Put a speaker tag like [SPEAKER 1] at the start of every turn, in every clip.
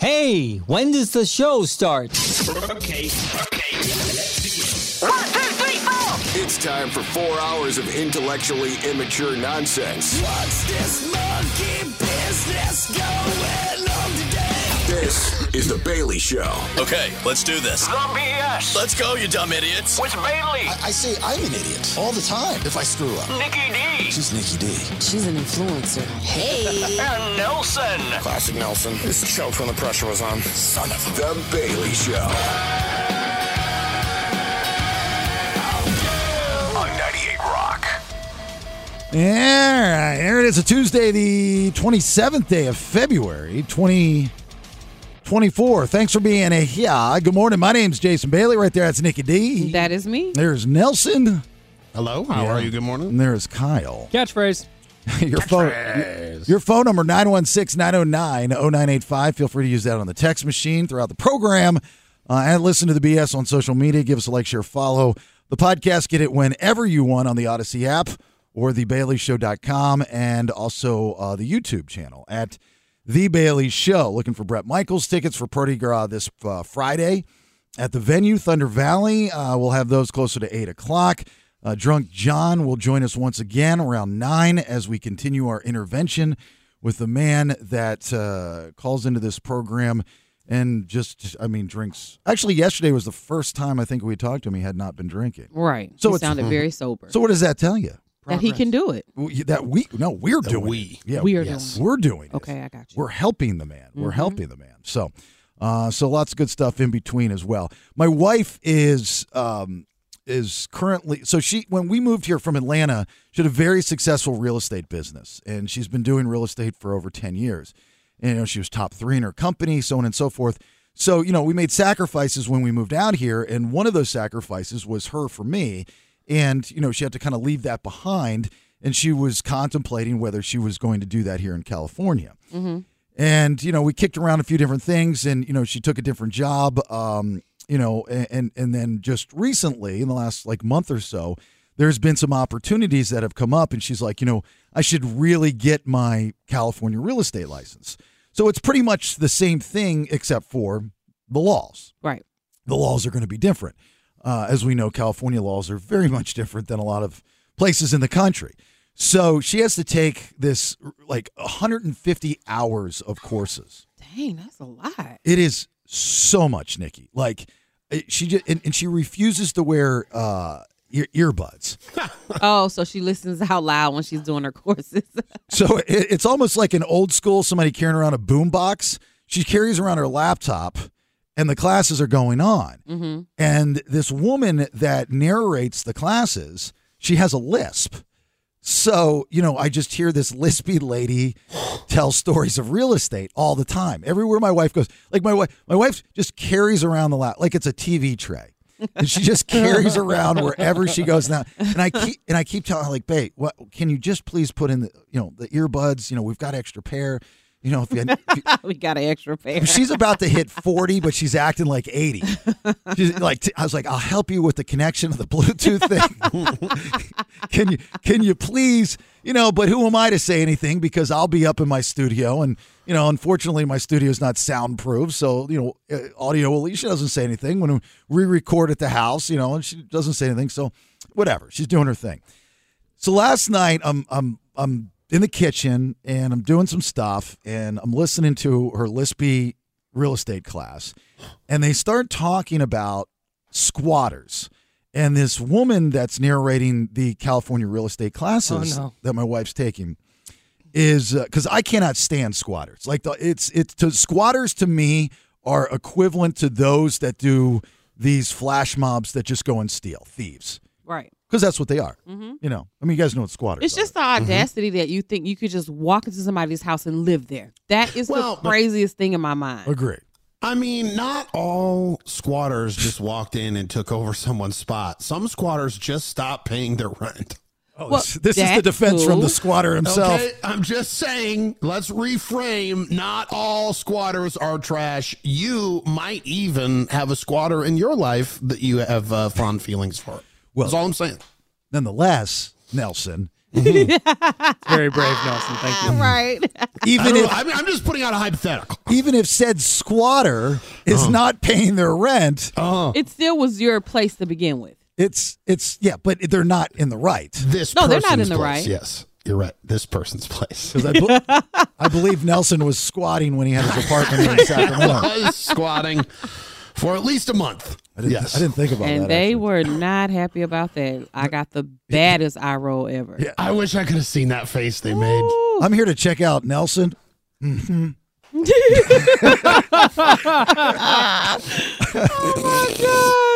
[SPEAKER 1] Hey, when does the show start?
[SPEAKER 2] Okay, okay, let's begin.
[SPEAKER 3] One, two, three, four.
[SPEAKER 4] It's time for four hours of intellectually immature nonsense.
[SPEAKER 5] What's this monkey business going on today?
[SPEAKER 4] This is The Bailey Show.
[SPEAKER 6] Okay, let's do this.
[SPEAKER 3] The BS
[SPEAKER 6] Let's go, you dumb idiots.
[SPEAKER 3] with Bailey,
[SPEAKER 5] I say I'm an idiot all the time if I screw up.
[SPEAKER 3] Nikki D,
[SPEAKER 5] She's Nikki D.
[SPEAKER 7] She's an influencer. Hey.
[SPEAKER 3] and Nelson.
[SPEAKER 5] Classic Nelson. This choked when the pressure was on. Son of a.
[SPEAKER 4] The Bailey Show.
[SPEAKER 3] On 98 Rock.
[SPEAKER 8] Yeah, all right, here it is. A Tuesday, the 27th day of February, 2024. Thanks for being here. Good morning. My name's Jason Bailey. Right there, that's Nikki D.
[SPEAKER 7] That is me.
[SPEAKER 8] There's Nelson.
[SPEAKER 9] Hello, how are you? Good morning.
[SPEAKER 8] And there's Kyle.
[SPEAKER 1] Catchphrase.
[SPEAKER 8] your, phone, your phone number, 916-909-0985. Feel free to use that on the text machine throughout the program. Uh, and listen to the BS on social media. Give us a like, share, follow. The podcast, get it whenever you want on the Odyssey app or thebaileyshow.com and also uh, the YouTube channel at The Bailey Show. Looking for Brett Michaels tickets for Pretty Gras this uh, Friday at the venue, Thunder Valley. Uh, we'll have those closer to 8 o'clock. Uh, Drunk John will join us once again around 9 as we continue our intervention with the man that uh, calls into this program and just, I mean, drinks. Actually, yesterday was the first time I think we talked to him. He had not been drinking.
[SPEAKER 7] Right.
[SPEAKER 8] So
[SPEAKER 7] he
[SPEAKER 8] it's-
[SPEAKER 7] sounded very sober.
[SPEAKER 8] So, what does that tell you?
[SPEAKER 7] that he can do it.
[SPEAKER 8] Well, you- That we, no, we're
[SPEAKER 9] The
[SPEAKER 8] doing
[SPEAKER 9] we.
[SPEAKER 8] it. Yeah,
[SPEAKER 7] We are
[SPEAKER 9] yes.
[SPEAKER 7] doing.
[SPEAKER 8] we're doing it.
[SPEAKER 7] Okay, I got you.
[SPEAKER 8] We're helping the man. We're helping the man. So, uh, so lots of good stuff in between as well. My wife is um, is currently so she when we moved here from Atlanta, she had a very successful real estate business, and she's been doing real estate for over ten years. And you know, she was top three in her company, so on and so forth. So you know, we made sacrifices when we moved out here, and one of those sacrifices was her for me. And you know, she had to kind of leave that behind, and she was contemplating whether she was going to do that here in California and you know we kicked around a few different things and you know she took a different job um you know and and, and then just recently in the last like month or so there's been some opportunities that have come up and she's like you know i should really get my california real estate license so it's pretty much the same thing except for the laws
[SPEAKER 7] Right.
[SPEAKER 8] the laws are going to be different. Uh, as we know, California laws are very much different than a lot of places in the country. So she has to take this like 150 hours of courses.
[SPEAKER 7] Dang, that's a lot.
[SPEAKER 8] It is so much, Nikki. Like it- she just and, and she refuses to wear uh, ear- earbuds.
[SPEAKER 7] oh, so she listens how loud when she's doing her courses.
[SPEAKER 8] So it, it's almost like an old school somebody carrying around a boombox. She carries around her laptop, and the classes are going on.
[SPEAKER 7] mm-hmm.
[SPEAKER 8] And this woman that narrates the classes, she has a lisp. So, you know, I just hear this lispy lady tell stories of real estate all the time. Everywhere my wife goes, like my wife, my wife just carries around the lap like it's a TV tray. And she just carries around wherever she goes now. And I keep and I keep telling her, like, babe, what can you just please put in the you know, the earbuds, you know, we've got extra pair. You know, if you, if you
[SPEAKER 7] we got an extra pair.
[SPEAKER 8] She's about to hit 40, but she's acting like 80. She's like, t- I was like, I'll help you with the connection of the Bluetooth thing. can you, can you please, you know, but who am I to say anything because I'll be up in my studio and, you know, unfortunately my studio is not soundproof. So, you know, uh, audio Alicia doesn't say anything when we record at the house, you know, and she doesn't say anything. So whatever, she's doing her thing. So last night I'm I'm I'm in the kitchen and I'm doing some stuff and I'm listening to her lispy real estate class and they start talking about squatters and this woman that's narrating the California real estate classes
[SPEAKER 1] Oh, no.
[SPEAKER 8] that my wife's taking is because I cannot stand squatters. Like the, it's it's to squatters to me are equivalent to those that do these flash mobs that just go and steal thieves
[SPEAKER 7] right.
[SPEAKER 8] because that's what they are.
[SPEAKER 7] Mhm.
[SPEAKER 8] You know, I mean, you guys know what squatters.
[SPEAKER 7] It's
[SPEAKER 8] are.
[SPEAKER 7] just the audacity that you think you could just walk into somebody's house and live there. That is
[SPEAKER 9] Well,
[SPEAKER 7] the
[SPEAKER 9] but-
[SPEAKER 7] craziest thing in my mind.
[SPEAKER 8] agree.
[SPEAKER 9] I mean, not all squatters just walked in and took over someone's spot. Some squatters just stopped paying their rent.
[SPEAKER 8] Oh,
[SPEAKER 7] Well,
[SPEAKER 8] this, this is the
[SPEAKER 7] that's
[SPEAKER 8] defense from
[SPEAKER 7] cool.
[SPEAKER 8] the squatter himself.
[SPEAKER 9] Okay, I'm just saying, let's reframe. Not all squatters are trash. You might even have a squatter in your life that you have uh, fond feelings for.
[SPEAKER 8] Well-
[SPEAKER 9] That's all I'm saying.
[SPEAKER 8] Nonetheless, Nelson,
[SPEAKER 10] Very brave, Nelson. Thank you.
[SPEAKER 7] right.
[SPEAKER 8] Even if
[SPEAKER 9] I mean, I'm just putting out a hypothetical.
[SPEAKER 8] even if said squatter is not paying their rent,
[SPEAKER 7] it still was your place to begin with.
[SPEAKER 8] it's it's yeah, but they're not in the right.
[SPEAKER 9] This
[SPEAKER 7] No, they're not in
[SPEAKER 9] person's
[SPEAKER 7] the right.
[SPEAKER 9] place. Yes, you're right. This person's place.
[SPEAKER 8] Because I, bel- I believe Nelson was squatting when he had his apartment in Sacramento.
[SPEAKER 9] was squatting for at least a month.
[SPEAKER 8] I didn't,
[SPEAKER 9] yes.
[SPEAKER 8] I didn't think about that.
[SPEAKER 7] And they
[SPEAKER 8] actually.
[SPEAKER 7] were not happy about that. I got the baddest eye roll ever.
[SPEAKER 9] I wish I could have seen that face they made.
[SPEAKER 8] I'm here to check out Nelson.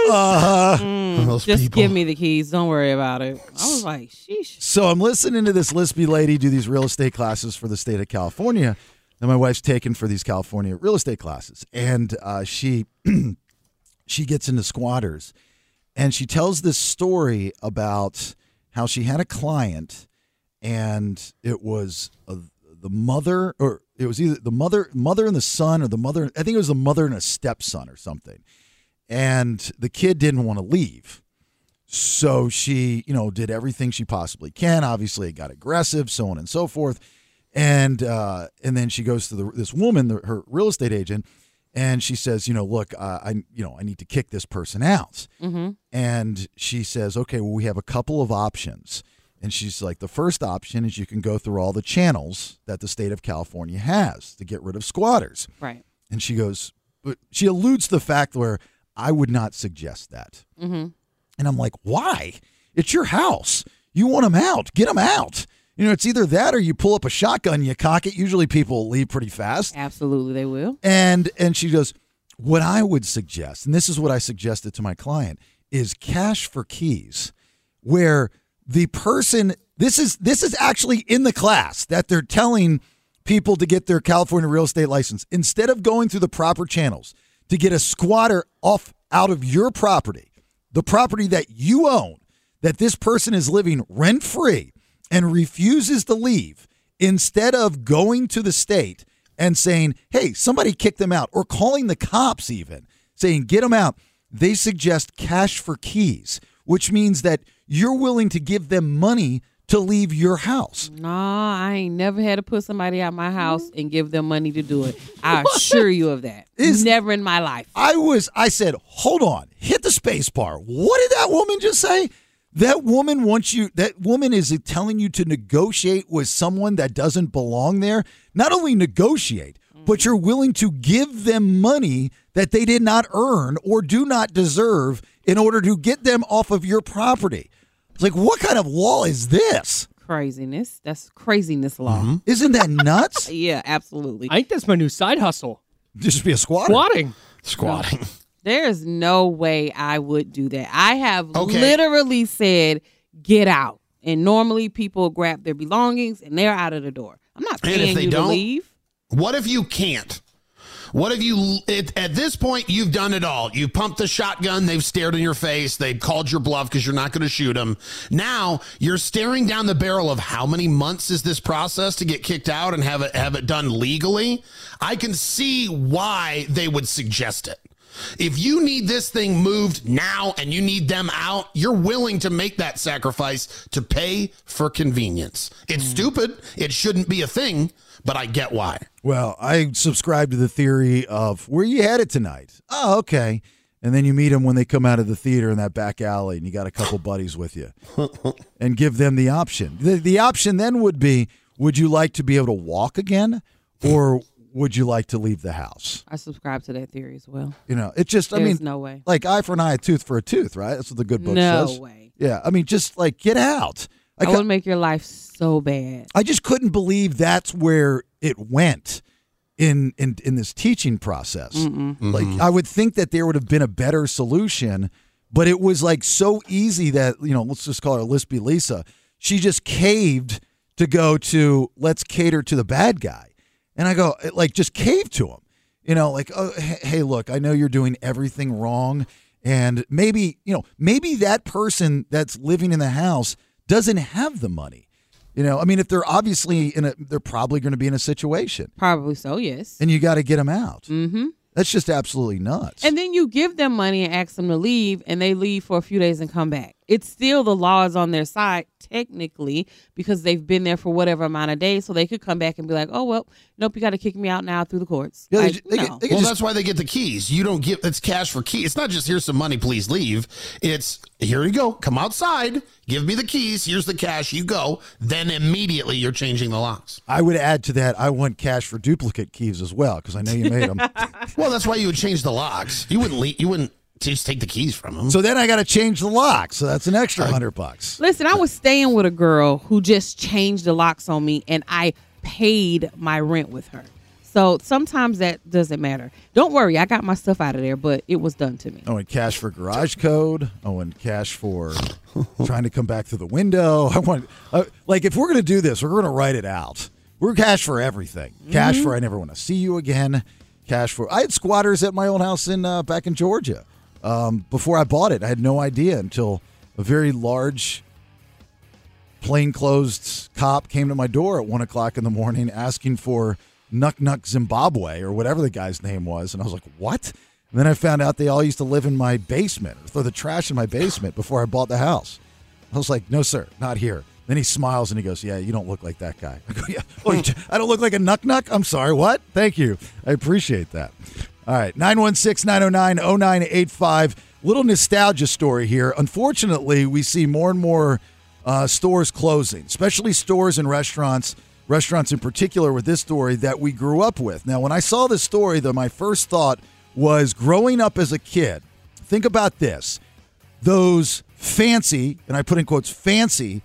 [SPEAKER 9] Those
[SPEAKER 7] Just
[SPEAKER 9] people.
[SPEAKER 7] give me the keys. Don't worry about it. I was like, sheesh.
[SPEAKER 8] So I'm listening to this lispy lady do these real estate classes for the state of California that my wife's taken for these California real estate classes, and uh, she she gets into squatters, and she tells this story about how she had a client, and it was a, the mother, or it was either the mother, mother and the son, or the mother. I think it was the mother and a stepson or something, and the kid didn't want to leave. So she, you know, did everything she possibly can. Obviously, it got aggressive, so on and so forth. And uh, and then she goes to the, this woman, the, her real estate agent, and she says, you know, look, uh, I, you know, I need to kick this person out. And she says, okay, well, we have a couple of options. And she's like, the first option is you can go through all the channels that the state of California has to get rid of squatters.
[SPEAKER 7] Right.
[SPEAKER 8] And she goes, but she alludes to the fact where I would not suggest that. And I'm like, why? It's your house. You want them out. Get them out. You know, it's either that or you pull up a shotgun, you cock it. Usually people leave pretty fast.
[SPEAKER 7] Absolutely, they will.
[SPEAKER 8] And and she goes, what I would suggest, and this is what I suggested to my client, is cash for keys, where the person this is this is actually in the class that they're telling people to get their California real estate license instead of going through the proper channels to get a squatter off out of your property, the property that you own, that this person is living rent free and refuses to leave, instead of going to the state and saying, hey, somebody kick them out, or calling the cops even, saying, get them out, they suggest cash for keys, which means that you're willing to give them money to leave your house.
[SPEAKER 7] No, I ain't never had to put somebody out my house
[SPEAKER 9] Mm-hmm.
[SPEAKER 7] and give them money to do it. I assure you of that.
[SPEAKER 8] Is-
[SPEAKER 7] never in my life.
[SPEAKER 8] I was, I said, hold on, hit the space bar. What did that woman just say? That woman wants you, that woman is telling you to negotiate with someone that doesn't belong there. Not only negotiate, but you're willing to give them money that they did not earn or do not deserve in order to get them off of your property. It's like, what kind of law is this?
[SPEAKER 7] Craziness. That's craziness law.
[SPEAKER 9] Mm-hmm.
[SPEAKER 8] Isn't that nuts?
[SPEAKER 7] Yeah, absolutely.
[SPEAKER 10] I think that's my new side hustle.
[SPEAKER 8] Just be a squatter.
[SPEAKER 10] Squatting.
[SPEAKER 9] Squatting.
[SPEAKER 7] There is no way I would do that. I have
[SPEAKER 9] Okay.
[SPEAKER 7] literally said, get out. And normally people grab their belongings and they're out of the door. I'm not
[SPEAKER 9] And if
[SPEAKER 7] paying
[SPEAKER 9] they
[SPEAKER 7] you to
[SPEAKER 9] don't-
[SPEAKER 7] leave.
[SPEAKER 9] What if you can't? What if you, it, at this point, you've done it all. You pumped the shotgun, they've stared in your face, they've called your bluff because you're not going to shoot them. Now you're staring down the barrel of how many months is this process to get kicked out and have it, have it done legally? I can see why they would suggest it. If you need this thing moved now and you need them out, you're willing to make that sacrifice to pay for convenience. It's stupid. It shouldn't be a thing, but I get why.
[SPEAKER 8] Well, I subscribe to the theory of where you headed tonight. Oh, okay. And then you meet them when they come out of the theater in that back alley, and you got a couple buddies with you, and give them the option. The, the option then would be: Would you like to be able to walk again, or would you like to leave the house?
[SPEAKER 7] I subscribe to that theory as well.
[SPEAKER 8] You know, it just—I mean,
[SPEAKER 7] There's no way.
[SPEAKER 8] like eye for an eye, a tooth for a tooth, right? That's what the good book
[SPEAKER 7] No
[SPEAKER 8] says.
[SPEAKER 7] way.
[SPEAKER 8] Yeah, I mean, just like get out. I,
[SPEAKER 7] I
[SPEAKER 8] cou-
[SPEAKER 7] would make your life so bad.
[SPEAKER 8] I just couldn't believe that's where it went in in in this teaching process. Like I would think that there would have been a better solution, but it was like so easy that you know let's just call her Lispy Lisa. She just caved to go to let's cater to the bad guy, and I go it, like just cave to him. You know, like oh, h- hey, look, I know you're doing everything wrong, and maybe you know maybe that person that's living in the house doesn't have the money. You know, I mean, if they're obviously in a, they're probably going to be in a situation,
[SPEAKER 7] Probably so, yes.
[SPEAKER 8] and you got to get them out. Mm-hmm. That's just absolutely nuts.
[SPEAKER 7] And then you give them money and ask them to leave, and they leave for a few days and come back. it's still the law is on their side technically because they've been there for whatever amount of days, so they could come back and be like, "Oh well, nope, you got to kick me out now through the courts."
[SPEAKER 8] Yeah, they
[SPEAKER 7] Like,
[SPEAKER 8] ju- they get-
[SPEAKER 7] no.
[SPEAKER 8] they
[SPEAKER 9] Well,
[SPEAKER 8] just-
[SPEAKER 9] that's why they get the keys. You don't give it's cash for keys. It's not just here's some money, please leave. It's here you go. Come outside, give me the keys. Here's the cash. You go. Then immediately you're changing the locks.
[SPEAKER 8] I would add to that, I want cash for duplicate keys as well because I know you made them.
[SPEAKER 9] Well, that's why you would change the locks. You wouldn't. leave you wouldn't just take the keys from them.
[SPEAKER 8] so then I got to change the lock. So that's an extra hundred bucks.
[SPEAKER 7] Listen, I was staying with a girl who just changed the locks on me and I paid my rent with her. So sometimes that doesn't matter. Don't worry, I got my stuff out of there, but it was done to me.
[SPEAKER 8] Oh, and cash for garage code. Oh, and cash for trying to come back through the window. I want, uh, like, if we're going to do this, we're going to write it out. We're cash for everything. Cash for I never want to see you again. Cash for I had squatters at my old house in uh, back in Georgia. Um, before I bought it, I had no idea until a very large plainclothes cop came to my door at one o'clock in the morning asking for Nuck Nuck Zimbabwe or whatever the guy's name was. And I was like, what? And then I found out they all used to live in my basement or throw the trash in my basement before I bought the house. I was like, no, sir, not here. Then he smiles and he goes, yeah, you don't look like that guy. I go, yeah. Oh, you- I don't look like a Nuck Nuck? I'm sorry, what? Thank you. I appreciate that. All right, 916 909 0985. Little nostalgia story here. Unfortunately, we see more and more uh, stores closing, especially stores and restaurants, restaurants in particular with this story that we grew up with. Now, when I saw this story, though, my first thought was growing up as a kid, think about this those fancy, and I put in quotes, fancy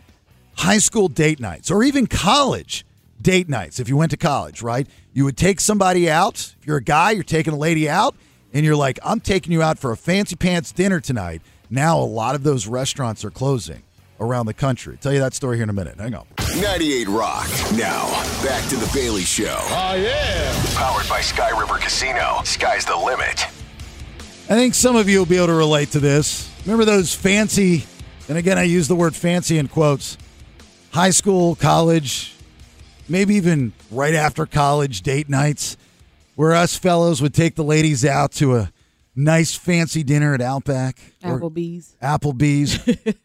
[SPEAKER 8] high school date nights or even college date nights. If you went to college, right? You would take somebody out. If you're a guy, you're taking a lady out, and you're like, I'm taking you out for a fancy pants dinner tonight. Now, a lot of those restaurants are closing around the country. Tell you that story here in a minute. Hang on.
[SPEAKER 4] 98 Rock. Now, back to the Bailey Show.
[SPEAKER 3] Powered by Sky River Casino. Sky's the limit.
[SPEAKER 8] I think some of you will be able to relate to this. Remember those fancy, and again, I use the word fancy in quotes, high school, college, maybe even right after college date nights, where us fellows would take the ladies out to a nice fancy dinner at Outback, or
[SPEAKER 7] Applebee's.
[SPEAKER 8] Applebee's,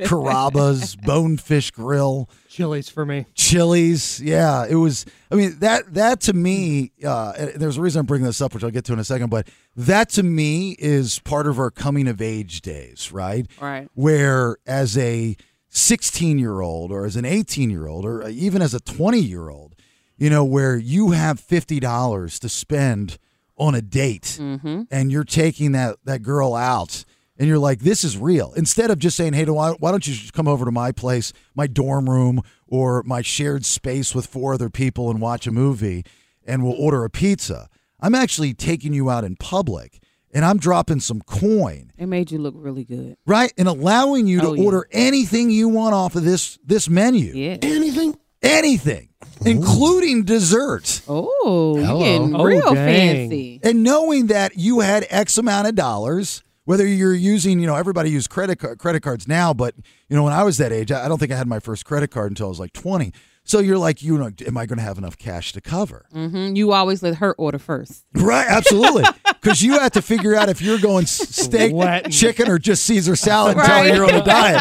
[SPEAKER 8] Carrabba's, Bonefish Grill.
[SPEAKER 10] Chili's for me.
[SPEAKER 8] Chili's. Yeah, it was. I mean, that that to me, uh, and there's a reason I'm bringing this up, which I'll get to in a second. But that to me is part of our coming of age days, right?
[SPEAKER 7] Right.
[SPEAKER 8] Where as a 16 year old, or as an 18 year old, or even as a 20 year old, you know, where you have fifty dollars to spend on a date, and you're taking that that girl out. And you're like, this is real. Instead of just saying, hey, do- why, why don't you just come over to my place, my dorm room, or my shared space with four other people and watch a movie and we'll order a pizza? I'm actually taking you out in public and I'm dropping some coin
[SPEAKER 7] It made you look really good.
[SPEAKER 8] right? And allowing you
[SPEAKER 7] Oh,
[SPEAKER 8] to
[SPEAKER 7] yeah.
[SPEAKER 8] order anything you want off of this this menu,
[SPEAKER 7] Yeah.
[SPEAKER 9] Anything?
[SPEAKER 8] anything, including dessert.
[SPEAKER 7] Oh, you getting
[SPEAKER 10] Oh,
[SPEAKER 7] real
[SPEAKER 10] dang.
[SPEAKER 7] fancy.
[SPEAKER 8] And knowing that you had X amount of dollars, whether you're using, you know, everybody use credit car- credit cards now, but you know, when I was that age, I I don't think I had my first credit card until I was like 20. So you're like, you know, am I going to have enough cash to cover?
[SPEAKER 7] hmm You always let her order first.
[SPEAKER 8] Right, absolutely. Because you have to figure out if you're going s- steak,
[SPEAKER 10] Sweating.
[SPEAKER 8] chicken, or just Caesar salad until
[SPEAKER 7] Right.
[SPEAKER 8] you're on a diet.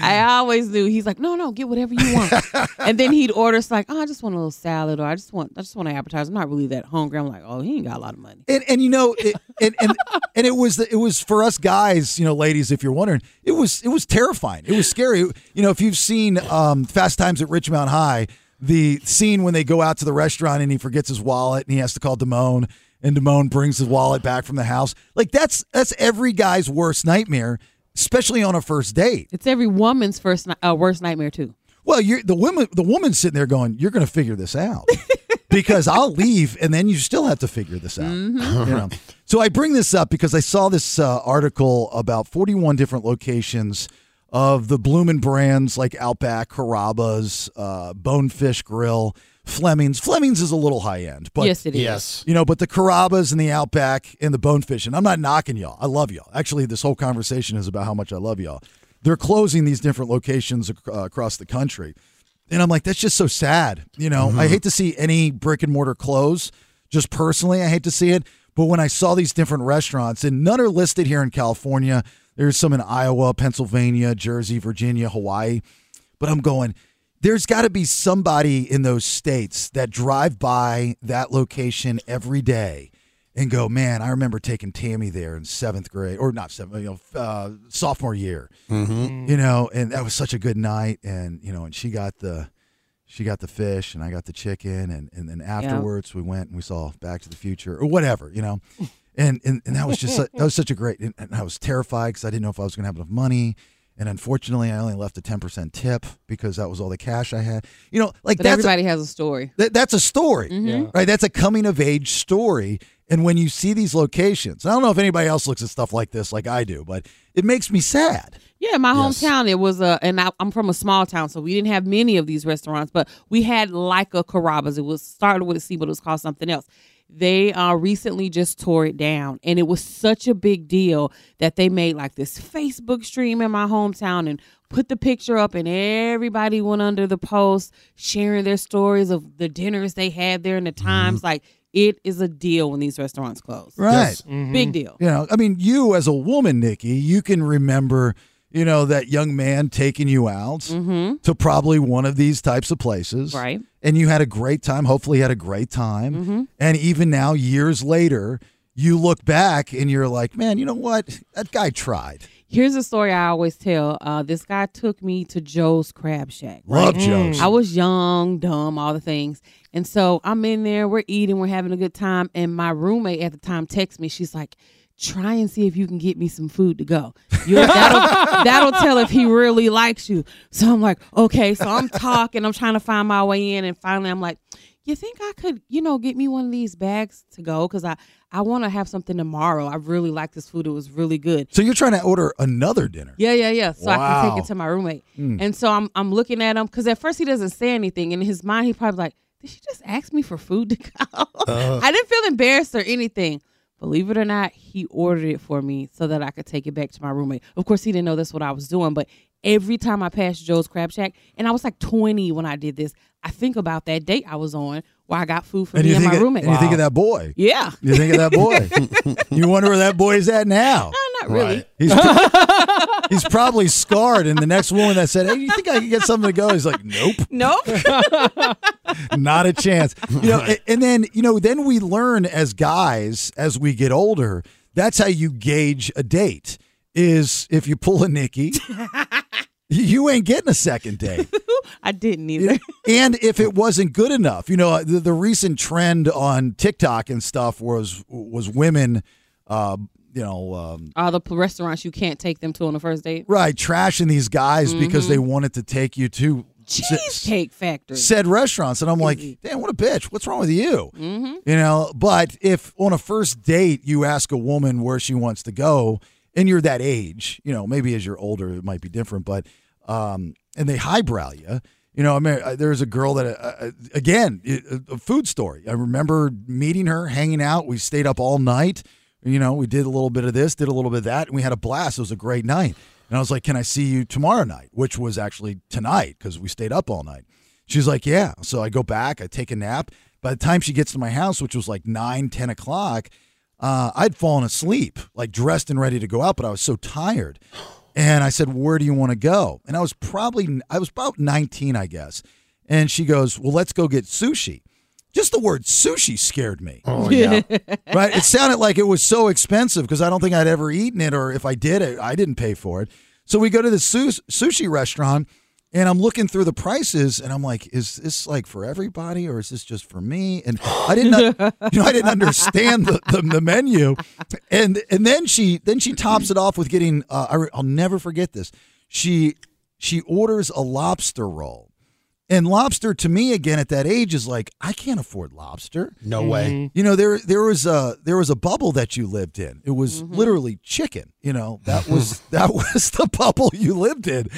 [SPEAKER 7] I always knew he's like, no, no, get whatever you want. and then he'd order, it's like, oh, I just want a little salad, or I just want, I just want an appetizer. I'm not really that hungry. I'm like, oh, he ain't got a lot of money.
[SPEAKER 8] and and you know it, and, and and it was the, it was for us guys you know ladies if you're wondering it was it was terrifying it was scary you know if you've seen um, Fast Times at Richmond High the scene when they go out to the restaurant and he forgets his wallet and he has to call Damone and Damone brings his wallet back from the house like that's that's every guy's worst nightmare especially on a first date
[SPEAKER 7] It's every woman's first, ni- uh, worst nightmare too.
[SPEAKER 8] well, you're the woman. The woman's sitting there going, "You're going to figure this out," because I'll leave, and then you still have to figure this out.
[SPEAKER 7] Mm-hmm.
[SPEAKER 8] You know? So I bring this up because I saw this uh, article about 41 different locations of the Bloomin' brands like Outback, Carrabba's, uh, Bonefish Grill, Fleming's. Fleming's is a little high end, but
[SPEAKER 7] yes, it is.
[SPEAKER 9] Yes.
[SPEAKER 8] you know, but the Carrabba's and the Outback and the Bonefish, and I'm not knocking y'all. I love y'all. Actually, this whole conversation is about how much I love y'all. They're closing these different locations ac- uh, across the country. And I'm like, that's just so sad. You know, I hate to see any brick and mortar close. Just personally, I hate to see it. But when I saw these different restaurants, and none are listed here in California, there's some in Iowa, Pennsylvania, Jersey, Virginia, Hawaii. But I'm going, there's got to be somebody in those states that drive by that location every day and go, man, I remember taking Tammy there in seventh grade, or not seventh, you know, uh, sophomore year, you
[SPEAKER 7] Hmm.
[SPEAKER 8] know, and that was such a good night. And, you know, and she got the, she got the fish and I got the chicken and, and then afterwards we went and we saw Back to the Future or whatever, you know. And and, and that was just su- that was such a great and, and I was terrified cuz I didn't know if I was going to have enough money and unfortunately I only left a 10% tip because that was all the cash I had. You know, like
[SPEAKER 7] But
[SPEAKER 8] that's a,
[SPEAKER 7] everybody Mm-hmm. has a story.
[SPEAKER 8] that, that's a story.
[SPEAKER 10] Yeah.
[SPEAKER 8] Right? That's a coming of age story. And when you see these locations, I don't know if anybody else looks at stuff like this like I do, but it makes me sad.
[SPEAKER 7] Yeah, my hometown. It was a, and I, I'm from a small town, so we didn't have many of these restaurants, but we had like a Carrabba's. It was started with a C, but it was called something else. They uh, recently just tore it down, and it was such a big deal that they made like this Facebook stream in my hometown and put the picture up, and everybody went under the post sharing their stories of the dinners they had there and the times. Like it is a deal when these restaurants close.
[SPEAKER 8] Right.
[SPEAKER 7] Big deal.
[SPEAKER 8] You know, I mean, you as a woman, Nikki, you can remember, you know, that young man taking you out to probably one of these types of places.
[SPEAKER 7] Mm-hmm. Right. Mm-hmm.
[SPEAKER 8] And you had a great time. Hopefully, you had a great time. And even now, years later, you look back and you're like, man, you know what? That guy tried.
[SPEAKER 7] Here's a story I always tell. Uh, this guy took me to Joe's Crab Shack.
[SPEAKER 8] Love Joe's.
[SPEAKER 7] I was young, dumb, all the things. And so I'm in there, we're eating, we're having a good time. And my roommate at the time texts me, she's like, try and see if you can get me some food to go. You'll- that'll, that'll tell if he really likes you. So I'm like, okay. So I'm talking, I'm trying to find my way in. And finally, I'm like, you think I could, you know, get me one of these bags to go? Because I, I want to have something tomorrow. I really like this food. It was really good.
[SPEAKER 8] So you're trying to order another dinner.
[SPEAKER 7] Yeah, yeah, yeah. So I can
[SPEAKER 8] Wow. Mm.
[SPEAKER 7] take it to my roommate. And so I'm I'm looking at him because at first he doesn't say anything. In his mind, he probably like, did she just ask me for food to go?
[SPEAKER 8] Uh.
[SPEAKER 7] I didn't feel embarrassed or anything. Believe it or not, he ordered it for me so that I could take it back to my roommate. Of course, he didn't know that's what I was doing, but every time I passed Joe's Crab Shack, and I was like 20 when I did this, I think about that date I was on where I got food for
[SPEAKER 8] And
[SPEAKER 7] me
[SPEAKER 8] you,
[SPEAKER 7] and
[SPEAKER 8] think
[SPEAKER 7] my
[SPEAKER 8] of,
[SPEAKER 7] roommate.
[SPEAKER 8] and you think of that boy.
[SPEAKER 7] yeah.
[SPEAKER 8] You think of that boy. you wonder where that boy is at now.
[SPEAKER 7] Not really.
[SPEAKER 8] He's he's probably scarred. And the next woman that said, "Hey, you think I can get something to go?" He's like, "Nope,
[SPEAKER 7] Nope.
[SPEAKER 8] not a chance." You know, and, and then you know, then we learn as guys as we get older. That's how you gauge a date. Is if you pull a Nikki, you ain't getting a second date.
[SPEAKER 7] I didn't
[SPEAKER 8] You
[SPEAKER 7] either.
[SPEAKER 8] know, and if it wasn't good enough, you know, uh, the, the recent trend on TikTok and stuff was was women, uh, you know, um,
[SPEAKER 7] All the p- restaurants you can't take them to on the first date.
[SPEAKER 8] Right, trashing these guys because they wanted to take you to s-
[SPEAKER 7] Cheesecake Factory.
[SPEAKER 8] said restaurants, and I'm like, damn, what a bitch! What's wrong with you? You know, but if on a first date you ask a woman where she wants to go, and you're that age, you know, maybe as you're older it might be different, but um, and they highbrow you. You know, I mean, uh, there's a girl that, uh, uh, again, it- a a food story. I remember meeting her, hanging out. We stayed up all night. You know, we did a little bit of this, did a little bit of that, and we had a blast. It was a great night. And I was like, "Can I see you tomorrow night?" Which was actually tonight because we stayed up all night. She's like, yeah. So I go back, I take a nap. By the time she gets to my house, which was like 9, 10 o'clock, uh, I'd fallen asleep, like dressed and ready to go out, but I was so tired. And I said, where do you want to go? And I was probably, I was about 19, I guess. And she goes, well, let's go get sushi. Just the word sushi scared me.
[SPEAKER 9] Oh yeah.
[SPEAKER 8] right? It sounded like it was so expensive because I don't think I'd ever eaten it, or if I did it, I didn't pay for it. So we go to the su- sushi restaurant, and I'm looking through the prices, and I'm like, "Is this like for everybody, or is this just for me?" And I didn't, you know, I didn't understand the, the, the menu, and and then she then she tops it off with getting. Uh, I, re- I'll never forget this. She she orders a lobster roll. And lobster to me again at that age is like I can't afford lobster.
[SPEAKER 9] No
[SPEAKER 10] Mm-hmm.
[SPEAKER 9] way.
[SPEAKER 8] You know, there there was a there was a bubble that you lived in. It was literally chicken. You know, that was that was the bubble you lived in.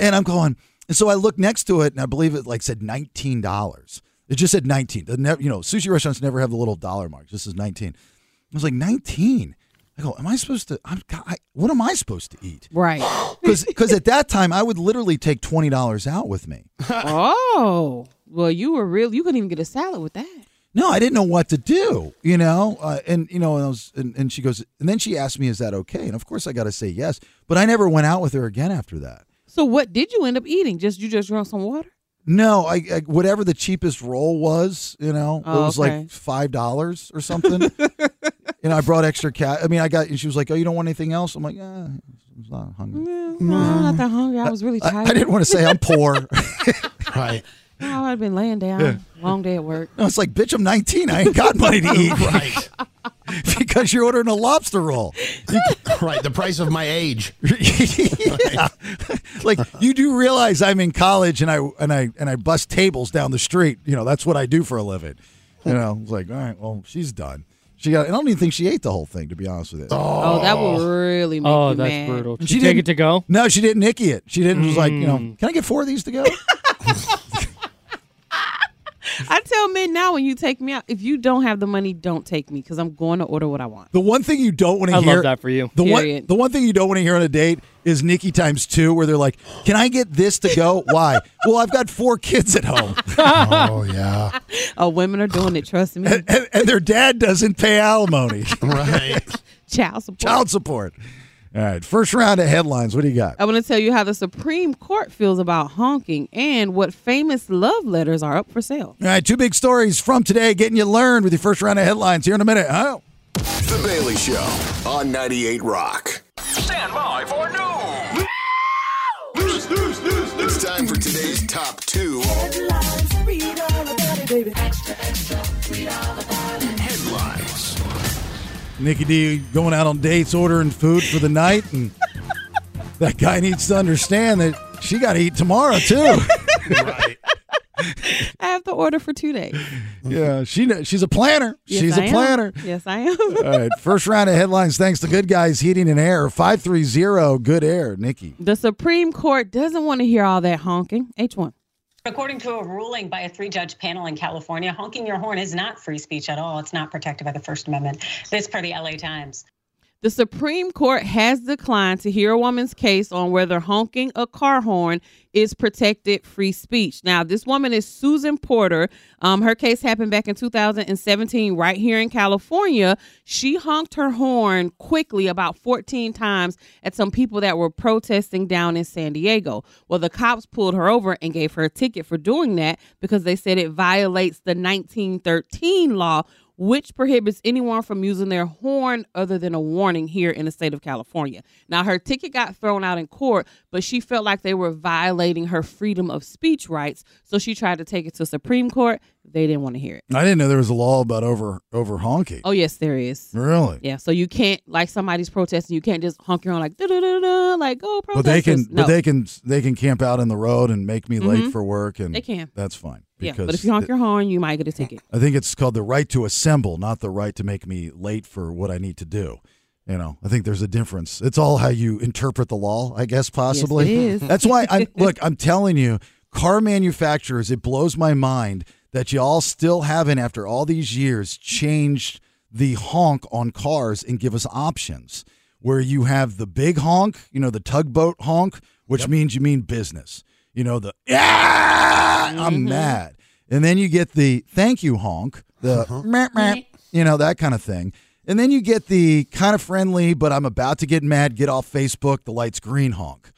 [SPEAKER 8] And I'm going, and so I looked next to it, and I believe it like said nineteen dollars. It just said nineteen. The ne- you know, sushi restaurants never have the little dollar mark. This is nineteen. I was like nineteen. I go, am I supposed to? I'm, God, I, what am I supposed to eat?
[SPEAKER 7] Right.
[SPEAKER 8] Because at that time, I would literally take twenty dollars out with me.
[SPEAKER 7] oh. Well, you were real. You couldn't even get a salad with that.
[SPEAKER 8] no, I didn't know what to do, you know, uh, and you know, and, I was, and and she goes, and then she asked me, "Is that okay?" And of course, I got to say yes, but I never went out with her again after that.
[SPEAKER 7] So what did you end up eating? Just you just drunk some water?
[SPEAKER 8] No, I, I whatever the cheapest roll was, you know,
[SPEAKER 7] Oh,
[SPEAKER 8] it was
[SPEAKER 7] okay.
[SPEAKER 8] like five dollars or something. and I brought extra cat. I mean, I got. And she was like, "Oh, you don't want anything else?" I'm like, "Yeah, I'm not hungry."
[SPEAKER 7] No, no, I'm not that hungry. I was really
[SPEAKER 8] I, I
[SPEAKER 7] tired.
[SPEAKER 8] didn't want to say I'm poor.
[SPEAKER 9] Right.
[SPEAKER 7] Oh, I've been laying down. Long day at work.
[SPEAKER 8] no, it's like, bitch, I'm 19. I ain't got money to eat
[SPEAKER 9] Right.
[SPEAKER 8] because you're ordering a lobster roll.
[SPEAKER 9] right. The price of my age.
[SPEAKER 8] Yeah. like you do realize I'm in college and I and I and I bust tables down the street. You know that's what I do for a living. You know, it's like all right, well she's done. She got. I don't even think she ate the whole thing to be honest with you.
[SPEAKER 7] Oh, that would really make
[SPEAKER 10] Oh,
[SPEAKER 7] you
[SPEAKER 10] that's
[SPEAKER 7] mad.
[SPEAKER 10] brutal. Did
[SPEAKER 8] She
[SPEAKER 10] you take
[SPEAKER 8] didn't-
[SPEAKER 10] it to go? Mm.
[SPEAKER 8] No, she didn't nicky it. She didn't. It was like you know, can I get four of these to go?
[SPEAKER 7] I tell men now when you take me out, if you don't have the money, don't take me because I'm going to order what I want.
[SPEAKER 8] the one thing you don't want
[SPEAKER 10] I
[SPEAKER 8] to hear.
[SPEAKER 10] love that for you.
[SPEAKER 8] The one,
[SPEAKER 7] Period.
[SPEAKER 8] the one thing you don't want to hear on a date is Nikki times two, where they're like, "Can I get this to go? Why? well, I've got four kids at home,
[SPEAKER 9] Oh yeah.
[SPEAKER 7] Oh, women are doing it. Trust me.
[SPEAKER 8] and, and their dad doesn't pay alimony."
[SPEAKER 9] Right.
[SPEAKER 7] Child support.
[SPEAKER 8] child support. All right, first round of headlines. What do you got?
[SPEAKER 7] I want to tell you how the Supreme Court feels about honking and what famous love letters are up for sale.
[SPEAKER 8] All right, two big stories from today getting you learned with your first round of headlines here in a minute. Oh.
[SPEAKER 4] The Bailey Show on 98 Rock.
[SPEAKER 3] Stand by for news.
[SPEAKER 4] It's time for today's top two.
[SPEAKER 8] Nikki D going out on dates, ordering food for the night, and that guy needs to understand that she got to eat tomorrow too.
[SPEAKER 9] Right.
[SPEAKER 7] I have to order for two days.
[SPEAKER 8] yeah, she kn- she's a planner.
[SPEAKER 7] Yes,
[SPEAKER 8] she's
[SPEAKER 7] I
[SPEAKER 8] a
[SPEAKER 7] am.
[SPEAKER 8] planner.
[SPEAKER 7] Yes, I am.
[SPEAKER 8] All right, first round of headlines. Thanks to Good Guys Heating and Air, five three zero Good Air. Nikki,
[SPEAKER 7] the Supreme Court doesn't want to hear all that honking. H1.
[SPEAKER 11] According to a ruling by a three judge panel in California, honking your horn is not free speech at all. It's not protected by the First Amendment. This per the LA Times.
[SPEAKER 7] The Supreme Court has declined to hear a woman's case on whether honking a car horn is protected free speech. Now, this woman is Susan Porter. Um, her case happened back in 2017 right here in California. She honked her horn quickly about 14 times at some people that were protesting down in San Diego. Well, the cops pulled her over and gave her a ticket for doing that because they said it violates the 1913 law which prohibits anyone from using their horn other than a warning here in the state of California. Now, her ticket got thrown out in court, but she felt like they were violating her freedom of speech rights, so she tried to take it to Supreme Court. They didn't want to hear it.
[SPEAKER 8] I didn't know there was a law about over over honking.
[SPEAKER 7] Oh, yes, there is.
[SPEAKER 8] Really?
[SPEAKER 7] Yeah, so you can't like somebody's protesting. You can't just honk your own like da da da da like go
[SPEAKER 8] But
[SPEAKER 7] protest.
[SPEAKER 8] they can,
[SPEAKER 7] no, Mm-hmm.
[SPEAKER 8] but they can, they can camp out in the road and make me late for work, and
[SPEAKER 7] They can.
[SPEAKER 8] That's fine.
[SPEAKER 7] yeah.
[SPEAKER 8] Because
[SPEAKER 7] But if you honk your horn, you might get a ticket.
[SPEAKER 8] I think it's called the right to assemble, not the right to make me late for what I need to do. You know, I think there's a difference. It's all how you interpret the law, I guess. Possibly.
[SPEAKER 7] is.
[SPEAKER 8] That's why I look. I'm telling you, car manufacturers. It blows my mind that y'all still haven't, after all these years, changed the honk on cars and give us options. Where you have the big honk, you know, the tugboat honk, which means you mean business. You know, the yeah, I'm mad. And then you get the thank you honk, the meh, meh, you know, that kind of thing. And then you get the kind of friendly, but I'm about to get mad, get off Facebook, the light's green honk.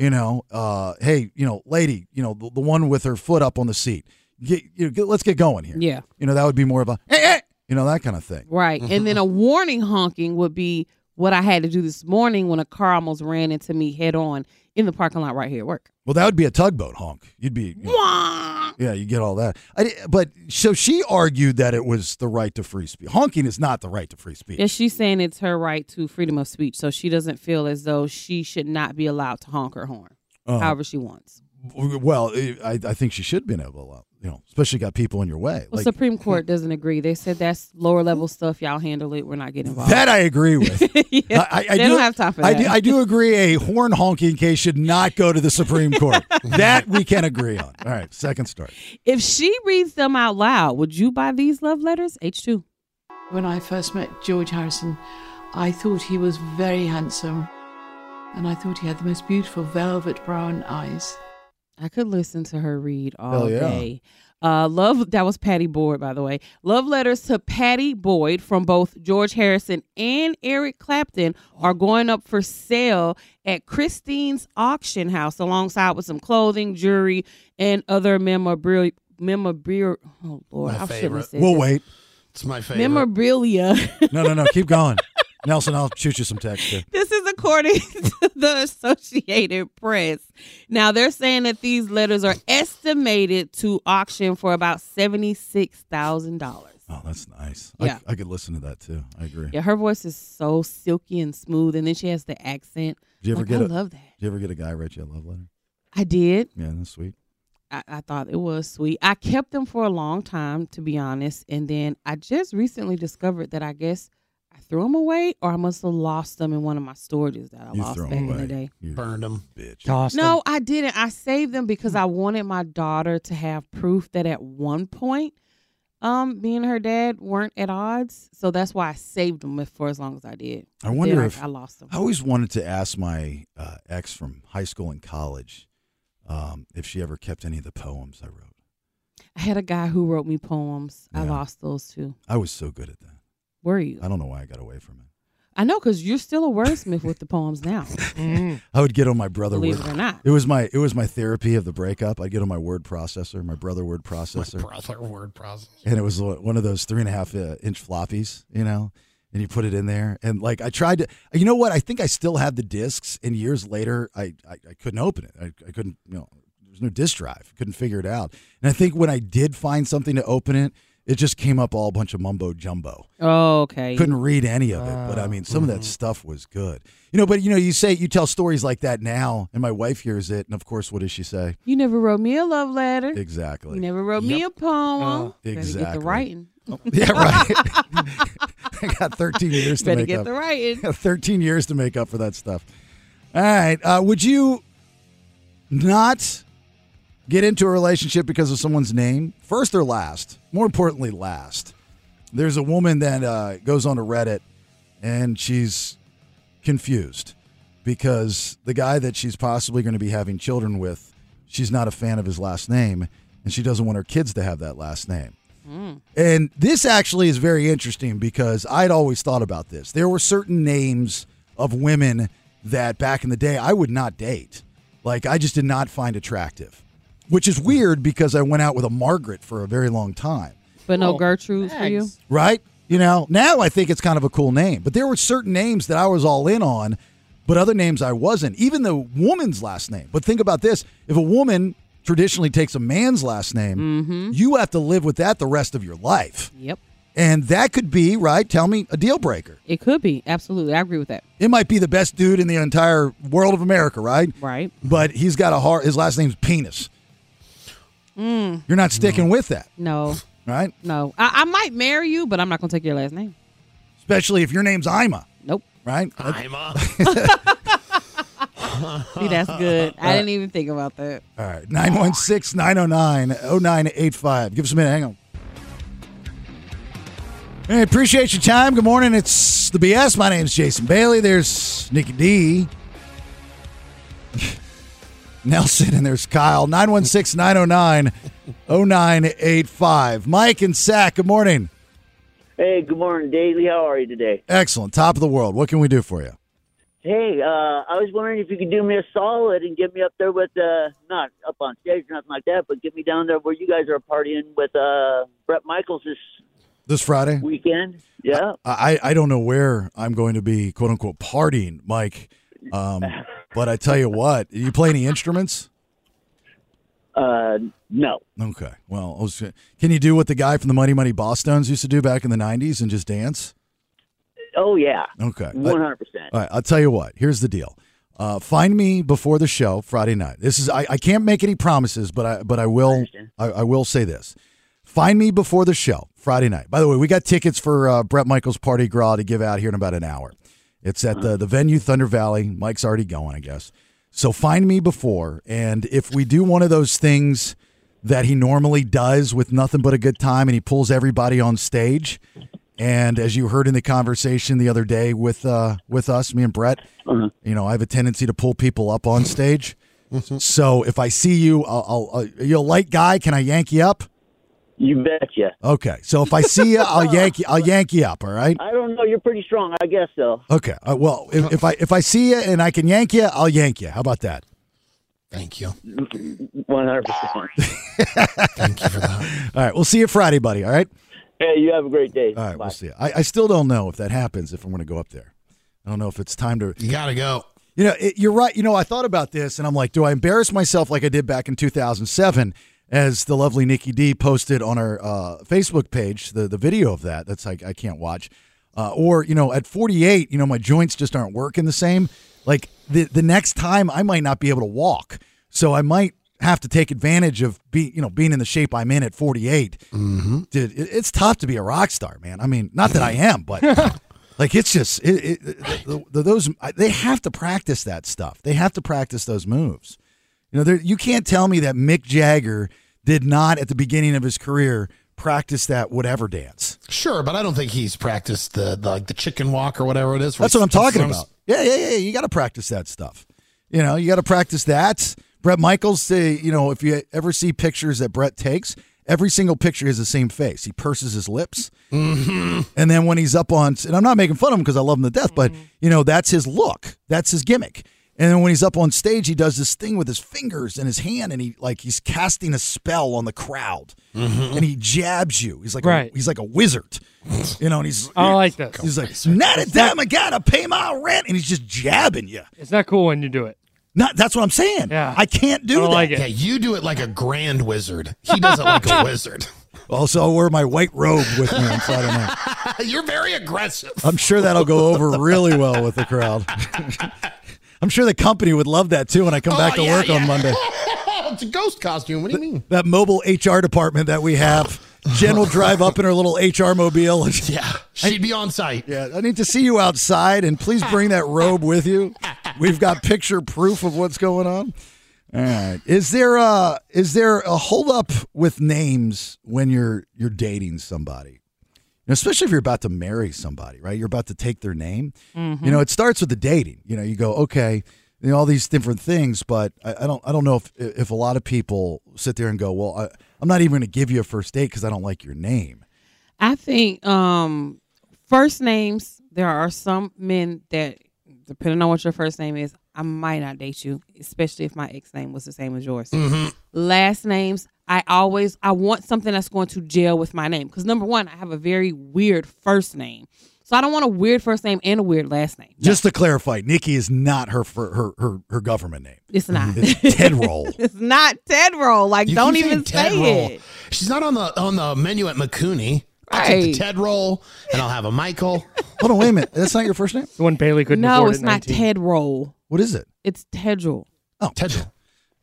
[SPEAKER 8] You know, uh, hey, you know, lady, you know, the, the one with her foot up on the seat. Get, you know, get, let's get going here.
[SPEAKER 7] Yeah.
[SPEAKER 8] You know, that would be more of a, hey, hey, you know, that kind of thing.
[SPEAKER 7] Right. And then a warning honking would be what I had to do this morning when a car almost ran into me head on in the parking lot right here at work.
[SPEAKER 8] Well, that would be a tugboat honk. You'd be, you know, yeah, you get all that. I, di- but so she argued that it was the right to free speech. Honking is not the right to free speech.
[SPEAKER 7] Yeah, she's saying it's her right to freedom of speech, so she doesn't feel as though she should not be allowed to honk her horn however she wants.
[SPEAKER 8] Uh, Well, eh, I, I think she should have been able to, allow- you know, especially got people in your way.
[SPEAKER 7] Well,
[SPEAKER 8] Like,
[SPEAKER 7] Supreme Court doesn't agree. They said that's lower level stuff. Y'all handle it. We're not getting involved.
[SPEAKER 8] that I agree with.
[SPEAKER 7] Yeah,
[SPEAKER 8] I, I, I
[SPEAKER 7] they
[SPEAKER 8] do,
[SPEAKER 7] don't have time for
[SPEAKER 8] I
[SPEAKER 7] that.
[SPEAKER 8] do, I do agree a horn honking case should not go to the Supreme Court. that we can agree on. All right, second story.
[SPEAKER 7] if she reads them out loud, would you buy these love letters? H two.
[SPEAKER 5] When I first met George Harrison, I thought he was very handsome. And I thought he had the most beautiful velvet brown eyes.
[SPEAKER 7] I could listen to her read all
[SPEAKER 8] Hell yeah.
[SPEAKER 7] day. Uh, love that was Patty Boyd, by the way. Love letters to Patty Boyd from both George Harrison and Eric Clapton are going up for sale at Christine's auction house, alongside with some clothing, jewelry, and other memorabilia. Memorabilia. Oh Lord, I shouldn't have said
[SPEAKER 8] We'll
[SPEAKER 7] that.
[SPEAKER 8] wait.
[SPEAKER 9] It's my favorite.
[SPEAKER 7] Memorabilia.
[SPEAKER 8] No, no, no. Keep going. Nelson, I'll shoot you some text. Too.
[SPEAKER 7] This is according to the Associated Press. Now they're saying that these letters are estimated to auction for about seventy six thousand dollars.
[SPEAKER 8] Oh, that's nice.
[SPEAKER 7] Yeah.
[SPEAKER 8] I, I could listen to that too. I agree.
[SPEAKER 7] Yeah, her voice is so silky and smooth, and then she has the accent.
[SPEAKER 8] Did you ever
[SPEAKER 7] Like,
[SPEAKER 8] get
[SPEAKER 7] I
[SPEAKER 8] a-
[SPEAKER 7] love that.
[SPEAKER 8] Did you ever get a guy write you a love letter?
[SPEAKER 7] I did.
[SPEAKER 8] Yeah, that's sweet.
[SPEAKER 7] I, I thought it was sweet. I kept them for a long time, to be honest, and then I just recently discovered that I guess I threw them away, or I must have lost them in one of my storages that I
[SPEAKER 8] You
[SPEAKER 7] lost
[SPEAKER 8] throw
[SPEAKER 7] back
[SPEAKER 8] 'em
[SPEAKER 7] in
[SPEAKER 8] away.
[SPEAKER 7] the day.
[SPEAKER 8] You
[SPEAKER 9] Burned them.
[SPEAKER 8] bitch.
[SPEAKER 10] Toss them.
[SPEAKER 7] No, I didn't. I saved them
[SPEAKER 8] Hmm.
[SPEAKER 7] because I wanted my daughter to have proof that at one point, um, me and her dad weren't at odds. So that's why I saved them for as long as I did.
[SPEAKER 8] I wonder
[SPEAKER 7] Then
[SPEAKER 8] if-
[SPEAKER 7] I lost them.
[SPEAKER 8] I always wanted to ask my uh, ex from high school and college um, if she ever kept any of the poems I wrote.
[SPEAKER 7] I had a guy who wrote me poems. I
[SPEAKER 8] Yeah.
[SPEAKER 7] lost those too.
[SPEAKER 8] I was so good at that.
[SPEAKER 7] Were you?
[SPEAKER 8] I don't know why I got away from it.
[SPEAKER 7] I know because you're still a wordsmith with the poems now.
[SPEAKER 9] Mm.
[SPEAKER 8] I would get on my brother
[SPEAKER 7] Believe
[SPEAKER 8] word.
[SPEAKER 7] it or not.
[SPEAKER 8] It was my it was my therapy of the breakup. I'd get on my word processor, my brother word processor,
[SPEAKER 9] Brother word process.
[SPEAKER 8] and it was one of those three and a half uh, inch floppies, you know. And you put it in there, and like I tried to, you know what? I think I still have the discs, and years later, I I, I couldn't open it. I, I couldn't, you know, there's no disk drive. Couldn't figure it out. And I think when I did find something to open it, it just came up all a bunch of mumbo jumbo.
[SPEAKER 7] Oh, okay.
[SPEAKER 8] Couldn't read any of it, but I mean, some of that stuff was good. You know, but you know, you say you tell stories like that now, and my wife hears it, and of course, what does she say?
[SPEAKER 7] You never wrote me a love letter.
[SPEAKER 8] Exactly.
[SPEAKER 7] You never wrote me a poem.
[SPEAKER 10] Oh.
[SPEAKER 7] Better get
[SPEAKER 8] Uh, Exactly.
[SPEAKER 7] the writing.
[SPEAKER 8] Yeah, right. I got 13 years to
[SPEAKER 7] Better
[SPEAKER 8] make
[SPEAKER 7] get
[SPEAKER 8] up.
[SPEAKER 7] the writing.
[SPEAKER 8] 13 years to make up for that stuff. All right. Uh, would you not get into a relationship because of someone's name, first or last? More importantly, last. There's a woman that uh, goes onto Reddit and she's confused because the guy that she's possibly going to be having children with, she's not a fan of his last name and she doesn't want her kids to have that last name. And this actually is very interesting because I'd always thought about this. There were certain names of women that back in the day I would not date. Like I just did not find attractive, which is weird because I went out with a Margaret for a very long time,
[SPEAKER 7] But no
[SPEAKER 10] Oh,
[SPEAKER 7] Gertrude for you.
[SPEAKER 10] thanks.
[SPEAKER 8] right? You know, now I think it's kind of a cool name, but there were certain names that I was all in on, but other names I wasn't, even the woman's last name. But think about this if a woman traditionally takes a man's last name, you have to live with that the rest of your life.
[SPEAKER 7] Yep.
[SPEAKER 8] And that could be, right? Tell me a deal breaker.
[SPEAKER 7] It could be. Absolutely. I agree with that.
[SPEAKER 8] It might be the best dude in the entire world of America, right?
[SPEAKER 7] Right.
[SPEAKER 8] But he's got a heart. His last name's Penis. You're not sticking with that,
[SPEAKER 7] No.
[SPEAKER 8] right?
[SPEAKER 7] No, I, I might marry you, but I'm not gonna take your last name.
[SPEAKER 8] Especially if your name's Ima,
[SPEAKER 7] Nope.
[SPEAKER 8] right?
[SPEAKER 9] I'm a.
[SPEAKER 7] See, that's good. I didn't even think about that.
[SPEAKER 8] All right. 916 909 0985. Give us a minute. Hang on. Hey, appreciate your time. Good morning. It's the BS. My name's Jason Bailey. There's Nikki D. Nelson and there's Kyle. 916 909 0985. Mike and Sack, good morning.
[SPEAKER 12] Hey, good morning, Daily. How are you today?
[SPEAKER 8] Excellent. Top of the world. What can we do for you?
[SPEAKER 12] Hey, uh, I was wondering if you could do me a solid and get me up there with, uh, not up on stage or nothing like that, but get me down there where you guys are partying with uh, Brett Michaels this
[SPEAKER 8] This Friday?
[SPEAKER 12] weekend. Yeah.
[SPEAKER 8] I, I don't know where I'm going to be, quote unquote, partying, Mike. Um, but I tell you what, you play any instruments?
[SPEAKER 12] Uh, no.
[SPEAKER 8] Okay. Well, I was- can you do what the guy from the Money Money Boss Stones used to do back in the 90s and just dance?
[SPEAKER 12] Oh, yeah.
[SPEAKER 8] Okay.
[SPEAKER 12] 100%.
[SPEAKER 8] All right, I'll tell you what. Here's the deal. Uh, find me before the show Friday night. This is I, I can't make any promises, but I but I will I, I will say this. Find me before the show Friday night. By the way, we got tickets for uh, Brett Michaels Party Gras to give out here in about an hour. It's at the the venue Thunder Valley. Mike's already going, I guess. So find me before, and if we do one of those things that he normally does with nothing but a good time, and he pulls everybody on stage. And as you heard in the conversation the other day with uh, with us, me and Brett, you know, I have a tendency to pull people up uh, on stage. so if I see you, I'll, I'll, I'll you a light guy? Can I yank you up?
[SPEAKER 12] You betcha.
[SPEAKER 8] Okay, so if I see you, I'll yank you. I'll yank you up. All right.
[SPEAKER 12] I don't know. You're pretty strong. I guess so.
[SPEAKER 8] Okay. Uh, well, if, if I if I see you and I can yank you, I'll yank you. How about that?
[SPEAKER 9] Thank you.
[SPEAKER 12] 100%.
[SPEAKER 9] Thank you for that.
[SPEAKER 8] All right. We'll see you Friday, buddy. All right.
[SPEAKER 12] Hey, you have a great day.
[SPEAKER 8] All right. We'll see. You. I, I still don't know if that happens. If I'm going to go up there, I don't know if it's time to.
[SPEAKER 9] You gotta go.
[SPEAKER 8] You know, it, you're right. You know, I thought about this, and I'm like, do I embarrass myself like I did back in 2007? As the lovely Nikki D posted on our uh, Facebook page, the the video of that. That's like I can't watch. Uh, or you know, at 48, you know, my joints just aren't working the same. Like the the next time, I might not be able to walk, so I might have to take advantage of be you know being in the shape I'm in at 48.
[SPEAKER 9] Mm-hmm.
[SPEAKER 8] Dude, it, it's tough to be a rock star, man. I mean, not that I am, but like it's just it, it, the, the, those they have to practice that stuff. They have to practice those moves. You know, there you can't tell me that Mick Jagger did not at the beginning of his career practice that whatever dance.
[SPEAKER 9] Sure, but I don't think he's practiced the, the like the chicken walk or whatever it is. where
[SPEAKER 8] That's what
[SPEAKER 9] he
[SPEAKER 8] I'm talking
[SPEAKER 9] throws-
[SPEAKER 8] about. Yeah, yeah, yeah. You got to practice that stuff. You know, you got to practice that. Brett Michaels, say, you know, if you ever see pictures that Brett takes, every single picture has the same face. He purses his lips. And then when he's up on, and I'm not making fun of him because I love him to death, but, you know, that's his look, that's his gimmick. And then when he's up on stage, he does this thing with his fingers and his hand, and he like he's casting a spell on the crowd, and he jabs you. He's like
[SPEAKER 10] Right. Oh,
[SPEAKER 8] a, he's like a wizard, you know. And he's
[SPEAKER 10] I like this.
[SPEAKER 8] He's like, not a damn, I gotta pay my rent, and he's just jabbing you.
[SPEAKER 10] It's not cool when you do it.
[SPEAKER 8] Not that's what I'm saying.
[SPEAKER 10] Yeah.
[SPEAKER 8] I can't do
[SPEAKER 10] I don't
[SPEAKER 8] that.
[SPEAKER 10] like it.
[SPEAKER 9] Yeah, you do it like a grand wizard. He does it like a wizard.
[SPEAKER 8] Also, I'll wear my white robe with me on Friday night.
[SPEAKER 9] You're very aggressive.
[SPEAKER 8] I'm sure that'll go over really well with the crowd. I'm sure the company would love that too when I come back
[SPEAKER 9] Oh,
[SPEAKER 8] to
[SPEAKER 9] yeah,
[SPEAKER 8] work on
[SPEAKER 9] yeah.
[SPEAKER 8] Monday.
[SPEAKER 9] it's a ghost costume. What do you mean?
[SPEAKER 8] That mobile HR department that we have, Jen will drive up in her little HR mobile. and-
[SPEAKER 9] Yeah, she'd be on site.
[SPEAKER 8] yeah, I need to see you outside, and please bring that robe with you. We've got picture proof of what's going on. All right, is there a is there a hold up with names when you're you're dating somebody? And especially if you're about to marry somebody, right? You're about to take their name. You know, it starts with the dating. You know, you go, okay, you know, all these different things, but I, I don't, I don't know if if a lot of people sit there and go, well, I, I'm not even going to give you a first date because I don't like your name.
[SPEAKER 7] I think um first names, there are some men that depending on what your first name is, I might not date you, especially if my ex name was the same as yours.
[SPEAKER 9] Mm-hmm.
[SPEAKER 7] Last names, I always I want something that's going to gel with my name cuz number 1, I have a very weird first name. So I don't want a weird first name and a weird last name.
[SPEAKER 8] Just to clarify, Nikki is not her fir- her her, her government name.
[SPEAKER 7] It's not.
[SPEAKER 8] It's Ted Roll.
[SPEAKER 7] it's not Ted Roll. Like
[SPEAKER 9] You
[SPEAKER 7] don't
[SPEAKER 9] keep
[SPEAKER 7] even
[SPEAKER 9] saying Ted
[SPEAKER 7] say
[SPEAKER 9] roll.
[SPEAKER 7] it.
[SPEAKER 9] She's not on the on the menu at McCooney. I take the
[SPEAKER 7] Right.
[SPEAKER 9] Ted roll, and I'll have a Michael.
[SPEAKER 8] Hold on, wait a minute. That's not your first name.
[SPEAKER 10] The one Bailey couldn't
[SPEAKER 7] No,
[SPEAKER 10] afford
[SPEAKER 7] it's
[SPEAKER 10] at
[SPEAKER 7] not
[SPEAKER 10] 19.
[SPEAKER 7] Ted Roll.
[SPEAKER 8] What is it?
[SPEAKER 7] It's Tedril.
[SPEAKER 8] Oh,
[SPEAKER 9] Ted roll.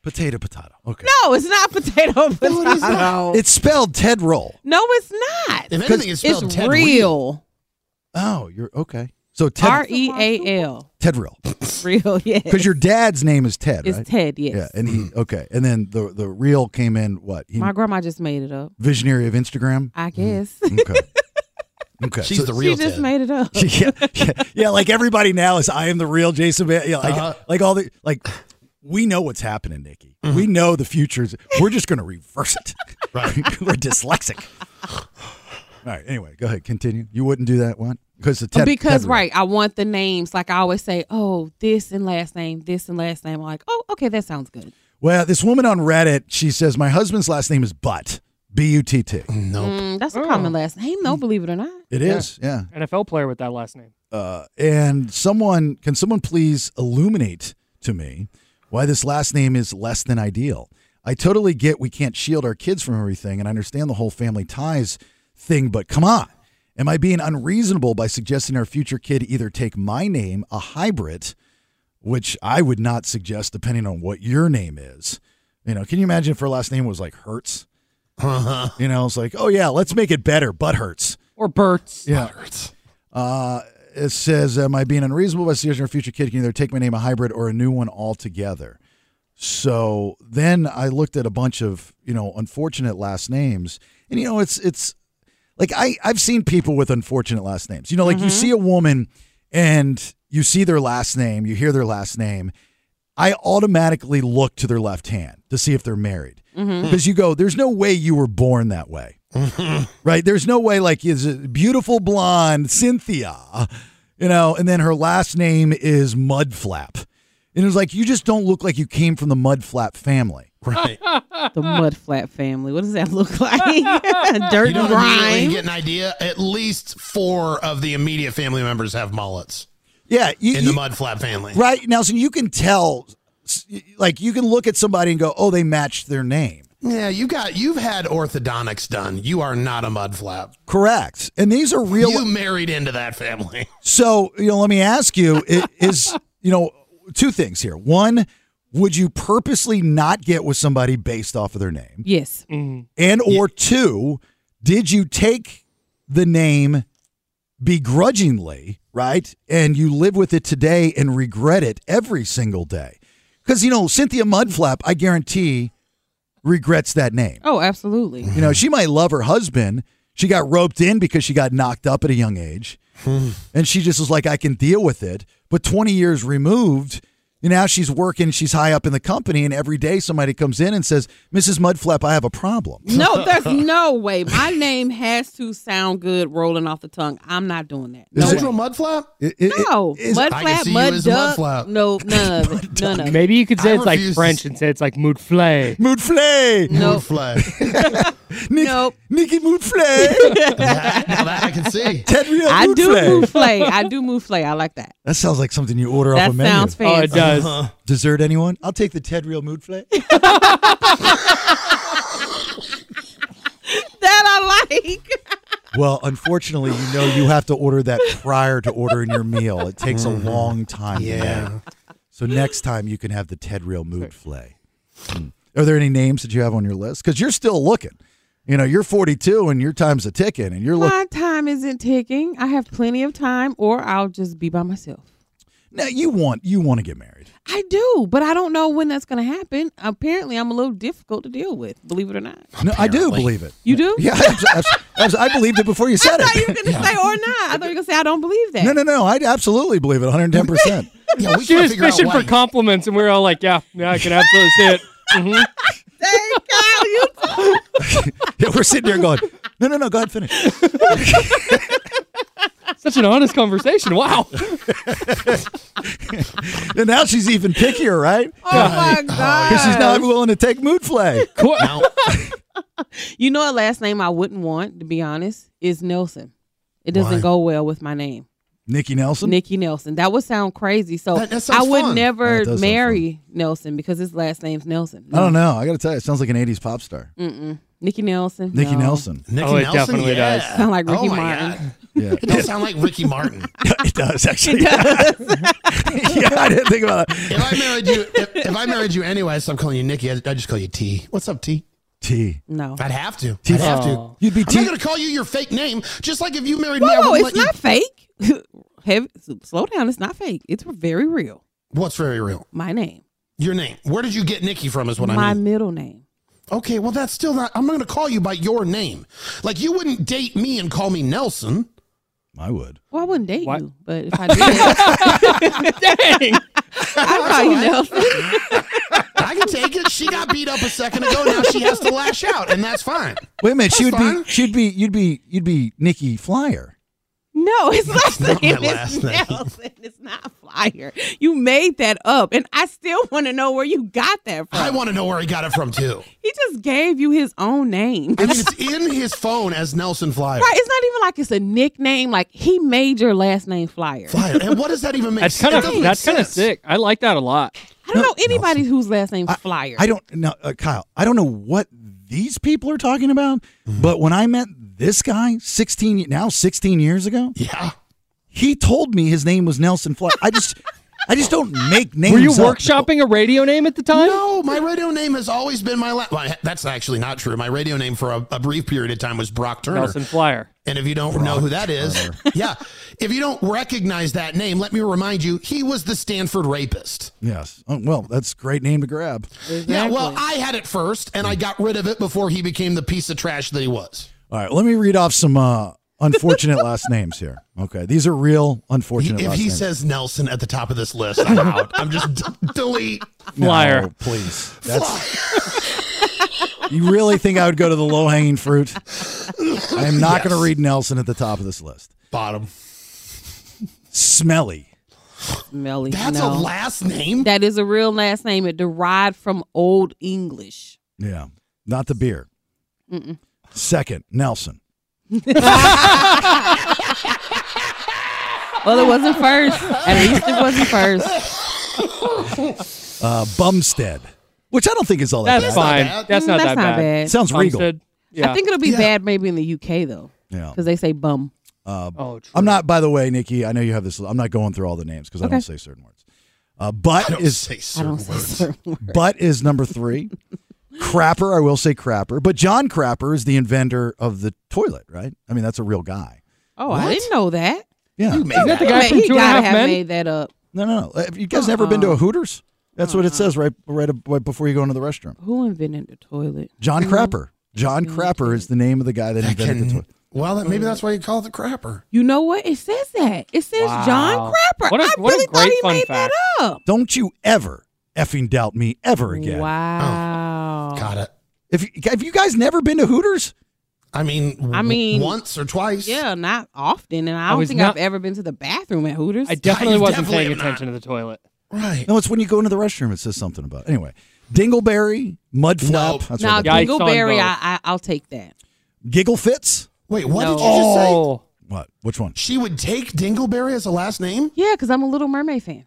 [SPEAKER 8] potato potato. Okay.
[SPEAKER 7] No, it's not potato potato.
[SPEAKER 8] It's spelled Ted Roll.
[SPEAKER 7] No, it's not.
[SPEAKER 9] If anything, it's spelled
[SPEAKER 7] It's
[SPEAKER 9] Ted
[SPEAKER 7] real.
[SPEAKER 8] Oh, you're okay. So Ted
[SPEAKER 7] R E A L. E
[SPEAKER 8] Ted Roll
[SPEAKER 7] Real, yeah.
[SPEAKER 8] because your dad's name is Ted,
[SPEAKER 7] It's
[SPEAKER 8] right?
[SPEAKER 7] Ted, yes.
[SPEAKER 8] Yeah, and
[SPEAKER 9] Mm-hmm.
[SPEAKER 8] he okay, and then the the real came in what he Mm-hmm.
[SPEAKER 7] My grandma just made it up,
[SPEAKER 8] visionary of Instagram.
[SPEAKER 7] I guess.
[SPEAKER 8] Okay. Okay.
[SPEAKER 9] She's
[SPEAKER 8] so-
[SPEAKER 9] the
[SPEAKER 7] she
[SPEAKER 9] real
[SPEAKER 7] just
[SPEAKER 9] Ted.
[SPEAKER 7] made it up.
[SPEAKER 8] yeah, yeah, yeah, like everybody now is I am the real Jason. Ba- yeah, like,
[SPEAKER 9] Uh-huh.
[SPEAKER 8] like all the like we know what's happening, Nikki. We know the future's. We're just going to reverse it.
[SPEAKER 9] Right.
[SPEAKER 8] we're dyslexic. All right. Anyway, go ahead. Continue. You wouldn't do that one because the Ted,
[SPEAKER 7] because
[SPEAKER 8] Ted
[SPEAKER 7] right, I want the names. Like I always say, oh, this and last name, this and last name. I'm like, oh, okay, that sounds good.
[SPEAKER 8] Well, this woman on Reddit, she says my husband's last name is Butt. B U T T.
[SPEAKER 9] Nope.
[SPEAKER 7] Mm, that's a common last name, though, believe it or not.
[SPEAKER 8] It is. Yeah.
[SPEAKER 10] NFL player with that last name.
[SPEAKER 8] Uh, and someone, can someone please illuminate to me why this last name is less than ideal? I totally get we can't shield our kids from everything, and I understand the whole family ties thing, but come on. Am I being unreasonable by suggesting our future kid either take my name, a hybrid, which I would not suggest depending on what your name is? You know, can you imagine if her last name was like Hertz? You know, it's like, oh yeah, let's make it better, but Hertz.
[SPEAKER 10] Or Bert's.
[SPEAKER 8] Yeah. Uh, it says, "Am I being unreasonable by suggesting your future kid can either take my name a hybrid or a new one altogether?" So then I looked at a bunch of you know unfortunate last names, and you know it's it's like I I've seen people with unfortunate last names. You know, like you see a woman and you see their last name, you hear their last name. I automatically look to their left hand to see if they're married because you go, "There's no way you were born that way." right? There's no way like is a beautiful blonde Cynthia, you know, and then her last name is Mudflap, and it was like you just don't look like you came from the Mudflap family,
[SPEAKER 9] right?
[SPEAKER 7] the Mudflap family. What does that look like? Dirt
[SPEAKER 9] you
[SPEAKER 7] and
[SPEAKER 9] don't immediately
[SPEAKER 7] grime.
[SPEAKER 9] get an idea. At least four of the immediate family members have mullets.
[SPEAKER 8] Yeah,
[SPEAKER 9] in the Mudflap family.
[SPEAKER 8] right, Nelson? You can tell, s- like you can look at somebody and go, oh, they matched their name.
[SPEAKER 9] Yeah, you got you've had orthodontics done. You are not a Mudflap.
[SPEAKER 8] Correct, and these are real.
[SPEAKER 9] You married into that family.
[SPEAKER 8] So, you know, let me ask you i- is, you know, two things here. One, would you purposely not get with somebody based off of their name?
[SPEAKER 7] Yes.
[SPEAKER 10] Mm.
[SPEAKER 8] And or two, did you take the name begrudgingly, right? And you live with it today and regret it every single day. Cuz you know, Cynthia Mudflap, I guarantee regrets that name.
[SPEAKER 7] Oh, absolutely.
[SPEAKER 8] You know, she might love her husband. She got roped in because she got knocked up at a young age. and she just was like, I can deal with it. But 20 years removed, and now she's working, she's high up in the company, and every day somebody comes in and says, Mrs. Mudflap, I have a problem.
[SPEAKER 7] No, there's no way. My name has to sound good rolling off the tongue. I'm not doing that. No, way.
[SPEAKER 9] a Mudflap?
[SPEAKER 8] It- it-
[SPEAKER 7] no.
[SPEAKER 8] it- is-
[SPEAKER 7] mud
[SPEAKER 9] I can
[SPEAKER 7] flap,
[SPEAKER 9] see you
[SPEAKER 7] mud
[SPEAKER 9] as a mud
[SPEAKER 7] duck.
[SPEAKER 9] flap.
[SPEAKER 7] No, none of it. None of it.
[SPEAKER 10] Maybe you could say
[SPEAKER 9] I
[SPEAKER 10] it's like
[SPEAKER 9] refuse to
[SPEAKER 10] French and say it's like moufle.
[SPEAKER 8] Moodflay!
[SPEAKER 7] Nope.
[SPEAKER 9] Mudflap.
[SPEAKER 8] Nick,
[SPEAKER 7] Nope.
[SPEAKER 8] Nikki Moodflay!
[SPEAKER 9] now that I can see.
[SPEAKER 8] Ted Rio
[SPEAKER 7] I do
[SPEAKER 8] Moodflay.
[SPEAKER 7] moufle. I do moufle. I like that.
[SPEAKER 8] That sounds like something you order off
[SPEAKER 7] That
[SPEAKER 8] a menu.
[SPEAKER 7] sounds
[SPEAKER 10] Oh, it
[SPEAKER 7] fancy.
[SPEAKER 10] does.
[SPEAKER 9] Uh-huh.
[SPEAKER 8] Dessert, anyone? I'll take the Ted Real Moodflay.
[SPEAKER 7] that I like.
[SPEAKER 8] well, unfortunately, you know you have to order that prior to ordering your meal. It takes a long time. to
[SPEAKER 9] Yeah.
[SPEAKER 8] make. So next time you can have the Ted Real Moodflay. Mm. Are there any names that you have on your list? Because you're still looking. You know, you're 42 and your time's a ticking, and you're looking.
[SPEAKER 7] My time isn't ticking. I have plenty of time, or I'll just be by myself.
[SPEAKER 8] Now you want you want to get married.
[SPEAKER 7] I do, but I don't know when that's going to happen. Apparently, I'm a little difficult to deal with, believe it or not.
[SPEAKER 8] No, I do
[SPEAKER 9] Apparently.
[SPEAKER 8] believe it.
[SPEAKER 7] You do?
[SPEAKER 8] Yeah, I, abs- abs- abs- I believed it before you
[SPEAKER 7] I
[SPEAKER 8] said
[SPEAKER 7] thought you were
[SPEAKER 8] it.
[SPEAKER 7] going to say or not. I thought you were going to say I don't believe that.
[SPEAKER 8] No, no, no. I absolutely believe it. 110. percent
[SPEAKER 9] Yeah, we
[SPEAKER 10] She
[SPEAKER 9] can't
[SPEAKER 10] was
[SPEAKER 9] figure out
[SPEAKER 10] fishing
[SPEAKER 9] why
[SPEAKER 10] for compliments, and we were all like, "Yeah, yeah, I can absolutely see it." Mhm.
[SPEAKER 7] Thank God you
[SPEAKER 8] Yeah, we're sitting there going, no, no, no. Go ahead, finish.
[SPEAKER 10] Such an honest conversation. Wow.
[SPEAKER 8] And now she's even pickier, right?
[SPEAKER 7] Oh my
[SPEAKER 8] Because she's
[SPEAKER 7] God.
[SPEAKER 8] not willing to take mood play.
[SPEAKER 9] now.
[SPEAKER 7] you know a last name I wouldn't want, to be honest, is Nelson. It doesn't
[SPEAKER 9] Why?
[SPEAKER 7] go well with my name.
[SPEAKER 8] Nikki Nelson.
[SPEAKER 7] Nikki Nelson. That would sound crazy. So
[SPEAKER 9] That- that
[SPEAKER 7] I
[SPEAKER 9] sounds
[SPEAKER 7] would
[SPEAKER 9] fun.
[SPEAKER 8] Yeah, it
[SPEAKER 7] never
[SPEAKER 8] does sound
[SPEAKER 7] marry Nelson because his last name's Nelson.
[SPEAKER 8] I don't know. I got to tell you, it sounds like an 80s pop star.
[SPEAKER 7] Mm-mm. Nikki Nelson.
[SPEAKER 8] Nikki
[SPEAKER 7] Mm, no.
[SPEAKER 8] Nelson.
[SPEAKER 9] Nicky
[SPEAKER 10] Oh, it
[SPEAKER 9] Nelson?
[SPEAKER 10] definitely
[SPEAKER 9] yeah.
[SPEAKER 10] does.
[SPEAKER 7] Sound like Ricky
[SPEAKER 9] oh my
[SPEAKER 7] Martin.
[SPEAKER 9] God.
[SPEAKER 8] Yeah.
[SPEAKER 9] It does sound like Ricky Martin.
[SPEAKER 8] it does, actually. yeah, I didn't think about that.
[SPEAKER 9] If I married you, if, if I married you anyway, I stop calling you Nikki. I would just call you T. What's up, T?
[SPEAKER 8] T.
[SPEAKER 7] No.
[SPEAKER 9] I'd have to. I'd have to.
[SPEAKER 8] You'd be
[SPEAKER 9] I'm
[SPEAKER 8] T.
[SPEAKER 9] not going to call you your fake name. Just like if you married me, I
[SPEAKER 7] No,
[SPEAKER 9] wouldn't
[SPEAKER 7] it's
[SPEAKER 9] let you-
[SPEAKER 7] not fake. Heavy, slow down. It's not fake. It's very real.
[SPEAKER 9] What's very real?
[SPEAKER 7] My name.
[SPEAKER 9] Your name. Where did you get Nikki from? Is what
[SPEAKER 7] my
[SPEAKER 9] I mean.
[SPEAKER 7] middle name.
[SPEAKER 9] Okay, well that's still not. I'm going to call you by your name. Like you wouldn't date me and call me Nelson.
[SPEAKER 8] I would.
[SPEAKER 7] Well, I wouldn't date
[SPEAKER 10] What?
[SPEAKER 7] you, but if I did,
[SPEAKER 10] Dang.
[SPEAKER 7] I'd call you Nelson.
[SPEAKER 9] I can take it. She got beat up a second ago. Now she has to lash out, and that's fine.
[SPEAKER 8] Wait a minute. She would
[SPEAKER 9] That's
[SPEAKER 8] be,
[SPEAKER 9] fine.
[SPEAKER 8] she'd be, you'd be, you'd be Nikki Flyer.
[SPEAKER 7] No, his last
[SPEAKER 9] not
[SPEAKER 7] name
[SPEAKER 9] my
[SPEAKER 7] is
[SPEAKER 9] last name.
[SPEAKER 7] Nelson. It's not Flyer. You made that up, and I still want to know where you got that from.
[SPEAKER 9] I want to know where he got it from too.
[SPEAKER 7] he just gave you his own name.
[SPEAKER 9] I mean, it's in his phone as Nelson Flyer.
[SPEAKER 7] Right, it's not even like it's a nickname. Like he made your last name Flyer.
[SPEAKER 9] Flyer. And what does that even make?
[SPEAKER 10] That's
[SPEAKER 9] sense?
[SPEAKER 10] kind
[SPEAKER 9] It doesn't
[SPEAKER 10] of
[SPEAKER 9] make
[SPEAKER 10] that's kind of
[SPEAKER 9] sense.
[SPEAKER 10] sick. I like that a lot.
[SPEAKER 7] I don't know anybody whose last name's Flyer.
[SPEAKER 8] I don't know, uh, Kyle, I don't know what these people are talking about, but when I met this guy 16, now 16 years ago,
[SPEAKER 9] Yeah.
[SPEAKER 8] he told me his name was Nelson Flyer. I just, I just don't make names.
[SPEAKER 10] Were you
[SPEAKER 8] up.
[SPEAKER 10] workshopping a radio name at the time?
[SPEAKER 9] No, my radio name has always been my last. Well, that's actually not true. My radio name for a, a brief period of time was Brock Turner.
[SPEAKER 10] Nelson Flyer.
[SPEAKER 9] And if you don't know who that is, yeah, if you don't recognize that name, let me remind you, he was the Stanford rapist.
[SPEAKER 8] Yes. Oh, well, that's a great name to grab.
[SPEAKER 9] Yeah, well, I had it first, and I got rid of it before he became the piece of trash that he was.
[SPEAKER 8] All right, let me read off some uh, unfortunate last names here. Okay, these are real
[SPEAKER 9] He-
[SPEAKER 8] unfortunate
[SPEAKER 9] if
[SPEAKER 8] last
[SPEAKER 9] he
[SPEAKER 8] names.
[SPEAKER 9] says Nelson at the top of this list, I'm out. I'm just d- delete.
[SPEAKER 8] No,
[SPEAKER 10] Flyer.
[SPEAKER 8] please. That's You really think I would go to the low hanging fruit? I am not going to read Nelson at the top of this list.
[SPEAKER 9] Bottom.
[SPEAKER 8] Smelly.
[SPEAKER 7] Smelly.
[SPEAKER 9] That's
[SPEAKER 7] no.
[SPEAKER 9] a last name.
[SPEAKER 7] That is a real last name. It derived from Old English.
[SPEAKER 8] Yeah. Not the beer.
[SPEAKER 7] Mm-mm.
[SPEAKER 8] Second, Nelson.
[SPEAKER 7] Well, it wasn't first. At least it wasn't first.
[SPEAKER 8] Uh, Bumstead, which I don't think is all that
[SPEAKER 10] That's
[SPEAKER 8] bad.
[SPEAKER 10] fine. That's not
[SPEAKER 7] Mm, That's
[SPEAKER 10] that
[SPEAKER 7] not
[SPEAKER 10] bad.
[SPEAKER 7] bad.
[SPEAKER 8] Sounds regal.
[SPEAKER 10] Bumstead. Yeah.
[SPEAKER 7] I think it'll be
[SPEAKER 9] Yeah.
[SPEAKER 7] bad maybe in the UK though,
[SPEAKER 8] Yeah.
[SPEAKER 7] because they say bum.
[SPEAKER 8] Uh,
[SPEAKER 10] oh, true.
[SPEAKER 8] I'm not, by the way, Nikki, I know you have this. I'm not going through all the names because I don't
[SPEAKER 7] Okay.
[SPEAKER 8] say certain words. Uh, butt,
[SPEAKER 9] don't
[SPEAKER 8] is,
[SPEAKER 9] say
[SPEAKER 7] I don't
[SPEAKER 9] certain
[SPEAKER 7] say
[SPEAKER 9] words.
[SPEAKER 7] certain words.
[SPEAKER 8] butt is number three. Crapper, I will say Crapper. But John Crapper is the inventor of the toilet, right? I mean, that's a real guy.
[SPEAKER 7] Oh, I didn't know that.
[SPEAKER 8] Yeah.
[SPEAKER 9] You made that.
[SPEAKER 10] The guy
[SPEAKER 7] Man,
[SPEAKER 10] from
[SPEAKER 7] he
[SPEAKER 10] Two and a
[SPEAKER 7] gotta
[SPEAKER 10] Half
[SPEAKER 7] have
[SPEAKER 10] Men?
[SPEAKER 7] made that up.
[SPEAKER 8] No, no, no. Have you guys never been to a Hooters? That's what it says right, right, right before you go into the restroom.
[SPEAKER 7] Who invented the toilet?
[SPEAKER 8] John Crapper. John Crapper is the name of the guy that
[SPEAKER 9] That
[SPEAKER 8] invented the
[SPEAKER 9] can-
[SPEAKER 8] toilet.
[SPEAKER 9] well, that, maybe that's why you call it the crapper.
[SPEAKER 7] You know what? It says that. It says John
[SPEAKER 10] Wow.
[SPEAKER 7] Crapper.
[SPEAKER 10] What a-
[SPEAKER 7] I
[SPEAKER 10] what a
[SPEAKER 7] really
[SPEAKER 10] great
[SPEAKER 7] thought
[SPEAKER 10] fun
[SPEAKER 7] he made
[SPEAKER 10] fact.
[SPEAKER 7] that up.
[SPEAKER 8] Don't you ever effing doubt me ever again.
[SPEAKER 7] Wow.
[SPEAKER 10] Oh,
[SPEAKER 9] Got it.
[SPEAKER 8] If you, have you guys never been to Hooters?
[SPEAKER 9] I mean,
[SPEAKER 7] I mean-
[SPEAKER 9] once or twice.
[SPEAKER 7] Yeah, not often, and I
[SPEAKER 10] I
[SPEAKER 7] don't
[SPEAKER 10] was
[SPEAKER 7] think
[SPEAKER 10] not-
[SPEAKER 7] I've ever been to the bathroom at Hooters.
[SPEAKER 10] I definitely
[SPEAKER 9] You
[SPEAKER 10] wasn't
[SPEAKER 9] definitely
[SPEAKER 10] paying
[SPEAKER 9] have not.
[SPEAKER 10] attention to the toilet.
[SPEAKER 9] Right.
[SPEAKER 8] No, it's when you go into the restroom. It says something about anyway. Dingleberry, mudflap.
[SPEAKER 9] No.
[SPEAKER 8] That's
[SPEAKER 7] now
[SPEAKER 8] what they-
[SPEAKER 10] Yikes on
[SPEAKER 7] Dingleberry,
[SPEAKER 10] both.
[SPEAKER 7] I, I I'll take that.
[SPEAKER 8] Giggle fits.
[SPEAKER 9] Wait, what
[SPEAKER 7] No.
[SPEAKER 9] did you just say?
[SPEAKER 10] Oh,
[SPEAKER 8] What? Which one?
[SPEAKER 9] She would take Dingleberry as a last name?
[SPEAKER 7] Yeah, because I'm a Little Mermaid fan.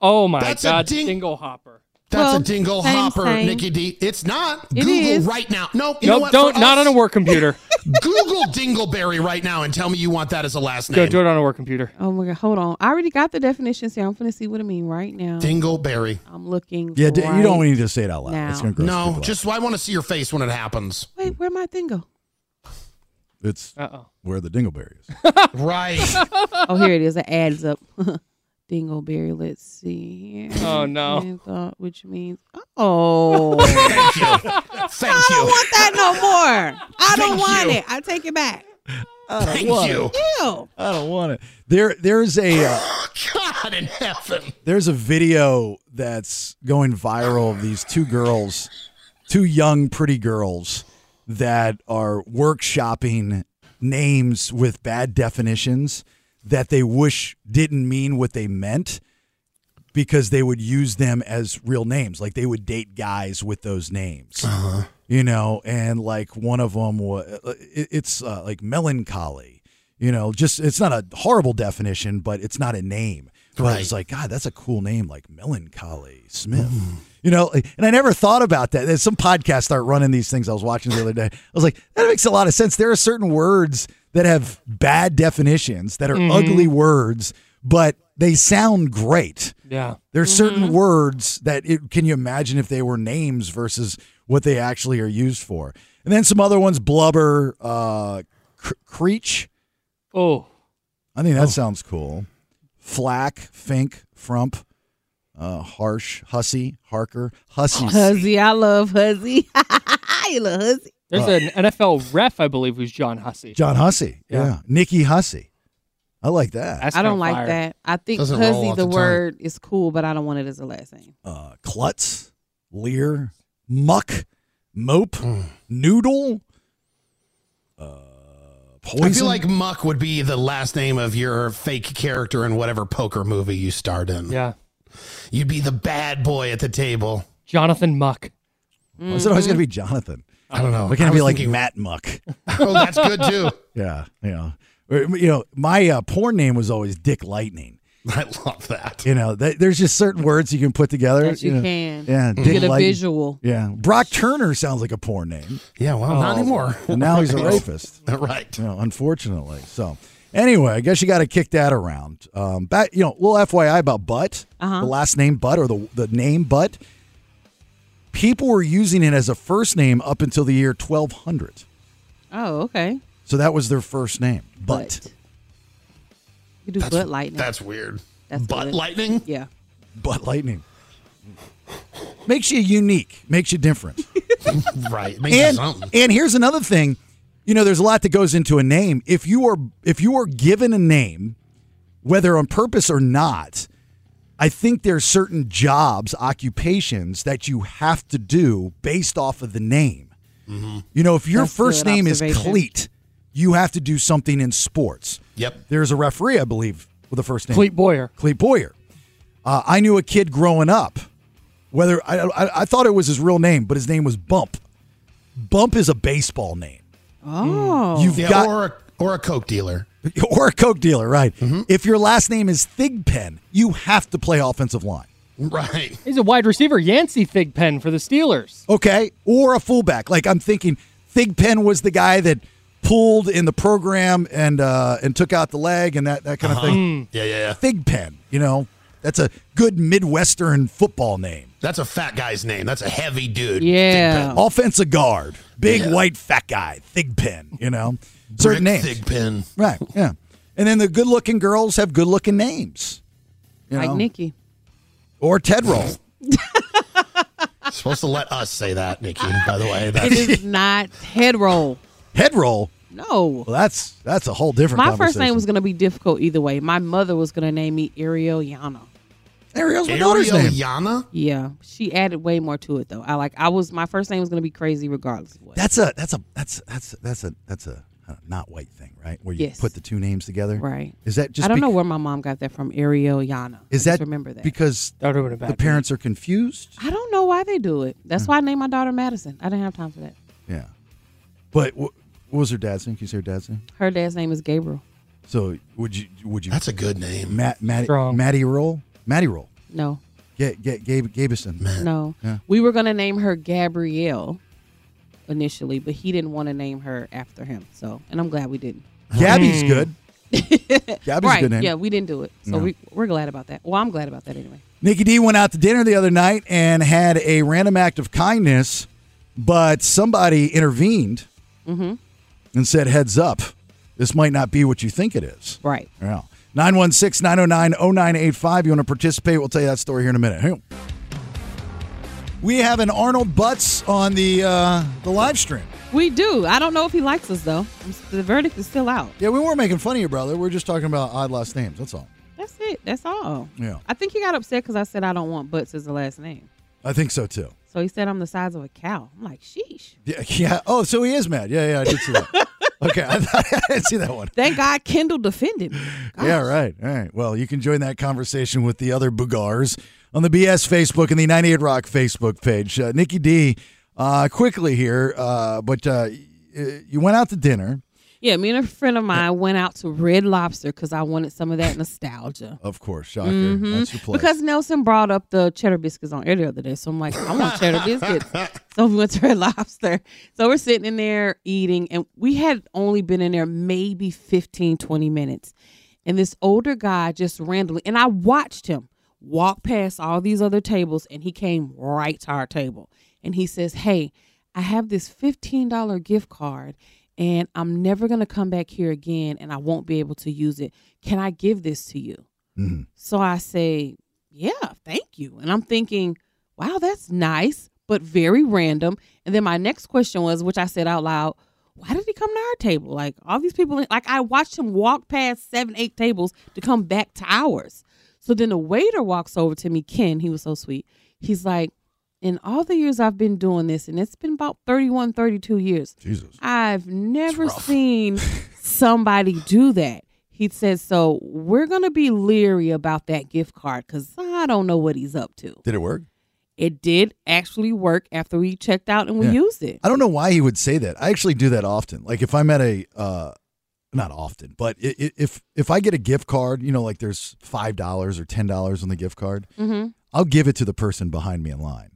[SPEAKER 10] oh my
[SPEAKER 9] That's a
[SPEAKER 10] God,
[SPEAKER 9] ding-
[SPEAKER 10] Dingle Hopper.
[SPEAKER 9] That's
[SPEAKER 7] Well,
[SPEAKER 9] a dingle
[SPEAKER 7] same,
[SPEAKER 9] hopper,
[SPEAKER 7] same.
[SPEAKER 9] Nikki D. It's not.
[SPEAKER 7] It
[SPEAKER 9] Google
[SPEAKER 7] is.
[SPEAKER 9] right now. No, you know
[SPEAKER 10] Nope,
[SPEAKER 9] what?
[SPEAKER 10] don't.
[SPEAKER 9] For
[SPEAKER 10] Not on
[SPEAKER 9] us,
[SPEAKER 10] a work computer.
[SPEAKER 9] Google Dingleberry right now and tell me you want that as a last
[SPEAKER 10] Go
[SPEAKER 9] name.
[SPEAKER 10] do it on a work computer.
[SPEAKER 7] Oh my god, hold on. I already got the definitions here. I'm gonna see what I mean right now.
[SPEAKER 9] Dingleberry.
[SPEAKER 7] I'm looking.
[SPEAKER 8] Yeah, d- you don't
[SPEAKER 7] right-
[SPEAKER 8] need to say it out loud.
[SPEAKER 7] now.
[SPEAKER 8] It's gonna gross
[SPEAKER 9] No,
[SPEAKER 8] people out.
[SPEAKER 9] just I want to see your face when it happens.
[SPEAKER 7] Wait, where my thing go?
[SPEAKER 8] it's
[SPEAKER 10] Uh oh.
[SPEAKER 8] where the dingleberry is.
[SPEAKER 9] right.
[SPEAKER 7] Oh, here it is. It adds up. Dingleberry. Let's see. here.
[SPEAKER 10] Oh, no.
[SPEAKER 7] And thought, which means oh.
[SPEAKER 9] Thank you. Thank
[SPEAKER 7] I don't
[SPEAKER 9] you.
[SPEAKER 7] want that no more. I don't
[SPEAKER 9] Thank
[SPEAKER 7] want
[SPEAKER 9] you.
[SPEAKER 7] it. I take it back.
[SPEAKER 9] Thank you.
[SPEAKER 7] Ew.
[SPEAKER 8] I don't want it. There, there's a. Uh,
[SPEAKER 9] God in heaven.
[SPEAKER 8] there's a video that's going viral of these two girls, two young pretty girls that are workshopping names with bad definitions that they wish didn't mean what they meant because they would use them as real names like they would date guys with those names you know and like one of them was it's uh, like melancholy you know just it's not a horrible definition but it's not a name But
[SPEAKER 9] Right.
[SPEAKER 8] it's like god that's a cool name like melancholy smith you know and i never thought about that There's some podcasts start running these things i was watching the other day i was like that makes a lot of sense there are certain words that have bad definitions that are ugly words but they sound great
[SPEAKER 10] Yeah.
[SPEAKER 8] there's certain words that it, can you imagine if they were names versus what they actually are used for? And then some other ones, blubber, uh, cr- creech.
[SPEAKER 10] Oh.
[SPEAKER 8] I think that
[SPEAKER 9] Oh.
[SPEAKER 8] sounds cool. Flack, fink, frump, uh, harsh, hussy, harker, hussy.
[SPEAKER 7] Huzzy, I love Huzzy. you love Huzzy.
[SPEAKER 10] There's an NFL ref, I believe, who's John Hussey.
[SPEAKER 8] John Hussey. Yeah.
[SPEAKER 10] Yeah.
[SPEAKER 8] Nicky Hussey. I like that.
[SPEAKER 10] That's
[SPEAKER 7] I don't
[SPEAKER 10] kinda
[SPEAKER 7] like
[SPEAKER 10] fire.
[SPEAKER 7] that. I think
[SPEAKER 9] Doesn't roll
[SPEAKER 7] Huzzy,
[SPEAKER 9] off
[SPEAKER 7] the,
[SPEAKER 9] the tongue.
[SPEAKER 7] word, is cool, but I don't want it as a last name.
[SPEAKER 8] uh, klutz, leer, muck, mope,
[SPEAKER 9] Mm.
[SPEAKER 8] noodle, uh, poison.
[SPEAKER 9] I feel like Muck would be the last name of your fake character in whatever poker movie you starred in.
[SPEAKER 10] Yeah.
[SPEAKER 9] You'd be the bad boy at the table.
[SPEAKER 10] Jonathan Muck.
[SPEAKER 8] Why is it always going to oh, be Jonathan?
[SPEAKER 9] I don't know.
[SPEAKER 8] Why can't
[SPEAKER 9] I
[SPEAKER 8] it be
[SPEAKER 9] was
[SPEAKER 8] like
[SPEAKER 9] thinking-
[SPEAKER 8] Matt Muck?
[SPEAKER 9] Oh, that's good too.
[SPEAKER 8] yeah, you know, Or, you know, my uh, porn name was always Dick Lightning.
[SPEAKER 9] I love that.
[SPEAKER 8] You know, th- there's just certain words you can put together.
[SPEAKER 7] That you
[SPEAKER 8] know.
[SPEAKER 7] can.
[SPEAKER 8] Yeah, Dick
[SPEAKER 7] Get a
[SPEAKER 8] Lightning.
[SPEAKER 7] visual.
[SPEAKER 8] Yeah, Brock Turner sounds like a porn name.
[SPEAKER 9] Yeah, well, not anymore.
[SPEAKER 8] And now he's a rapist.
[SPEAKER 9] right.
[SPEAKER 8] You know, unfortunately. So, anyway, I guess you got to kick that around. Um, back, you know, little FYI about Butt,
[SPEAKER 7] Uh-huh.
[SPEAKER 8] the last name Butt or the the name Butt. People were using it as a first name up until the year 1200.
[SPEAKER 7] Oh, okay.
[SPEAKER 8] So that was their first name, Butt.
[SPEAKER 7] You do butt lightning.
[SPEAKER 9] That's weird.
[SPEAKER 7] That's
[SPEAKER 9] Butt
[SPEAKER 7] good.
[SPEAKER 9] lightning?
[SPEAKER 7] yeah.
[SPEAKER 8] Butt lightning. Makes you unique, makes you different.
[SPEAKER 9] Right. It makes you
[SPEAKER 8] and
[SPEAKER 9] something.
[SPEAKER 8] and here's another thing. You know, there's a lot that goes into a name. If you are if you are given a name, whether on purpose or not, I think there's certain jobs, occupations that you have to do based off of the name. You know, if your
[SPEAKER 13] That's
[SPEAKER 8] first
[SPEAKER 13] good
[SPEAKER 8] name is
[SPEAKER 13] observation.
[SPEAKER 8] Cleat, you have to do something in sports.
[SPEAKER 9] Yep.
[SPEAKER 8] There's a referee, I believe, with a first name.
[SPEAKER 10] Cleet Boyer.
[SPEAKER 8] Cleet Boyer. Uh, I knew a kid growing up. Whether I, I, I thought it was his real name, but his name was Bump. Bump is a baseball name.
[SPEAKER 7] Oh,
[SPEAKER 8] You've got
[SPEAKER 9] or a, or a coke dealer.
[SPEAKER 8] or a coke dealer, right?
[SPEAKER 9] Mm-hmm.
[SPEAKER 8] If your last name is Thigpen, you have to play offensive line.
[SPEAKER 9] Right.
[SPEAKER 10] He's a wide receiver, Yancey Thigpen for the Steelers.
[SPEAKER 8] Okay, or a fullback. Like I'm thinking, Thigpen was the guy that pulled in the program and uh, and took out the leg and that that kind
[SPEAKER 9] Uh-huh.
[SPEAKER 8] of thing.
[SPEAKER 9] Yeah, yeah, yeah.
[SPEAKER 8] Thigpen, you know, that's a good Midwestern football name.
[SPEAKER 9] That's a fat guy's name. That's a heavy dude.
[SPEAKER 7] Yeah.
[SPEAKER 8] Offensive guard, big
[SPEAKER 9] Oh. Yeah.
[SPEAKER 8] white fat guy, Thigpen. You know, certain
[SPEAKER 9] Brick
[SPEAKER 8] names.
[SPEAKER 9] Thigpen.
[SPEAKER 8] Right. Yeah. And then the good looking girls have good looking names. You
[SPEAKER 7] like
[SPEAKER 8] know?
[SPEAKER 7] Nikki.
[SPEAKER 8] Or Ted Roll.
[SPEAKER 9] Supposed to let us say that, Nikki. By the way,
[SPEAKER 7] It
[SPEAKER 9] that's
[SPEAKER 7] is not head roll.
[SPEAKER 8] Head Roll.
[SPEAKER 7] No.
[SPEAKER 8] Well, that's that's a whole different
[SPEAKER 7] My first name was
[SPEAKER 8] conversation.
[SPEAKER 7] going to be difficult either way. My mother was going to name me Ariel Yana.
[SPEAKER 8] Ariel's my daughter's
[SPEAKER 9] Ariel
[SPEAKER 8] name.
[SPEAKER 9] Yana.
[SPEAKER 7] Yeah, she added way more to it though. I like I was my first name was going to be crazy regardless of what.
[SPEAKER 8] That's a that's a that's that's that's a that's a uh, not white thing, right? Where you
[SPEAKER 7] Yes.
[SPEAKER 8] put the two names together.
[SPEAKER 7] Right.
[SPEAKER 8] Is that just
[SPEAKER 7] I don't
[SPEAKER 8] bec-
[SPEAKER 7] know where my mom got that from, Ariel Yana.
[SPEAKER 8] Is
[SPEAKER 7] I
[SPEAKER 8] that
[SPEAKER 7] just remember that?
[SPEAKER 8] because
[SPEAKER 10] That would have been a
[SPEAKER 8] the
[SPEAKER 10] bad.
[SPEAKER 8] parents are confused?
[SPEAKER 7] I don't know why they do it. That's why I named my daughter Madison. I didn't have time for that.
[SPEAKER 8] Yeah. But wh- what was her dad's name? Can you say her dad's name?
[SPEAKER 7] Her dad's name is Gabriel.
[SPEAKER 8] So would you would you
[SPEAKER 9] That's a good name.
[SPEAKER 8] Matt Matt
[SPEAKER 10] Strong.
[SPEAKER 8] Matty Roll Matty Roll
[SPEAKER 7] No,
[SPEAKER 8] get get Gabe Gabison
[SPEAKER 7] no.
[SPEAKER 8] Yeah.
[SPEAKER 7] We were going to name her Gabrielle initially, but he didn't want to name her after him. So, and I'm glad we didn't.
[SPEAKER 8] Gabby's good. Gabby's
[SPEAKER 7] Hmm. right?
[SPEAKER 8] a good name.
[SPEAKER 7] Yeah, we didn't do it. So
[SPEAKER 8] No.
[SPEAKER 7] we we're glad about that. Well, I'm glad about that anyway.
[SPEAKER 8] Nikki D went out to dinner the other night and had a random act of kindness, but somebody intervened
[SPEAKER 7] Mm-hmm.
[SPEAKER 8] and said, heads up, this might not be what you think it is.
[SPEAKER 7] Right.
[SPEAKER 8] Yeah. 916 909 0985. You want to participate? We'll tell you that story here in a minute. Hang on. We have an Arnold Butts on the uh, the live stream.
[SPEAKER 7] We do. I don't know if he likes us though. The verdict is still out.
[SPEAKER 8] Yeah, we weren't making fun of you, brother. We are just talking about odd last names. That's all.
[SPEAKER 7] That's it. That's all.
[SPEAKER 8] Yeah.
[SPEAKER 7] I think he got upset because I said I don't want butts as the last name.
[SPEAKER 8] I think so too.
[SPEAKER 7] So he said I'm the size of a cow. I'm like, sheesh.
[SPEAKER 8] Yeah. yeah. Oh, so he is mad. Yeah, yeah, I did see that. okay, I, thought, I didn't see that one.
[SPEAKER 7] Thank God Kendall defended me. Gosh.
[SPEAKER 8] Yeah, right. All right. Well, you can join that conversation with the other Boogars on the BS Facebook and the 98 Rock Facebook page. Uh, Nikki D, uh, quickly here, uh, but uh, y- you went out to dinner,
[SPEAKER 7] Yeah, me and a friend of mine went out to Red Lobster because I wanted some of that nostalgia.
[SPEAKER 8] of course. Shocker.
[SPEAKER 7] Mhm.
[SPEAKER 8] That's your place.
[SPEAKER 7] Because Nelson brought up the cheddar biscuits on air the other day. So I'm like, I want cheddar biscuits. So we went to Red Lobster. So we're sitting in there eating, and we had only been in there maybe 15, 20 minutes. And this older guy just randomly, and I watched him walk past all these other tables, and he came right to our table. And he says, Hey, I have this $15 gift card. And I'm never gonna come back here again, and I won't be able to use it. Can I give this to you?
[SPEAKER 8] Mhm.
[SPEAKER 7] So I say, Yeah, thank you. And I'm thinking, Wow, that's nice, but very random. And then my next question was, which I said out loud, Why did he come to our table? Like all these people, like I watched him walk past seven, eight tables to come back to ours. So then the waiter walks over to me, Ken, he was so sweet. He's like, In all the years I've been doing this, and it's been about 31, 32 years,
[SPEAKER 8] Jesus.
[SPEAKER 7] I've never seen somebody do that. He says, so we're going to be leery about that gift card because I don't know what he's up to.
[SPEAKER 8] Did it work?
[SPEAKER 7] It did actually work after we checked out and we
[SPEAKER 8] Yeah.
[SPEAKER 7] used it.
[SPEAKER 8] I don't know why he would say that. I actually do that often. Like if I'm at a, uh, not often, but i- i- if if I get a gift card, you know, like there's five dollars or ten dollars on the gift card,
[SPEAKER 7] Mm-hmm.
[SPEAKER 8] I'll give it to the person behind me in line.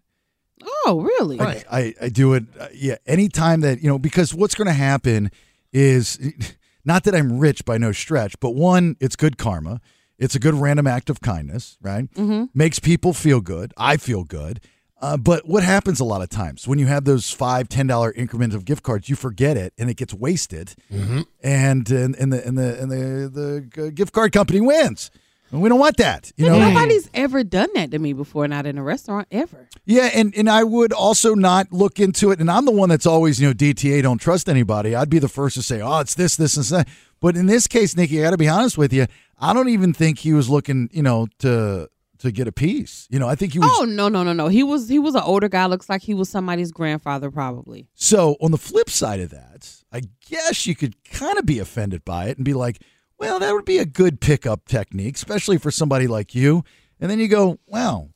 [SPEAKER 7] Oh, really?
[SPEAKER 8] I- I, I do it. Uh, yeah. Anytime that, you know, because what's going to happen is not that I'm rich by no stretch, but one, it's good karma. It's a good random act of kindness, right?
[SPEAKER 7] Mhm.
[SPEAKER 8] Makes people feel good. I feel good. Uh, but what happens a lot of times when you have those five, ten dollar increments of gift cards, you forget it and it gets wasted, and, and and the and the and the, the uh, gift card company wins, and we don't want that. You
[SPEAKER 7] But
[SPEAKER 8] know,
[SPEAKER 7] nobody's ever done that to me before, not in a restaurant ever.
[SPEAKER 8] yeah, and, and I would also not look into it. And I'm the one that's always, you know, DTA, don't trust anybody. I'd be the first to say, oh, it's this, this, and that. But in this case, Nikki, I got to be honest with you. I don't even think he was looking, you know, to to get a piece. You know, I think he was.
[SPEAKER 7] Oh no no no no. He was he was an older guy. Looks like he was somebody's grandfather probably.
[SPEAKER 8] So on the flip side of that, I guess you could kind of be offended by it and be like, well, that would be a good pickup technique, especially for somebody like you. And then you go, wow,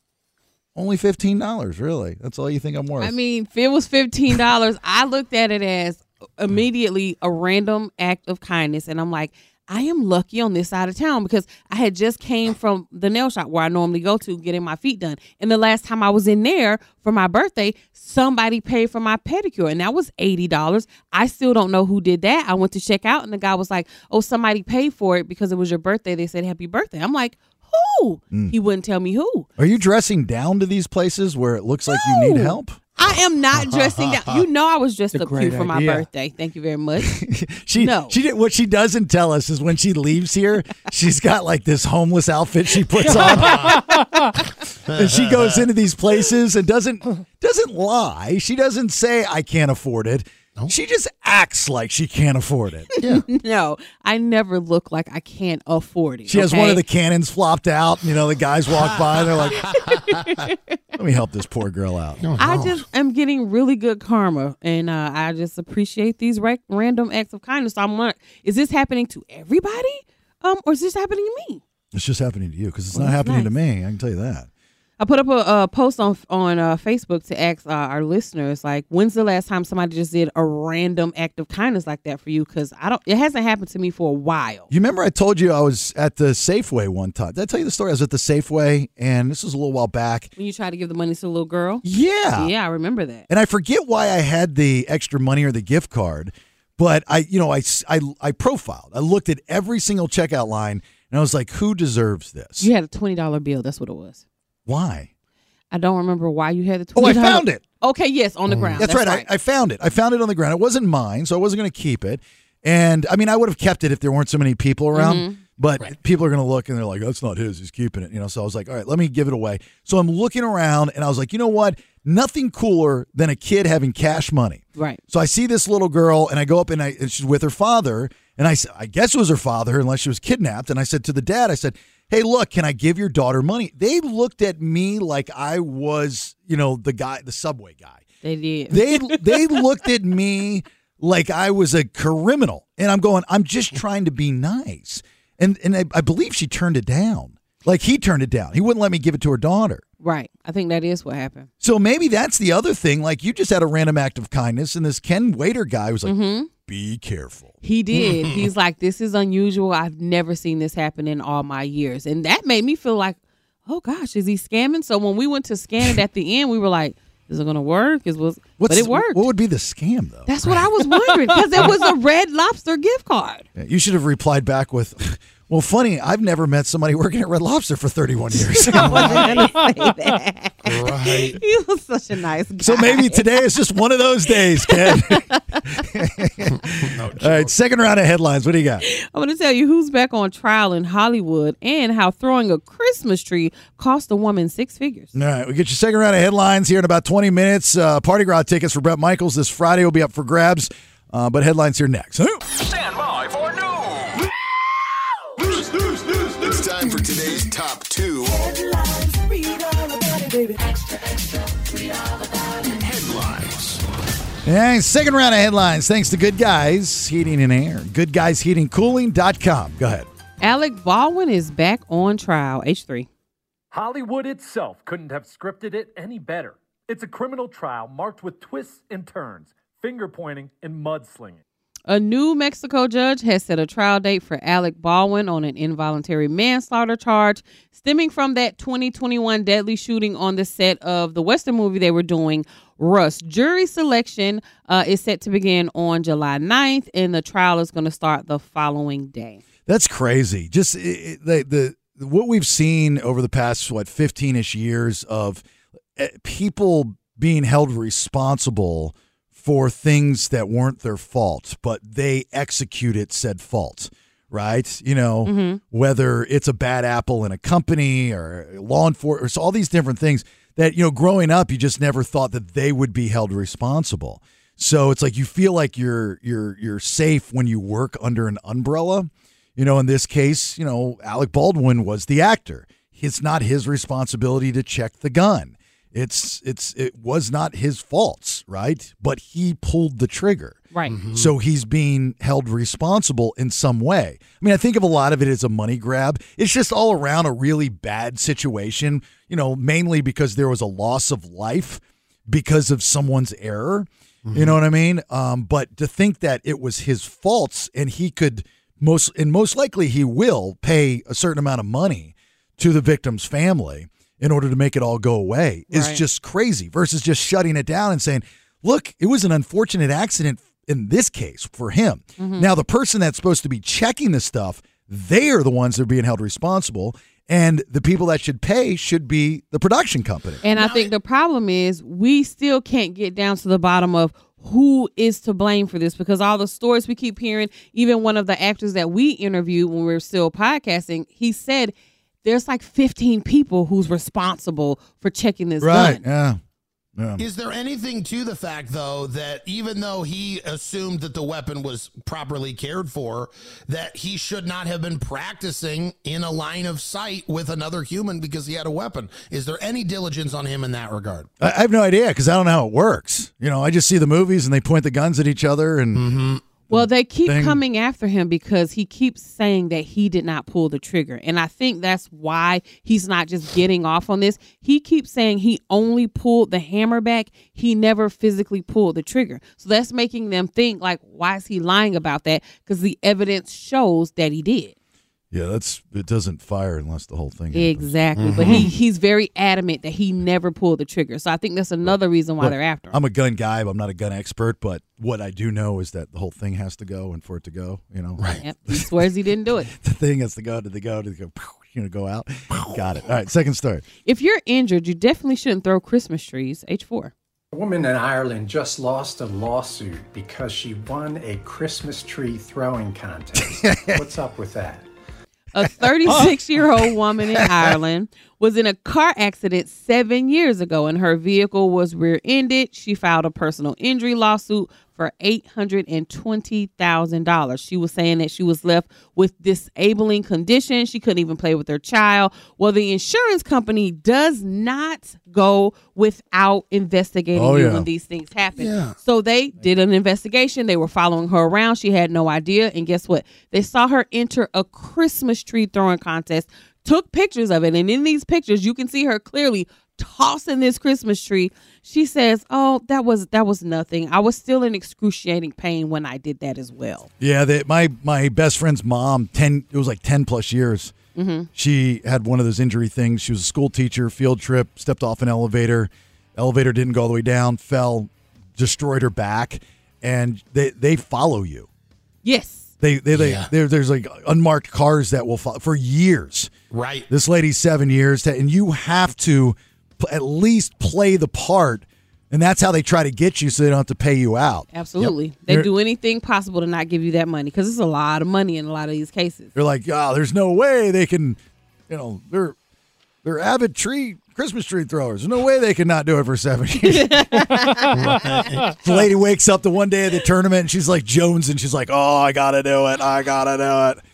[SPEAKER 8] only fifteen dollars, really? That's all you think I'm worth?
[SPEAKER 7] I mean, if it was fifteen dollars, I looked at it as immediately a random act of kindness, and I'm like, I am lucky on this side of town because I had just came from the nail shop where I normally go to getting my feet done, and the last time I was in there for my birthday, somebody paid for my pedicure, and that was eighty dollars. I still don't know who did that. I went to check out, and the guy was like, "Oh, somebody paid for it because it was your birthday." They said happy birthday. I'm like. Who?
[SPEAKER 8] Mm.
[SPEAKER 7] He wouldn't tell me who.
[SPEAKER 8] Are you dressing down to these places where it looks like you need
[SPEAKER 7] No.
[SPEAKER 8] help?
[SPEAKER 7] I am not dressing down. You know, I was dressed
[SPEAKER 8] It's a
[SPEAKER 7] up cute
[SPEAKER 8] great
[SPEAKER 7] for my
[SPEAKER 8] idea.
[SPEAKER 7] birthday. Thank you very much.
[SPEAKER 8] She
[SPEAKER 7] No.
[SPEAKER 8] she did what she doesn't tell us is when she leaves here, she's got like this homeless outfit she puts on. and she goes into these places and doesn't doesn't lie. She doesn't say I can't afford it. She just acts like she can't afford it.
[SPEAKER 7] no, I never look like I can't afford it.
[SPEAKER 8] She has one of the
[SPEAKER 7] okay?
[SPEAKER 8] cannons flopped out, and, you know, the guys walk by and they're like, Let me help this poor girl out.
[SPEAKER 7] I just am getting really good karma, and uh, I just appreciate these ra- random acts of kindness. So I'm like, is this happening to everybody, um, or is this happening to me?
[SPEAKER 8] It's just happening to you because it's
[SPEAKER 7] Well,
[SPEAKER 8] not
[SPEAKER 7] that's
[SPEAKER 8] happening to me. I can tell you that.
[SPEAKER 7] I put up a, a post on on uh, Facebook to ask uh, our listeners, like, when's the last time somebody just did a random act of kindness like that for you? Because I don't, it hasn't happened to me for a while.
[SPEAKER 8] You remember I told you I was at the Safeway one time. Did I tell you the story? I was at the Safeway, and this was a little while back.
[SPEAKER 7] When you try to give the money to the little girl?
[SPEAKER 8] Yeah.
[SPEAKER 7] Yeah, I remember that.
[SPEAKER 8] And I forget why I had the extra money or the gift card, but I, you know, I, s- I, I profiled. I looked at every single checkout line, and I was like, who deserves this?
[SPEAKER 7] You had a twenty dollar bill, that's what it was.
[SPEAKER 8] Why?
[SPEAKER 7] I don't remember why you had the
[SPEAKER 8] Oh, I
[SPEAKER 7] twenty dollars.
[SPEAKER 8] found it. Mm.
[SPEAKER 7] Okay, yes, on the ground.
[SPEAKER 8] That's, right. I, I found it. I found it on the ground. It wasn't mine, so I wasn't going to keep it. And I mean, I would have kept it if there weren't so many people around.
[SPEAKER 13] Mhm.
[SPEAKER 8] But people are going to look and they're like, "That's not his. He's keeping it." You know. So I was like, "All right, let me give it away." So I'm looking around and I was like, "You know what? Nothing cooler than a kid having cash money."
[SPEAKER 7] Right.
[SPEAKER 8] So I see this little girl, and I go up and, I, and she's with her father, and I s- I guess it was her father, unless she was kidnapped. And I said to the dad, I said, "Hey, look, can I give your daughter money?" They looked at me like I was, you know, the guy, the subway guy.
[SPEAKER 7] They did.
[SPEAKER 8] They they looked at me like I was a criminal, and I'm going, I'm just trying to be nice, and and I, I believe she turned it down. Like he turned it down. He wouldn't let me give it to her daughter.
[SPEAKER 7] Right. I think that is what happened.
[SPEAKER 8] So maybe that's the other thing. Like you just had a random act of kindness, and this Ken waiter guy was like,
[SPEAKER 7] Mhm.
[SPEAKER 8] "Be careful."
[SPEAKER 7] He did. He's like, This is unusual. I've never seen this happen in all my years. And that made me feel like, Oh gosh, is he scamming? So when we went to scan it at the end, we were like, Is it gonna work? Is was but it worked.
[SPEAKER 8] What would be the scam though?
[SPEAKER 7] That's what I was wondering. Because it was a red lobster gift card.
[SPEAKER 8] Yeah, You should have replied back with, "Well, funny. I've never met somebody working at Red Lobster for 31 years."
[SPEAKER 7] I wasn't gonna say that. He was such a nice guy.
[SPEAKER 8] so maybe today is just one of those days, Ken. All right, second round of headlines. What do you got?
[SPEAKER 7] I'm going to tell you who's back on trial in Hollywood and how throwing a Christmas tree cost a woman six figures.
[SPEAKER 8] All right, we get your second round of headlines here in about 20 minutes. Uh, Party Ground tickets for Brett Michaels this Friday will be up for grabs, uh, but headlines here next.
[SPEAKER 3] Stand by for news. News, news, news, news. It's time for today's top two.
[SPEAKER 8] Yeah, second round of headlines. Thanks to Good Guys Heating and Air. GoodGuysHeatingCooling.com. Go ahead.
[SPEAKER 7] Alec Baldwin is back on trial, H3.
[SPEAKER 14] Hollywood itself couldn't have scripted it any better. It's a criminal trial marked with twists and turns, finger pointing, and mudslinging.
[SPEAKER 7] A New Mexico judge has set a trial date for Alec Baldwin on an involuntary manslaughter charge stemming from that 2021 deadly shooting on the set of the Western movie they were doing, Rust. Jury selection uh, is set to begin on July 9th, and the trial is going to start the following day.
[SPEAKER 8] That's crazy. Just i i- the the what we've seen over the past what fifteen ish years of eh, people being held responsible for things that weren't their fault, but they executed said fault. Right, you know,
[SPEAKER 13] Mhm.
[SPEAKER 8] whether it's a bad apple in a company or law enforcement, all these different things that you know, growing up, you just never thought that they would be held responsible. So it's like you feel like you're you're you're safe when you work under an umbrella. You know, in this case, you know, Alec Baldwin was the actor. it's not his responsibility to check the gun. It's it's it was not his faults, right? But he pulled the trigger.
[SPEAKER 7] Right.
[SPEAKER 8] Mm-hmm. So he's being held responsible in some way. I mean, I think of a lot of it as a money grab. It's just all around a really bad situation, you know, mainly because there was a loss of life because of someone's error. You know what I mean? Um, but to think that it was his faults and he could most and most likely he will pay a certain amount of money to the victim's family in order to make it all go away is
[SPEAKER 13] Right.
[SPEAKER 8] just crazy versus just shutting it down and saying, look, it was an unfortunate accident in this case for him.
[SPEAKER 13] Mhm.
[SPEAKER 8] Now, the person that's supposed to be checking this stuff, they are the ones that are being held responsible. And the people that should pay should be the production company.
[SPEAKER 7] And I think the problem is we still can't get down to the bottom of who is to blame for this because all the stories we keep hearing, even one of the actors that we interviewed when we were still podcasting, he said there's like 15 people who's responsible for checking this gun.
[SPEAKER 8] Yeah. Yeah.
[SPEAKER 9] Is there anything to the fact, though, that even though he assumed that the weapon was properly cared for, that he should not have been practicing in a line of sight with another human because he had a weapon? Is there any diligence on him in that regard?
[SPEAKER 8] I, I have no idea because I don't know how it works. You know, I just see the movies and they point the guns at each other and
[SPEAKER 7] Well, they keep
[SPEAKER 8] thing.
[SPEAKER 7] coming after him because he keeps saying that he did not pull the trigger. And I think that's why he's not just getting off on this. He keeps saying he only pulled the hammer back, he never physically pulled the trigger. So that's making them think, like, why is he lying about that? Because the evidence shows that he did.
[SPEAKER 8] yeah, that's it doesn't fire unless the whole thing.
[SPEAKER 7] Exactly. But
[SPEAKER 8] Mm-hmm.
[SPEAKER 7] he, he's very adamant that he never pulled the trigger. So I think that's another reason why
[SPEAKER 8] Look,
[SPEAKER 7] they're after him.
[SPEAKER 8] I'm a gun guy, but I'm not a gun expert. But what I do know is that the whole thing has to go, and for it to go, you know, right.
[SPEAKER 7] Yep. He swears he didn't do it.
[SPEAKER 8] the thing has to go to the go to the go, you know, go out. Got it. All right, second story.
[SPEAKER 7] If you're injured, you definitely shouldn't throw Christmas trees. H4.
[SPEAKER 15] A woman in Ireland just lost a lawsuit because she won a Christmas tree throwing contest. What's up with that?
[SPEAKER 7] A 36 year old woman in Ireland was in a car accident seven years ago and her vehicle was rear ended. She filed a personal injury lawsuit for $820,000. She was saying that she was left with disabling conditions. She couldn't even play with her child. Well, the insurance company does not go without investigating
[SPEAKER 16] Oh,
[SPEAKER 7] you
[SPEAKER 16] yeah.
[SPEAKER 7] when these things happen.
[SPEAKER 16] Yeah.
[SPEAKER 7] So they did an investigation. They were following her around. She had no idea. And guess what? They saw her enter a Christmas tree throwing contest, took pictures of it. And in these pictures, you can see her clearly tossing this Christmas tree. She says, Oh, that was that was nothing. I was still in excruciating pain when I did that as well.
[SPEAKER 8] Yeah, they, my my best friend's mom, ten it was like ten plus years.
[SPEAKER 7] Mhm.
[SPEAKER 8] She had one of those injury things. She was a school teacher, field trip, stepped off an elevator. Elevator didn't go all the way down, fell, destroyed her back, and they they follow you.
[SPEAKER 7] Yes.
[SPEAKER 8] They they, they there there's like unmarked cars that will follow for years.
[SPEAKER 9] Right.
[SPEAKER 8] This lady's seven years, to, and you have to pl- at least play the part, and that's how they try to get you so they don't have to pay you out.
[SPEAKER 7] Absolutely. They
[SPEAKER 8] You're-
[SPEAKER 7] do anything possible to not give you that money because it's a lot of money in a lot of these cases.
[SPEAKER 8] They're like, oh, there's no way they can, you know, they're they're avid tree Christmas tree throwers. There's no way they can not do it for seven years. the lady wakes up the one day of the tournament and she's like Jones and she's like, oh, I gotta do it, I gotta do it.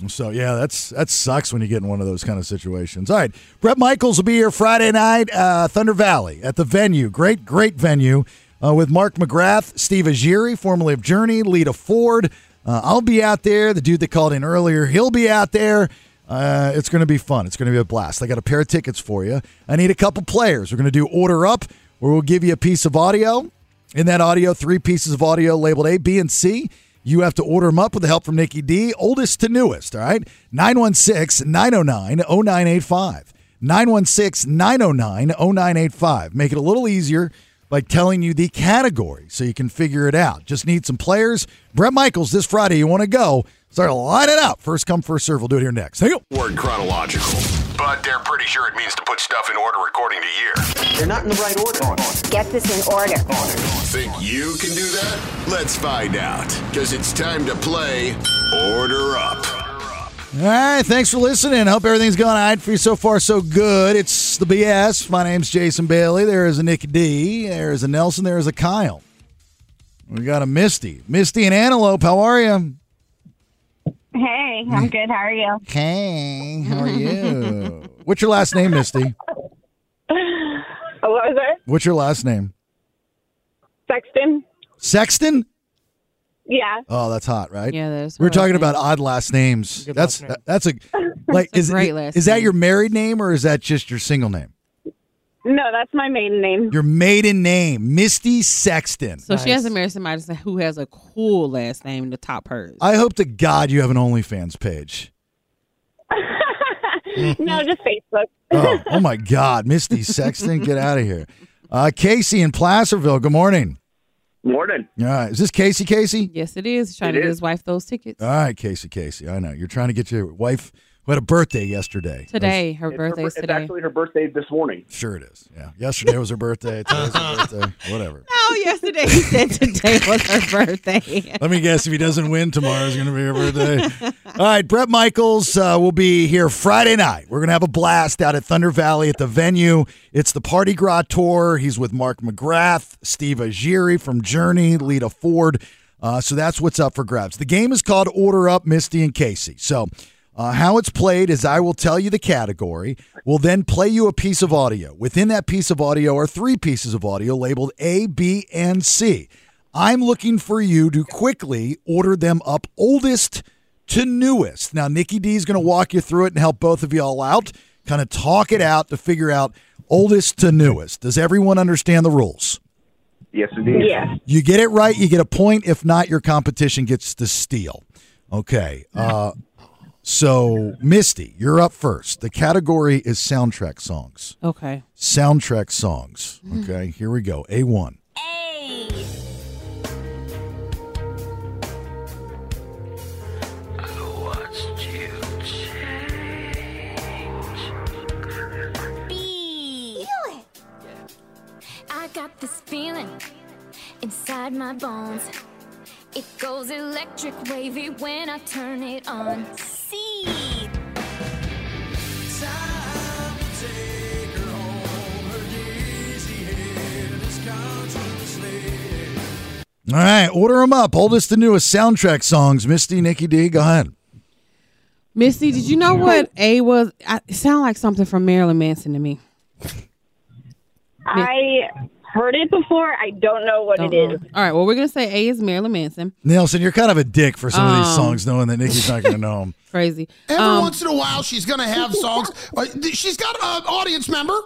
[SPEAKER 8] And So yeah, that's that sucks when you get in one of those kind of situations. All right, Brett Michaels will be here Friday night, uh, Thunder Valley at the venue. Great, great venue uh, with Mark McGrath, Steve Ajiri, formerly of Journey, Lita Ford. Uh, I'll be out there. The dude that called in earlier, he'll be out there. Uh, it's going to be fun. It's going to be a blast. I got a pair of tickets for you. I need a couple players. We're going to do order up, where we'll give you a piece of audio. In that audio, three pieces of audio labeled A, B, and C. You have to order them up with the help from Nikki D, oldest to newest, all right? 916 909 0985. 916 909 0985. Make it a little easier by telling you the category so you can figure it out. Just need some players. Brett Michaels, this Friday, you want to go? Start lining up. First come, first serve. We'll do it here next. Hang on.
[SPEAKER 4] Word chronological, but they're pretty sure it means to put stuff in order according to year.
[SPEAKER 17] They're not in the right order. Get this in order.
[SPEAKER 4] Think you can do that? Let's find out, because it's time to play Order Up.
[SPEAKER 8] All right, thanks for listening. Hope everything's going all right for you so far. So good. It's the BS. My name's Jason Bailey. There is a Nick D. There is a Nelson. There is a Kyle. We got a Misty. Misty and Antelope. How are you?
[SPEAKER 18] Hey, I'm good. How are you?
[SPEAKER 8] Hey, how are you? What's your last name, Misty?
[SPEAKER 13] Oh, What was it?
[SPEAKER 8] What's your last name?
[SPEAKER 13] Sexton?
[SPEAKER 8] Sexton?
[SPEAKER 13] Yeah.
[SPEAKER 8] Oh, that's hot, right?
[SPEAKER 13] Yeah, that is
[SPEAKER 8] We're
[SPEAKER 13] her
[SPEAKER 8] talking
[SPEAKER 13] last
[SPEAKER 8] about
[SPEAKER 13] name.
[SPEAKER 8] odd last names.
[SPEAKER 13] Good
[SPEAKER 8] That's
[SPEAKER 13] last name.
[SPEAKER 8] that's a like
[SPEAKER 13] It's a
[SPEAKER 8] is
[SPEAKER 13] great
[SPEAKER 8] is-
[SPEAKER 13] last
[SPEAKER 8] is that
[SPEAKER 13] name.
[SPEAKER 8] your married name or is that just your single name?
[SPEAKER 13] No, that's my maiden name.
[SPEAKER 8] Your maiden name, Misty Sexton.
[SPEAKER 7] So she has to marry somebody who has a cool last name to top hers.
[SPEAKER 8] I hope to God you have an OnlyFans page.
[SPEAKER 13] no, just Facebook.
[SPEAKER 8] Oh, oh my God, Misty Sexton, get out of here. Uh, Casey in Placerville. Good morning.
[SPEAKER 16] Morning.
[SPEAKER 8] All right, is this Casey? Casey?
[SPEAKER 7] Yes, it is. Trying
[SPEAKER 8] It
[SPEAKER 7] to get
[SPEAKER 8] is.
[SPEAKER 7] his wife those tickets.
[SPEAKER 8] All right, Casey. Casey, I know you're trying to get your wife who had a birthday yesterday.
[SPEAKER 7] Today, her
[SPEAKER 16] It's
[SPEAKER 7] birthday is
[SPEAKER 16] it's
[SPEAKER 7] today.
[SPEAKER 16] actually her birthday this morning.
[SPEAKER 8] Sure, it is. Yeah, yesterday was her birthday. Today's her birthday. Whatever.
[SPEAKER 7] Oh, yesterday he said today was her birthday.
[SPEAKER 8] Let me guess. If he doesn't win tomorrow, is going to be her birthday. All right, Brett Michaels uh, will be here Friday night. We're going to have a blast out at Thunder Valley at the venue. It's the Party Gras tour. He's with Mark McGrath, Steve Ajiri from Journey, Lita Ford. Uh, so that's what's up for grabs. The game is called Order Up, Misty and Casey. So. Uh, how it's played is I will tell you the category. We'll then play you a piece of audio. Within that piece of audio are three pieces of audio labeled A, B, and C. I'm looking for you to quickly order them up oldest to newest. Now, Nikki D is going to walk you through it and help both of you all out, kind of talk it out to figure out oldest to newest. Does everyone understand the rules?
[SPEAKER 16] Yes, indeed. Yeah.
[SPEAKER 8] You get it right, you get a point. If not, your competition gets to steal. Okay. Uh, so, Misty, you're up first. The category is soundtrack songs.
[SPEAKER 7] Okay.
[SPEAKER 8] Soundtrack songs. Okay, here we go. A1.
[SPEAKER 18] B. Feel it. I got this feeling inside my bones. It goes electric wavy when I turn it on. C.
[SPEAKER 8] All right, order them up. Oldest to newest soundtrack songs. Misty, Nikki D, go ahead.
[SPEAKER 7] Missy, did you know what A was? I, it sounded like something from Marilyn Manson to me.
[SPEAKER 13] I heard it before. I don't know what it is.
[SPEAKER 7] All right. Well, we're gonna say A is Marilyn Manson.
[SPEAKER 8] Nelson, you're kind of a dick for some of these
[SPEAKER 7] Um.
[SPEAKER 8] songs, knowing that Nikki's not going to know them.
[SPEAKER 7] Crazy.
[SPEAKER 9] Every
[SPEAKER 7] Um,
[SPEAKER 9] once in a while, she's going to have songs. Uh, th- she's got an audience member.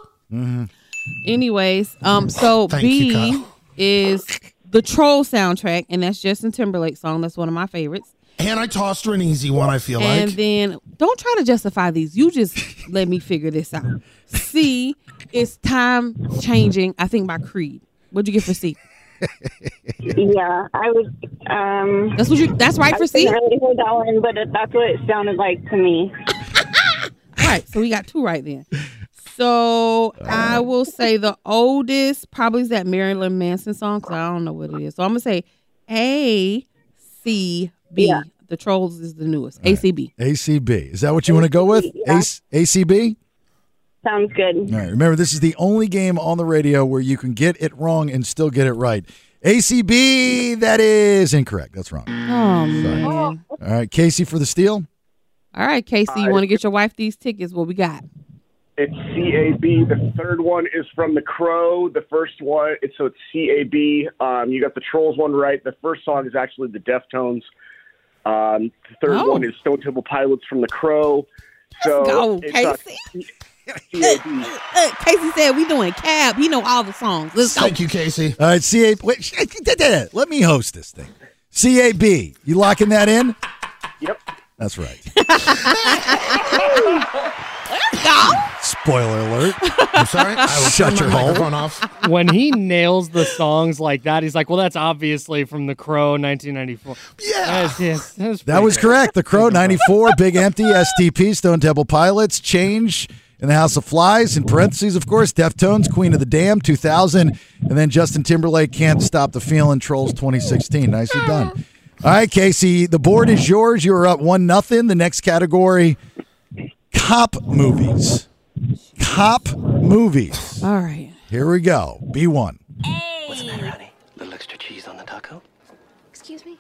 [SPEAKER 7] Anyways, um, so
[SPEAKER 9] Thank you,
[SPEAKER 7] B
[SPEAKER 9] Kyle.
[SPEAKER 7] is the Troll soundtrack, and that's Justin Timberlake's song. That's one of my favorites.
[SPEAKER 9] And I tossed her an easy one, I feel
[SPEAKER 7] and
[SPEAKER 9] like.
[SPEAKER 7] then don't try to justify these. You just let me figure this out. C is time changing. I think by Creed. What'd you get for C?
[SPEAKER 13] yeah, I was. Um,
[SPEAKER 7] that's what you. That's right
[SPEAKER 13] I
[SPEAKER 7] for C?
[SPEAKER 13] didn't really heard that one, but it, that's what it sounded like to me.
[SPEAKER 7] All right, so we got two right then. So I will say the oldest probably is that Marilyn Manson song because I don't know what it is. So I'm gonna say A C B. The Trolls is the newest. A C B.
[SPEAKER 8] ACB. Is that what you want to go with? Ace ACB?
[SPEAKER 13] Sounds good.
[SPEAKER 8] All right. Remember, this is the only game on the radio where you can get it wrong and still get it right. ACB, that is incorrect. That's wrong.
[SPEAKER 7] Oh man.
[SPEAKER 8] All right, Casey for the steal.
[SPEAKER 7] All right, Casey, you want to get your wife these tickets? What we got?
[SPEAKER 16] It's C A B. The third one is from The Crow. The first one, it's, so it's C A B. Um, you got the Trolls one right. The first song is actually the Deftones. Um, the third
[SPEAKER 7] Oh.
[SPEAKER 16] one is Stone Temple Pilots from The Crow. So
[SPEAKER 7] go,
[SPEAKER 16] it's, uh,
[SPEAKER 7] Casey.
[SPEAKER 16] CAB.
[SPEAKER 7] Uh, Casey said we doing cab. He know all the songs. Let's go.
[SPEAKER 9] Thank you, Casey.
[SPEAKER 8] All right, CA. Wait, sh- let me host this thing. CAB, you locking that in?
[SPEAKER 16] Yep.
[SPEAKER 8] That's right.
[SPEAKER 7] Let's go.
[SPEAKER 8] Spoiler alert.
[SPEAKER 9] I'm sorry. I will
[SPEAKER 8] Shut your
[SPEAKER 9] turn my
[SPEAKER 8] hole.
[SPEAKER 9] microphone off.
[SPEAKER 10] when he nails the songs like that, he's like, "Well, that's obviously from The Crow, 1994." Yeah, that's, yes, that's
[SPEAKER 8] That was correct. The Crow 94, Big Empty, STP, Stone Temple Pilots, Change, and the House of Flies, in parentheses, of course, Deftones, Queen of the Dam, 2000, and then Justin Timberlake, Can't Stop the Feeling, Trolls, 2016. Nicely done. All right, Casey, the board is yours. You are up 1 nothing. The next category cop movies. Cop movies.
[SPEAKER 7] All right.
[SPEAKER 8] Here we go. B1.
[SPEAKER 19] What's the matter, honey? Little extra cheese on the taco?
[SPEAKER 18] Excuse me?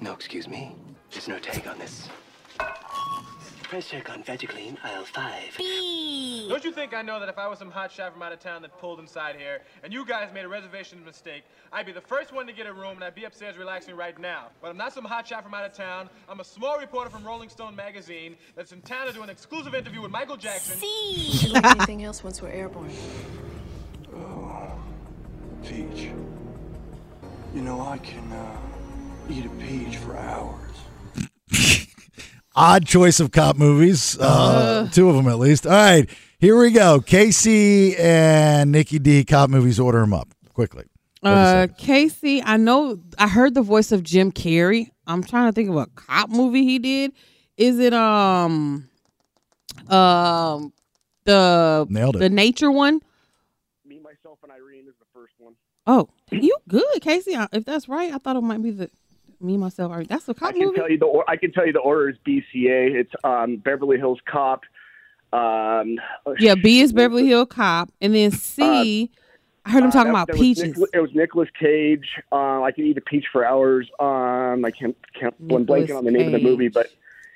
[SPEAKER 19] No, excuse me. There's no tag on this. Press check on Vegiclean aisle 5.
[SPEAKER 18] B.
[SPEAKER 20] Don't you think I know that if I was some hot shot from out of town that pulled inside here, and you guys made a reservation mistake, I'd be the first one to get a room and I'd be upstairs relaxing right now. But I'm not some hot shot from out of town. I'm a small reporter from Rolling Stone magazine that's in town to do an exclusive interview with Michael Jackson.
[SPEAKER 18] See.
[SPEAKER 21] anything else once we're airborne?
[SPEAKER 19] Oh, peach. You know, I can uh, eat a peach for hours.
[SPEAKER 8] Odd choice of cop movies. Uh, two of them at least. All right, here we go. Casey and Nikki D. Cop movies. Order them up quickly.
[SPEAKER 7] Uh, Casey, I know I heard the voice of Jim Carrey. I'm trying to think of a cop movie he did. Is it um um the
[SPEAKER 8] Nailed it.
[SPEAKER 7] the nature one?
[SPEAKER 16] Me, myself, and Irene is the first one.
[SPEAKER 7] Oh, you good, Casey? I- If that's right, I thought it might be the me myself. Are that's a
[SPEAKER 16] I
[SPEAKER 7] cop
[SPEAKER 16] can
[SPEAKER 7] movie?
[SPEAKER 16] tell you the or- I can tell you the order is BCA. It's um, Beverly Hills Cop. Um,
[SPEAKER 7] Yeah, B is Beverly Hill Cop, and then C. I heard him
[SPEAKER 16] uh,
[SPEAKER 7] talking
[SPEAKER 16] that-
[SPEAKER 7] about
[SPEAKER 16] that was
[SPEAKER 7] peaches.
[SPEAKER 16] Nic- it was Nicolas Cage. Um, I can eat a peach for hours. Um, I can't, can't I'm
[SPEAKER 7] Nicolas
[SPEAKER 16] blanking on the name of the movie, but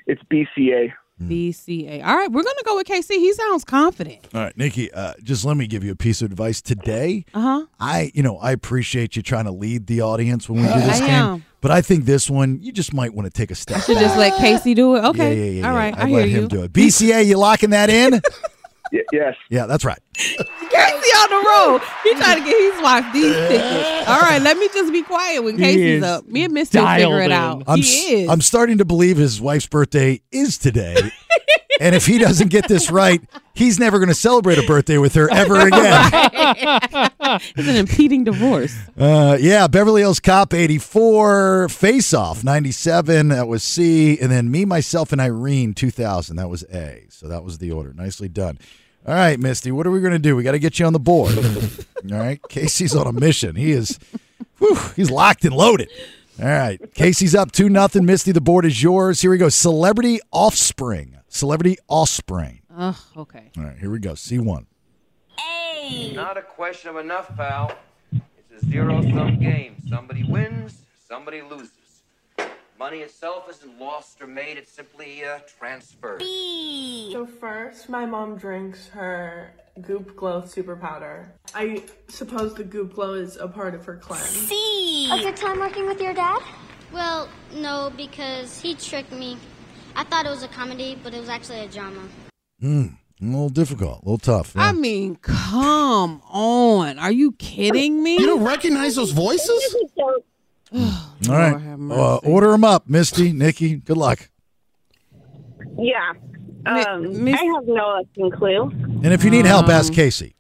[SPEAKER 16] it's BCA.
[SPEAKER 7] BCA. All right, we're gonna go with KC. He sounds confident.
[SPEAKER 8] All right, Nikki. Uh, just let me give you a piece of advice today.
[SPEAKER 7] Uh huh.
[SPEAKER 8] I, you know, I appreciate you trying to lead the audience when we do this
[SPEAKER 7] Uh, I
[SPEAKER 8] game,
[SPEAKER 7] am.
[SPEAKER 8] but I think this one you just might want to take a step.
[SPEAKER 7] Should just let KC do it. Okay.
[SPEAKER 8] Yeah, yeah, yeah,
[SPEAKER 7] All
[SPEAKER 8] yeah.
[SPEAKER 7] right,
[SPEAKER 8] I'd
[SPEAKER 7] I
[SPEAKER 8] let
[SPEAKER 7] hear
[SPEAKER 8] him
[SPEAKER 7] you.
[SPEAKER 8] do it. BCA, you locking that in?
[SPEAKER 16] yes.
[SPEAKER 8] Yeah, that's right.
[SPEAKER 7] Casey on the road. He trying to get his wife these tickets. All right, let me just be quiet when
[SPEAKER 8] He
[SPEAKER 7] Casey's
[SPEAKER 8] is
[SPEAKER 7] up. Me and Miss will figure it out.
[SPEAKER 8] I'm, s-
[SPEAKER 7] he is.
[SPEAKER 8] I'm starting to believe his wife's birthday is today. and if he doesn't get this right, he's never going to celebrate a birthday with her ever again.
[SPEAKER 7] it's an impeding divorce.
[SPEAKER 8] Uh, yeah, Beverly Hills Cop 84, Face Off 97, that was C, and then Me, Myself, and Irene 2000, that was A. So that was the order. Nicely done. All right, Misty, what are we going to do? We got to get you on the board. All right, Casey's on a mission. He is, whew, he's locked and loaded. All right, Casey's up 2 nothing. Misty, the board is yours. Here we go. Celebrity Offspring. Celebrity Offspring.
[SPEAKER 7] Ugh, okay.
[SPEAKER 8] All right, here we go. C1.
[SPEAKER 22] Not a question of enough, pal. It's a zero sum game. Somebody wins, somebody loses. Money itself isn't lost or made, it's simply uh, transferred.
[SPEAKER 23] So first, my mom drinks her Goop Glow super powder. I suppose the Goop Glow is a part of her cleanse.
[SPEAKER 18] A good time working with your dad? Well, no, because he tricked me. I thought it was a comedy, but it was actually a drama.
[SPEAKER 8] Mm, a little difficult, a little tough.
[SPEAKER 7] I mean, come on. Are you kidding me? You
[SPEAKER 9] don't recognize those voices?
[SPEAKER 8] All right, uh, order them up, Misty, Nikki. Good luck.
[SPEAKER 13] Yeah. Um, I have no fucking clue.
[SPEAKER 8] And if you need help, ask Casey.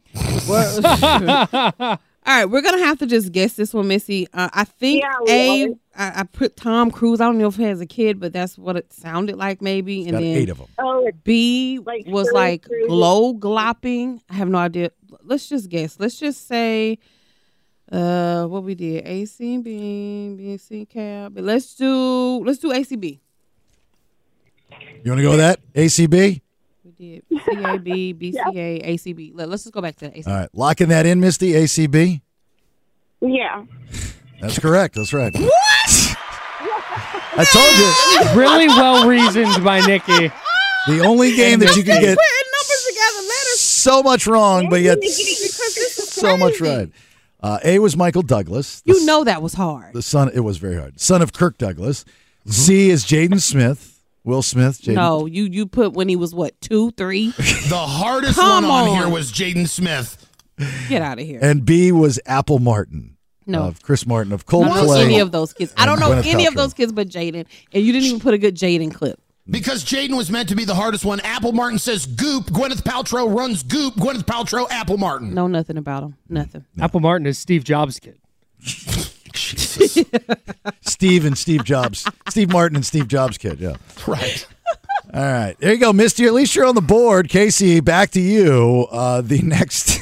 [SPEAKER 7] All right, we're gonna have to just guess this one, Missy. Uh, I think
[SPEAKER 13] Yeah,
[SPEAKER 7] A.
[SPEAKER 13] we
[SPEAKER 7] I I put Tom Cruise. I don't know if he has a kid, but that's what it sounded like, maybe. and
[SPEAKER 8] got
[SPEAKER 7] then
[SPEAKER 8] eight of 'em.
[SPEAKER 13] Oh,
[SPEAKER 7] B was
[SPEAKER 13] Shirley
[SPEAKER 7] like
[SPEAKER 13] Cruise.
[SPEAKER 7] glow glopping. I have no idea. Let's just guess. Let's just say, uh, what we did A C B B C K. But let's do let's do A C B.
[SPEAKER 8] You want to go with that? ACB?
[SPEAKER 7] We did C A B B C A A C B. Let- Let's just go back to A C.
[SPEAKER 8] All right. Locking that in, Misty. ACB?
[SPEAKER 13] Yeah.
[SPEAKER 8] That's correct. That's right. What? I told you.
[SPEAKER 10] Really well reasoned by Nikki.
[SPEAKER 8] The only game that you can get
[SPEAKER 7] numbers together.
[SPEAKER 8] so much wrong, but yet
[SPEAKER 7] Because this is
[SPEAKER 8] so much
[SPEAKER 7] crazy.
[SPEAKER 8] right. Uh, A was Michael Douglas. The,
[SPEAKER 7] You know that was hard.
[SPEAKER 8] the son, it was very hard. Son of Kirk Douglas. C is Jaden Smith. Will Smith. Jaden.
[SPEAKER 7] Mm-hmm. No, you you put when he was what two three.
[SPEAKER 9] The hardest
[SPEAKER 7] Come
[SPEAKER 9] one on,
[SPEAKER 7] on.
[SPEAKER 9] here was Jaden Smith.
[SPEAKER 7] Get out of here.
[SPEAKER 8] And B was Apple Martin.
[SPEAKER 7] No.
[SPEAKER 8] Of Chris Martin of
[SPEAKER 7] I
[SPEAKER 8] Coldplay.
[SPEAKER 7] don't know any of those kids. I don't
[SPEAKER 8] and
[SPEAKER 7] know
[SPEAKER 8] Gwyneth
[SPEAKER 7] any of
[SPEAKER 8] Paltrow.
[SPEAKER 7] those kids but Jaden. And you didn't even put a good Jaden clip.
[SPEAKER 9] Because Jaden was meant to be the hardest one. Apple Martin says goop. Gwyneth Paltrow runs goop. Gwyneth Paltrow, Apple Martin.
[SPEAKER 7] Know nothing about him.
[SPEAKER 8] Mm-hmm.
[SPEAKER 7] Nothing.
[SPEAKER 10] Apple Martin is Steve Jobs' kid.
[SPEAKER 8] Steve and Steve Jobs. Steve Martin and Steve Jobs kid. Yeah.
[SPEAKER 9] Right.
[SPEAKER 8] All right. There you go, Misty. At least you're on the board. Casey, back to you. Uh, the next.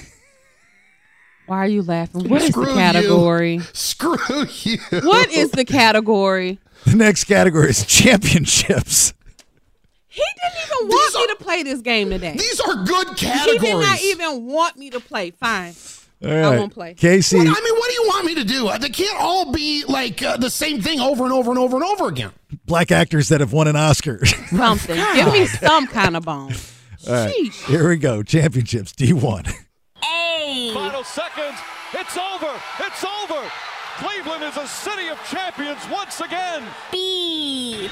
[SPEAKER 7] Why are you laughing? What is
[SPEAKER 9] Screw
[SPEAKER 7] the
[SPEAKER 9] you.
[SPEAKER 7] category?
[SPEAKER 9] Screw you.
[SPEAKER 7] What is the category?
[SPEAKER 8] The next category is championships.
[SPEAKER 7] He didn't even want me to play this game today.
[SPEAKER 9] These are good
[SPEAKER 7] He did not
[SPEAKER 9] categories.
[SPEAKER 7] even want me to play. Fine.
[SPEAKER 8] right.
[SPEAKER 7] won't play.
[SPEAKER 8] Casey.
[SPEAKER 9] What- I mean, what do you want me to do? They can't all be like uh, the same thing over and over and over and over again.
[SPEAKER 8] black actors that have won an Oscar.
[SPEAKER 7] Something. Give me some kind of bone.
[SPEAKER 8] All right,
[SPEAKER 7] Sheesh.
[SPEAKER 8] Here we go. Championships D1.
[SPEAKER 14] Final seconds. It's over. It's over. Cleveland is a city of champions once again. B.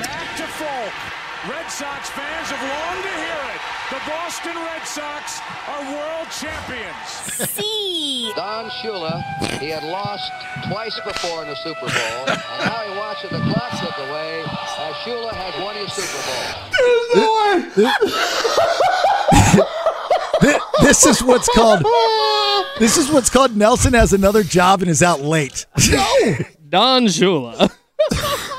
[SPEAKER 14] Back to folk. Red Sox fans have longed to hear it. The Boston Red Sox are world champions.
[SPEAKER 2] Don Shula, he had lost twice before in the Super Bowl, and now he watches the clock tick away as Shula has won his Super Bowl.
[SPEAKER 8] Thi- this is what's called. This is what's called. Nelson has another job and is out late. No,
[SPEAKER 10] Don Shula.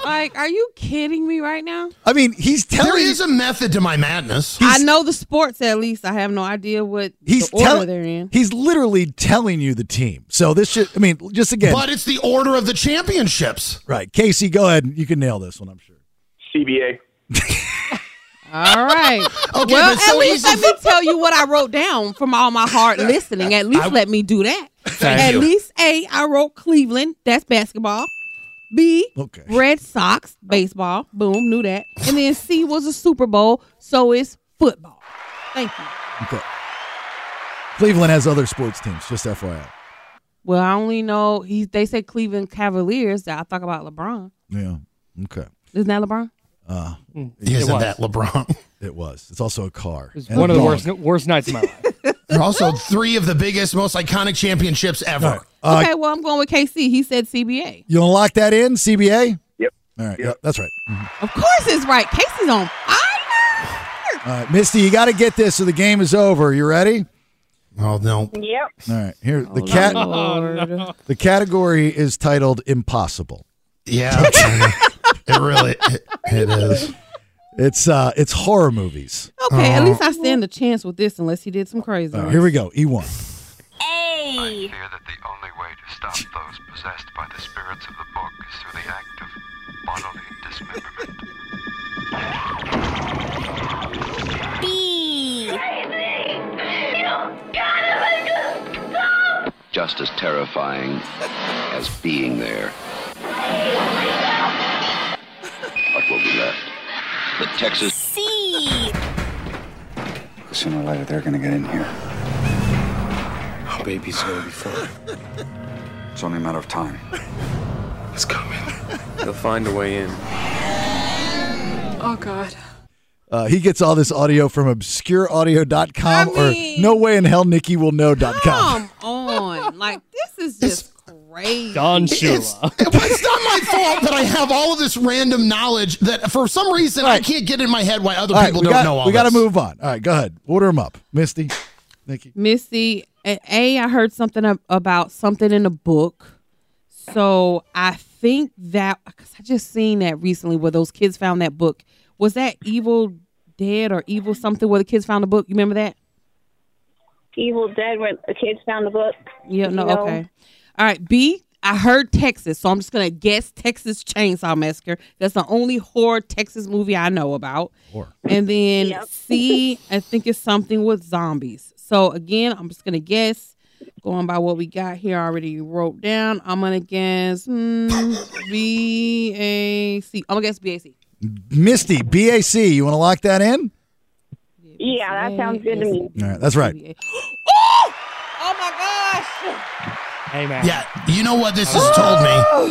[SPEAKER 7] Like, are you kidding me right now?
[SPEAKER 8] I mean, he's telling.
[SPEAKER 9] There is a method to my madness.
[SPEAKER 7] I know the sports at least. I have no idea what
[SPEAKER 8] He's
[SPEAKER 7] the order
[SPEAKER 8] telling.
[SPEAKER 7] they're in.
[SPEAKER 8] He's literally telling you the team. So this should. I mean, just again.
[SPEAKER 9] But it's the order of the championships.
[SPEAKER 8] right, Casey. Go ahead. You can nail this one. I'm sure.
[SPEAKER 16] CBA.
[SPEAKER 7] All right.
[SPEAKER 9] Okay,
[SPEAKER 7] well,
[SPEAKER 9] but so
[SPEAKER 7] at least
[SPEAKER 9] easy-
[SPEAKER 7] let me tell you what I wrote down from all my hard listening. At least let me do that.
[SPEAKER 9] Thank
[SPEAKER 7] at
[SPEAKER 9] you.
[SPEAKER 7] least A, I wrote Cleveland. That's basketball. B, Red Sox, baseball. Boom, knew that. And then C was a Super Bowl, so it's football. Thank you.
[SPEAKER 8] Okay. Cleveland has other sports teams. Just FYI.
[SPEAKER 7] Well, I only know he. They said Cleveland Cavaliers. That I talk about LeBron.
[SPEAKER 8] Yeah. Okay.
[SPEAKER 7] Isn't that LeBron?
[SPEAKER 8] Uh,
[SPEAKER 10] Mm.
[SPEAKER 8] it-
[SPEAKER 10] Isn't It was. that
[SPEAKER 9] LeBron?
[SPEAKER 8] It was. It's also a car.
[SPEAKER 10] It's
[SPEAKER 8] and
[SPEAKER 10] one
[SPEAKER 8] a
[SPEAKER 10] of the
[SPEAKER 8] dog.
[SPEAKER 10] worst worst nights of my life.
[SPEAKER 9] They're also three of the biggest, most iconic championships ever.
[SPEAKER 8] Uh,
[SPEAKER 7] okay, well I'm going with KC. He said CBA.
[SPEAKER 8] You want to lock that in, CBA?
[SPEAKER 16] Yep.
[SPEAKER 8] All right. Yep. That's right.
[SPEAKER 7] Of course, it's right. Casey's on.
[SPEAKER 8] All right, Misty, you got to get this so the game is over. You ready?
[SPEAKER 9] Oh no!
[SPEAKER 13] Yep.
[SPEAKER 8] All right, here
[SPEAKER 7] Oh,
[SPEAKER 8] the cat. The category is titled "Impossible."
[SPEAKER 9] Yeah, it really it, it is.
[SPEAKER 8] It's uh, it's horror movies.
[SPEAKER 7] Okay, at least I stand a chance with this, unless he did some crazy.
[SPEAKER 8] All right, here we go. E one.
[SPEAKER 6] I fear that the only way to stop those possessed by the spirits of the book is through the act of bodily dismemberment.
[SPEAKER 2] Just as terrifying as being there. What will be left? The Texas.
[SPEAKER 19] Sooner or later, they're gonna get in here. Our baby's here before. It's only a matter of time. It's coming.
[SPEAKER 21] They'll find a way in.
[SPEAKER 13] Oh, God.
[SPEAKER 8] Uh, he gets all this audio from obscureaudio.com or no way in hell Nikki will know.com.
[SPEAKER 7] Come on, like this is just crazy.
[SPEAKER 8] Don
[SPEAKER 9] It's, it's not my fault that I have all of this random knowledge that for some reason I can't get in my head why other
[SPEAKER 8] All right,
[SPEAKER 9] people
[SPEAKER 8] we
[SPEAKER 9] don't
[SPEAKER 8] got,
[SPEAKER 9] know all
[SPEAKER 8] We got to
[SPEAKER 9] this.
[SPEAKER 8] move on. All right, go ahead. Order them up, Misty. Nikki.
[SPEAKER 7] Missy, at A, I heard something ab- about something in a book. So I think that, because I just seen that recently where those kids found that book. Was that Evil Dead or Evil something where the kids found the book? You remember that?
[SPEAKER 13] Evil Dead, where the kids found the book.
[SPEAKER 7] Yeah, no,
[SPEAKER 13] No.
[SPEAKER 7] okay. All right, B, I heard Texas. So I'm just going to guess Texas Chainsaw Massacre. That's the only horror Texas movie I know about.
[SPEAKER 8] Horror.
[SPEAKER 7] And then C, I think it's something with zombies. So again, I'm just gonna guess, going by what we got here already wrote down. I'm gonna guess hmm, B A C. I'm gonna guess B A C.
[SPEAKER 8] Misty, BAC. You want to lock that in?
[SPEAKER 13] Yeah, that sounds good to me.
[SPEAKER 8] All right, that's right.
[SPEAKER 7] Oh my
[SPEAKER 10] Hey man.
[SPEAKER 9] Yeah, you know what this has told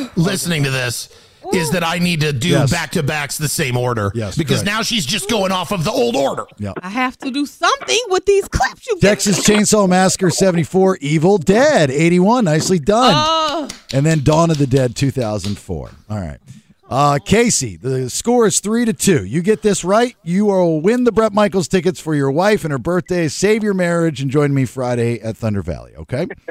[SPEAKER 9] me listening to this is that I need to do
[SPEAKER 8] Yes.
[SPEAKER 9] back to backs the same order. Yes, because
[SPEAKER 8] correct.
[SPEAKER 9] now she's just going off of the old order.
[SPEAKER 8] Yeah.
[SPEAKER 7] I have to do something with these clips. You
[SPEAKER 8] Texas Chainsaw Massacre 74, Evil Dead 81. Nicely done.
[SPEAKER 7] Oh.
[SPEAKER 8] And then Dawn of the Dead 2004. All right. Uh, Casey, the score is three to two. You get this right, you will win the Brett Michaels tickets for your wife and her birthday. Save your marriage and join me Friday at Thunder Valley. Okay.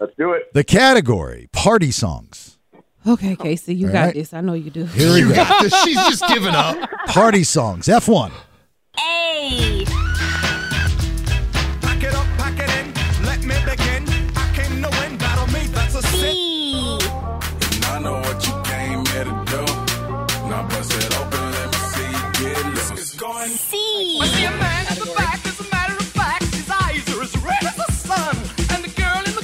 [SPEAKER 16] Let's do it.
[SPEAKER 8] The category party songs.
[SPEAKER 7] Okay, Casey, you
[SPEAKER 8] All
[SPEAKER 7] got
[SPEAKER 8] right.
[SPEAKER 7] this. I know you do.
[SPEAKER 8] Here we go.
[SPEAKER 9] She's just giving up.
[SPEAKER 8] Party songs. F one.
[SPEAKER 21] Pack it up, pack it in. Let me begin. I came to win. Battle me, that's a sin. And I know what you came here to do. Now bust it open, let me see you get loose. It's going. See. I see a man at the back. As a matter of fact, his eyes are as red as the sun. And the girl in the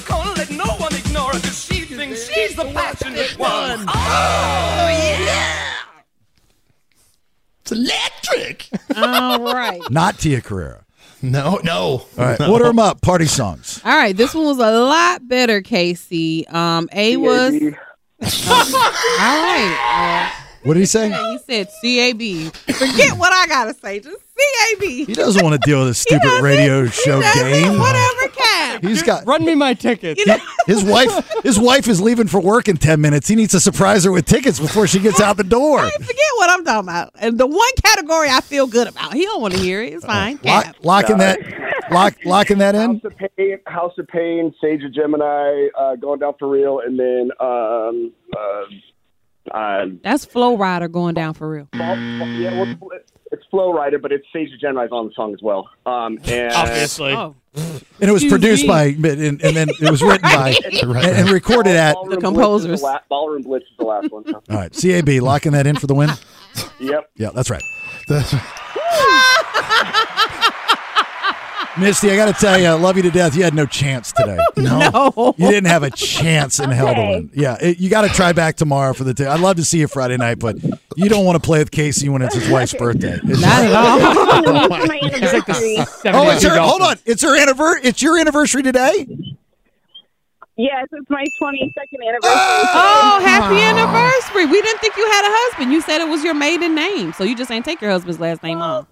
[SPEAKER 9] Dick.
[SPEAKER 7] All right.
[SPEAKER 8] Not Tia Carrera.
[SPEAKER 9] No, no. All
[SPEAKER 8] right.
[SPEAKER 9] No.
[SPEAKER 8] Order them up. Party songs.
[SPEAKER 7] All right. This one was a lot better, Casey. Um, A was. Um, all right.
[SPEAKER 8] What did he say?
[SPEAKER 7] Uh, he said CAB. Forget what I got to say. Just CAB.
[SPEAKER 8] He doesn't want to deal with a stupid radio show game.
[SPEAKER 7] Whatever can.
[SPEAKER 8] He's got
[SPEAKER 10] Run me my ticket.
[SPEAKER 8] his wife. His wife is leaving for work in ten minutes. He needs to surprise her with tickets before she gets out the door.
[SPEAKER 7] Forget what I'm talking about. And the one category I feel good about. He don't want to hear it.
[SPEAKER 8] Uh,
[SPEAKER 7] It's fine.
[SPEAKER 8] Lock,
[SPEAKER 7] Cab.
[SPEAKER 8] locking that. Lock, locking that in.
[SPEAKER 16] House of Pain, House of Pain, Sage of Gemini, uh, going down for real, and then um, uh, uh,
[SPEAKER 7] That's Flow Rider going down for real.
[SPEAKER 16] Fall- Fall- yeah, well, it's Flow Rider, but it's Sage of Gemini is on the song as well. Um, and
[SPEAKER 10] Obviously. Oh.
[SPEAKER 8] And it was
[SPEAKER 10] Excuse
[SPEAKER 8] produced
[SPEAKER 10] me.
[SPEAKER 8] by, and, and then it was written by,
[SPEAKER 16] Right.
[SPEAKER 8] and, and recorded at.
[SPEAKER 16] Ballroom
[SPEAKER 8] All
[SPEAKER 16] Blitz is
[SPEAKER 7] composers.
[SPEAKER 16] the la- Ballroom Blitz is the last one.
[SPEAKER 8] right, CAB, locking that in for the win.
[SPEAKER 16] Yep.
[SPEAKER 8] Yeah, that's right. That's right. Misty, I got to tell you, I love you to death. You had no chance today.
[SPEAKER 7] No.
[SPEAKER 8] You didn't have a chance in hell to
[SPEAKER 7] Okay.
[SPEAKER 8] win. Yeah, it, you got to try back tomorrow for the day. I'd love to see you Friday night, but you don't want to play with Casey when it's his wife's birthday. It's
[SPEAKER 7] Not at all.
[SPEAKER 8] Oh, my
[SPEAKER 10] He's like the
[SPEAKER 8] Oh, it's
[SPEAKER 10] 72
[SPEAKER 8] her, hold
[SPEAKER 10] Dolphins.
[SPEAKER 8] on. It's her anniversary. It's your anniversary today?
[SPEAKER 13] Yes, it's my 22nd anniversary.
[SPEAKER 7] Oh, happy anniversary. We didn't think you had a husband. You said it was your maiden name. So you just ain't take your husband's last name off.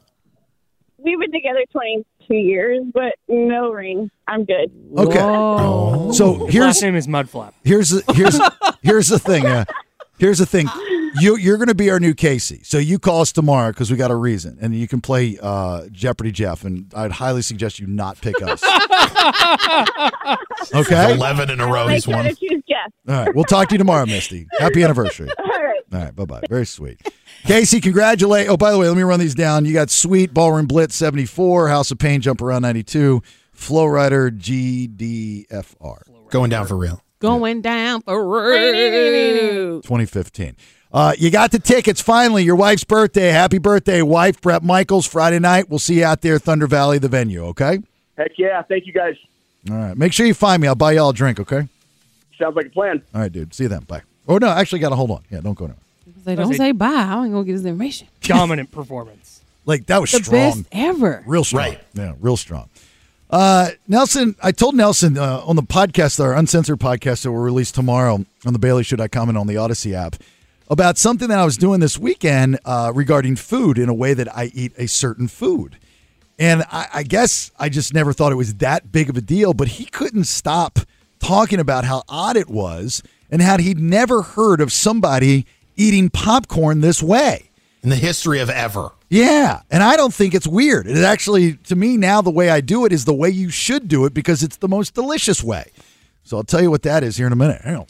[SPEAKER 13] We've been together 22 years, but no ring. I'm good.
[SPEAKER 8] Okay. So
[SPEAKER 10] His
[SPEAKER 8] here's
[SPEAKER 10] last name is Mudflap.
[SPEAKER 8] here's the, here's here's the thing. Uh, here's the thing. You you're going to be our new Casey. So you call us tomorrow because we got a reason, and you can play uh, Jeopardy Jeff. And I'd highly suggest you not pick us. Okay.
[SPEAKER 9] Eleven in a row.
[SPEAKER 13] Like,
[SPEAKER 9] He's
[SPEAKER 13] sure
[SPEAKER 9] won.
[SPEAKER 13] to choose Jeff.
[SPEAKER 8] All right. We'll talk to you tomorrow, Misty. Happy anniversary.
[SPEAKER 13] All right.
[SPEAKER 8] All right, bye bye. Very sweet. Casey, congratulate. Oh, by the way, let me run these down. You got Sweet, Ballroom Blitz 74, House of Pain, Jump Around 92, Flow Rider GDFR.
[SPEAKER 9] Going down for real.
[SPEAKER 7] Going down for real.
[SPEAKER 8] 2015. Uh, you got the tickets finally. Your wife's birthday. Happy birthday, wife. Brett Michaels, Friday night. We'll see you out there, Thunder Valley, the venue, okay?
[SPEAKER 16] Heck yeah! Thank you guys.
[SPEAKER 8] All right. Make sure you find me. I'll buy y'all a drink, okay?
[SPEAKER 16] Sounds like a plan.
[SPEAKER 8] All right, dude. See you then. Bye. Oh, no, actually, got to hold on. Yeah, don't go now.
[SPEAKER 7] Say, don't
[SPEAKER 10] That's a
[SPEAKER 7] say bye. I ain't going to get his information.
[SPEAKER 10] Dominant performance.
[SPEAKER 8] Like, that was
[SPEAKER 7] The
[SPEAKER 8] strong.
[SPEAKER 7] best ever.
[SPEAKER 8] Real strong.
[SPEAKER 9] Right.
[SPEAKER 8] Yeah, real strong. Uh, Nelson, I told Nelson uh, on the podcast, our uncensored podcast that will release tomorrow on the Bailey Should I Comment on the Odyssey app, about something that I was doing this weekend uh, regarding food in a way that I eat a certain food. And I, I guess I just never thought it was that big of a deal, but he couldn't stop talking about how odd it was and how he'd never heard of somebody eating popcorn this way.
[SPEAKER 9] In the history of ever.
[SPEAKER 8] Yeah, and I don't think it's weird. It actually, to me now, the way I do it is the way you should do it because it's the most delicious way. So I'll tell you what that is here in a minute. Hang on.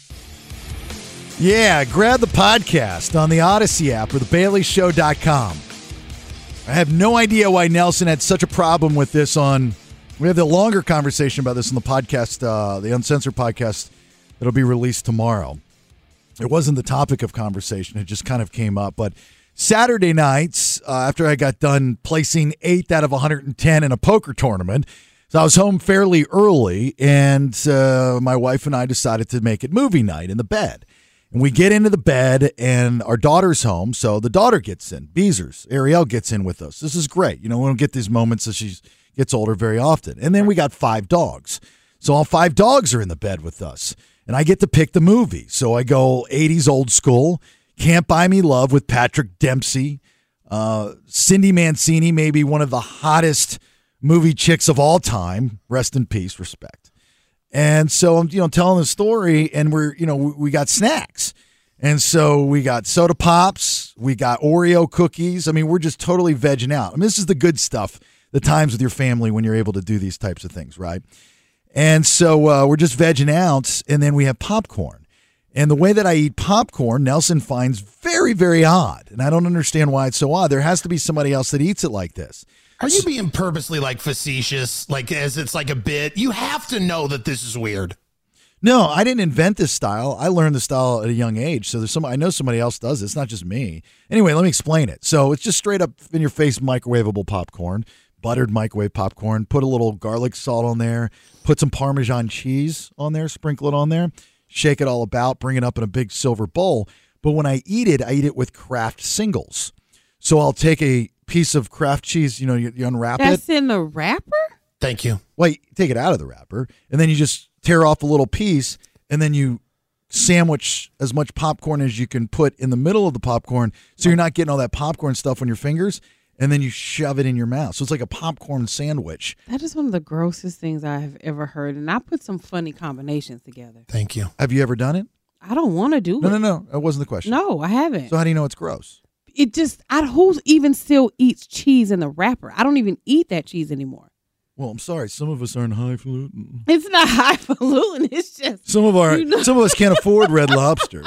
[SPEAKER 8] Yeah, grab the podcast on the Odyssey app or thebaileyshow.com. I have no idea why Nelson had such a problem with this on. We have the longer conversation about this on the podcast, uh, the Uncensored podcast that'll be released tomorrow it wasn't the topic of conversation. It just kind of came up. But Saturday nights, uh, after I got done placing eighth out of 110 in a poker tournament, so I was home fairly early, and uh, my wife and I decided to make it movie night in the bed. And we get into the bed, and our daughter's home, so the daughter gets in. Beezers, Ariel gets in with us. This is great. You know, we don't get these moments as she gets older very often. And then we got five dogs. So all five dogs are in the bed with us, and I get to pick the movie. So I go 80s old school, Can't Buy Me Love with Patrick Dempsey, uh, Cindy Mancini, maybe one of the hottest movie chicks of all time. Rest in peace, respect. And so I'm, you know, telling the story, and we're, you know, we, we got snacks. And so we got soda pops, we got Oreo cookies. I mean, we're just totally vegging out. I mean, this is the good stuff, the times with your family when you're able to do these types of things, right? And so uh, we're just vegging out, and then we have popcorn. And the way that I eat popcorn, Nelson finds very, very odd. And I don't understand why it's so odd. There has to be somebody else that eats it like this.
[SPEAKER 9] Are you being purposely like facetious, like as it's like a bit? You have to know that this is weird.
[SPEAKER 8] No, I didn't invent this style. I learned the style at a young age. So there's some I know somebody else does it. It's not just me. Anyway, let me explain it. So it's just straight up in your face microwavable popcorn, buttered microwave popcorn. Put a little garlic salt on there. Put some Parmesan cheese on there. Sprinkle it on there. Shake it all about. Bring it up in a big silver bowl. But when I eat it, I eat it with Kraft singles. So I'll take a piece of craft cheese, you know, you, you unwrap it.
[SPEAKER 7] That's in the wrapper?
[SPEAKER 9] Thank you.
[SPEAKER 8] Well, you take it out of the wrapper, and then you just tear off a little piece, and then you sandwich as much popcorn as you can put in the middle of the popcorn, so you're not getting all that popcorn stuff on your fingers, and then you shove it in your mouth. So it's like a popcorn sandwich.
[SPEAKER 7] That is one of the grossest things I have ever heard. And I put some funny combinations together.
[SPEAKER 9] Thank you.
[SPEAKER 8] Have you ever done it?
[SPEAKER 7] I don't want to do
[SPEAKER 8] No,
[SPEAKER 7] it.
[SPEAKER 8] no, no. That wasn't the question.
[SPEAKER 7] No, I haven't.
[SPEAKER 8] So how do you know it's gross?
[SPEAKER 7] It just, I, who even still eats cheese in the wrapper? I don't even eat that cheese anymore.
[SPEAKER 8] Well, I'm sorry. Some of us aren't highfalutin.
[SPEAKER 7] It's not highfalutin. It's just
[SPEAKER 8] Some of our
[SPEAKER 7] You know-
[SPEAKER 8] some of us can't afford Red Lobster.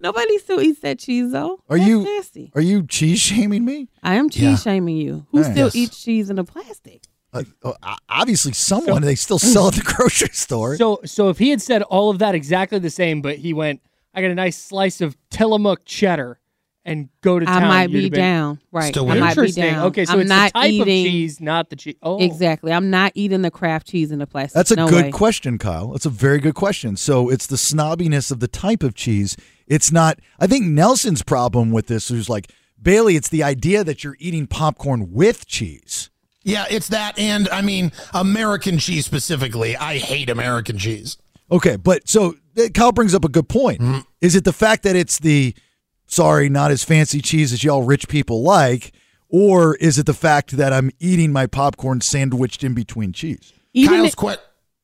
[SPEAKER 7] nobody still eats that cheese though.
[SPEAKER 8] Are
[SPEAKER 7] That's
[SPEAKER 8] you
[SPEAKER 7] nasty?
[SPEAKER 8] are you cheese shaming me?
[SPEAKER 7] I am cheese
[SPEAKER 8] Yeah.
[SPEAKER 7] shaming you. Who
[SPEAKER 8] Nice.
[SPEAKER 7] still
[SPEAKER 8] Yes.
[SPEAKER 7] eats cheese in a plastic?
[SPEAKER 8] Uh, uh, obviously, someone they still sell at the grocery store.
[SPEAKER 10] So, so if he had said all of that exactly the same, but he went, "I got a nice slice of Tillamook cheddar," and go to
[SPEAKER 7] I
[SPEAKER 10] town,
[SPEAKER 7] might
[SPEAKER 10] you'd
[SPEAKER 7] be
[SPEAKER 10] have been-
[SPEAKER 7] down. Right. I might be
[SPEAKER 10] Interesting.
[SPEAKER 7] down.
[SPEAKER 10] Okay, so
[SPEAKER 7] I'm
[SPEAKER 10] it's
[SPEAKER 7] not
[SPEAKER 10] the type
[SPEAKER 7] eating-
[SPEAKER 10] of cheese, not the cheese. Oh,
[SPEAKER 7] Exactly. I'm not eating the craft cheese in the plastic.
[SPEAKER 8] That's a
[SPEAKER 7] No
[SPEAKER 8] good
[SPEAKER 7] way.
[SPEAKER 8] question, Kyle. That's a very good question. So it's the snobbiness of the type of cheese. It's not. I think Nelson's problem with this is like Bailey. It's the idea that you're eating popcorn with cheese.
[SPEAKER 9] Yeah, it's that, and I mean American cheese specifically. I hate American cheese.
[SPEAKER 8] Okay, but so uh, Kyle brings up a good point. Is it the fact that it's the sorry, not as fancy cheese as y'all rich people like, or is it the fact that I'm eating my popcorn sandwiched in between cheese?
[SPEAKER 9] Kyle's, que-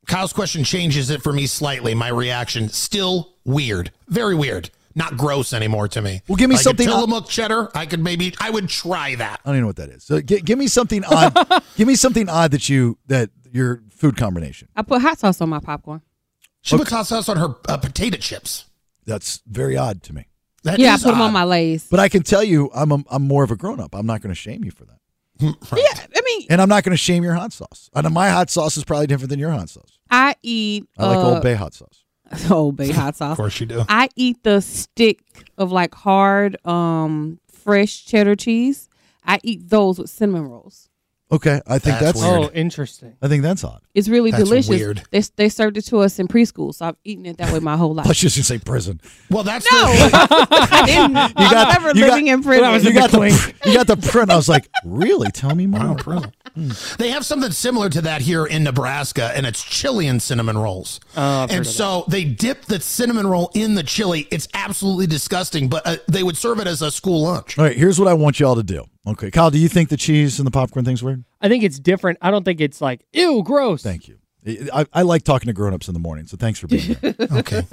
[SPEAKER 9] Kyle's question changes it for me slightly. My reaction still weird, very weird, not gross anymore to me.
[SPEAKER 8] Well, give me
[SPEAKER 9] Like a
[SPEAKER 8] something-
[SPEAKER 9] Tillamook cheddar. I could maybe, I would try that.
[SPEAKER 8] I don't even know what that is. So gi- give me something odd. give me something odd that you that your food combination.
[SPEAKER 7] I put hot sauce on my popcorn.
[SPEAKER 9] She puts hot sauce on her uh, potato chips.
[SPEAKER 8] That's very odd to me.
[SPEAKER 9] That
[SPEAKER 7] yeah, I
[SPEAKER 9] is
[SPEAKER 7] put them
[SPEAKER 9] odd.
[SPEAKER 7] on my Lay's.
[SPEAKER 8] But I can tell you, I'm a, I'm more of a grown up. I'm not going to shame you for that.
[SPEAKER 7] Yeah, I mean,
[SPEAKER 8] And I'm not going to shame your hot sauce. And my hot sauce is probably different than your hot sauce.
[SPEAKER 7] I eat.
[SPEAKER 8] I like
[SPEAKER 7] uh,
[SPEAKER 8] Old Bay hot sauce.
[SPEAKER 7] Old Bay hot sauce.
[SPEAKER 9] Of course you do.
[SPEAKER 7] I eat the stick of like hard, um, fresh cheddar cheese. I eat those with cinnamon rolls.
[SPEAKER 8] Okay, I think that's,
[SPEAKER 10] That's weird. Oh, interesting.
[SPEAKER 8] I think that's odd.
[SPEAKER 7] It's really
[SPEAKER 8] That's
[SPEAKER 7] delicious.
[SPEAKER 8] weird.
[SPEAKER 7] They they served it to us in preschool, so I've eaten it that way my whole life.
[SPEAKER 8] I was just going to say prison.
[SPEAKER 9] Well, that's
[SPEAKER 7] I didn't.
[SPEAKER 8] You got,
[SPEAKER 7] I'm never
[SPEAKER 8] you got-
[SPEAKER 7] living in prison.
[SPEAKER 8] You got the, pr- you got the print. I was like, really? Tell me more.
[SPEAKER 9] They have something similar to that here in Nebraska, and it's chili and cinnamon rolls. and so they dip the cinnamon roll in the chili. It's absolutely disgusting, but uh, they would serve it as a school lunch.
[SPEAKER 8] All right, here's what I want y'all to do. Okay, Kyle, do you think the cheese and the popcorn thing's weird?
[SPEAKER 10] I think it's different. I don't think it's like ew, gross.
[SPEAKER 8] Thank you. I, I like talking to grown-ups in the morning, so thanks for being here.
[SPEAKER 9] Okay.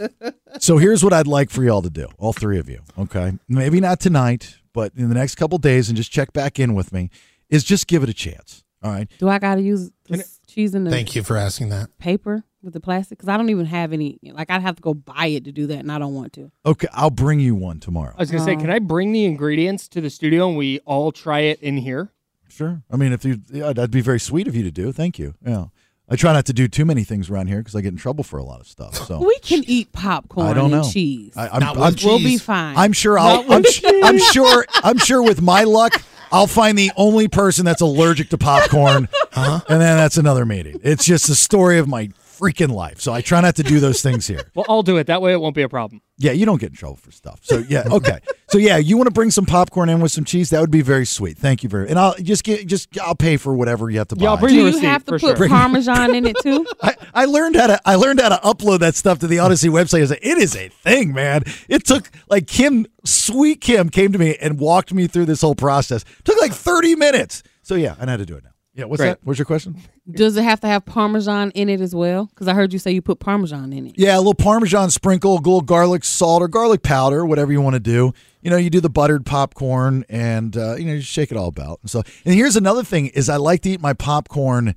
[SPEAKER 8] So here's what I'd like for y'all to do, all three of you. Okay, maybe not tonight, but in the next couple days, and just check back in with me. Is just give it a chance. All right.
[SPEAKER 7] Do I got to use this cheese in the
[SPEAKER 9] Thank you for asking that.
[SPEAKER 7] paper with the plastic? Because I don't even have any. Like I'd have to go buy it to do that, and I don't want to.
[SPEAKER 8] Okay, I'll bring you one tomorrow.
[SPEAKER 10] I was gonna say, can I bring the ingredients to the studio and we all try it in here?
[SPEAKER 8] Sure. I mean, if you, yeah, that'd be very sweet of you to do. Thank you. Yeah. I try not to do too many things around here because I get in trouble for a lot of stuff.
[SPEAKER 10] Oh,
[SPEAKER 8] So
[SPEAKER 7] We can eat popcorn
[SPEAKER 8] I don't
[SPEAKER 7] and
[SPEAKER 8] know.
[SPEAKER 7] cheese.
[SPEAKER 8] I, I'm,
[SPEAKER 7] Not with
[SPEAKER 8] I'm-
[SPEAKER 7] cheese. We'll be fine.
[SPEAKER 8] I'm sure. I'll,
[SPEAKER 7] Not with
[SPEAKER 8] I'm, sh- I'm sure. I'm sure. With my luck, I'll find the only person that's allergic to popcorn, and then that's another meeting. It's just the story of my freaking life. So I try not to do those things here.
[SPEAKER 10] Well, I'll do it. That way, it won't be a problem.
[SPEAKER 8] Yeah, you don't get in trouble for stuff. So yeah, okay. So yeah, you want to bring some popcorn in with some cheese? That would be very sweet. Thank you very. And I'll just get just I'll pay for whatever you have to buy.
[SPEAKER 10] Yeah, I'll bring
[SPEAKER 7] Do
[SPEAKER 10] the
[SPEAKER 7] you
[SPEAKER 10] receipt
[SPEAKER 7] have to
[SPEAKER 10] for
[SPEAKER 7] put
[SPEAKER 10] sure.
[SPEAKER 7] parmesan in it too?
[SPEAKER 8] I, I learned how to I learned how to upload that stuff to the Odyssey website. I was like, it is a thing, man. It took like Kim, sweet Kim, came to me and walked me through this whole process. took like thirty minutes. So yeah, I know how to do it now. Yeah, what's
[SPEAKER 10] Great.
[SPEAKER 8] that? What's your question?
[SPEAKER 7] Does it have to have parmesan in it as well? Because I heard you say you put parmesan in it.
[SPEAKER 8] Yeah, a little Parmesan sprinkle, a little garlic salt or garlic powder, whatever you want to do. You know, you do the buttered popcorn and uh, you know you shake it all about. And so, and here's another thing: is I like to eat my popcorn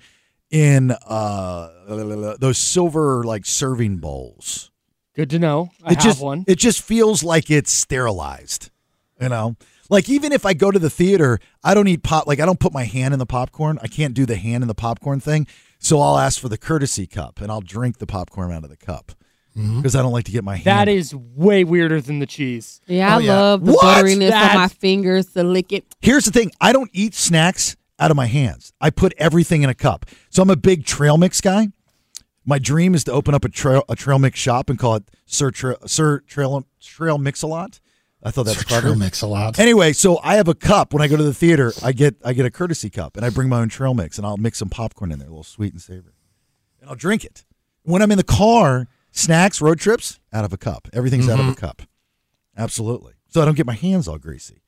[SPEAKER 8] in uh, those silver like serving bowls.
[SPEAKER 10] Good to know. I have
[SPEAKER 8] just,
[SPEAKER 10] one.
[SPEAKER 8] It just feels like it's sterilized. You know, like even if I go to the theater, I don't eat pop. Like I don't put my hand in the popcorn. I can't do the hand in the popcorn thing. So I'll ask for the courtesy cup and I'll drink the popcorn out of the cup because I don't like to get my hand.
[SPEAKER 10] Mm-hmm. That is way weirder than the cheese.
[SPEAKER 7] Yeah, I love the
[SPEAKER 8] Oh, What?
[SPEAKER 7] butteriness
[SPEAKER 8] That's-
[SPEAKER 7] on my fingers to lick it.
[SPEAKER 8] Here's the thing: I don't eat snacks out of my hands. I put everything in a cup. So I'm a big trail mix guy. My dream is to open up a trail a trail mix shop and call it Sir Tra- Sir Trail Trail Mix a Lot. I thought that's
[SPEAKER 9] Sir
[SPEAKER 8] clever.
[SPEAKER 9] Trail Mix a lot.
[SPEAKER 8] Anyway, so I have a cup when I go to the theater. I get I get a courtesy cup, and I bring my own trail mix, and I'll mix some popcorn in there, a little sweet and savory, and I'll drink it. When I'm in the car, snacks, road trips, out of a cup. Everything's out of a
[SPEAKER 10] Mhm.
[SPEAKER 8] cup. Absolutely. So I don't get my hands all greasy.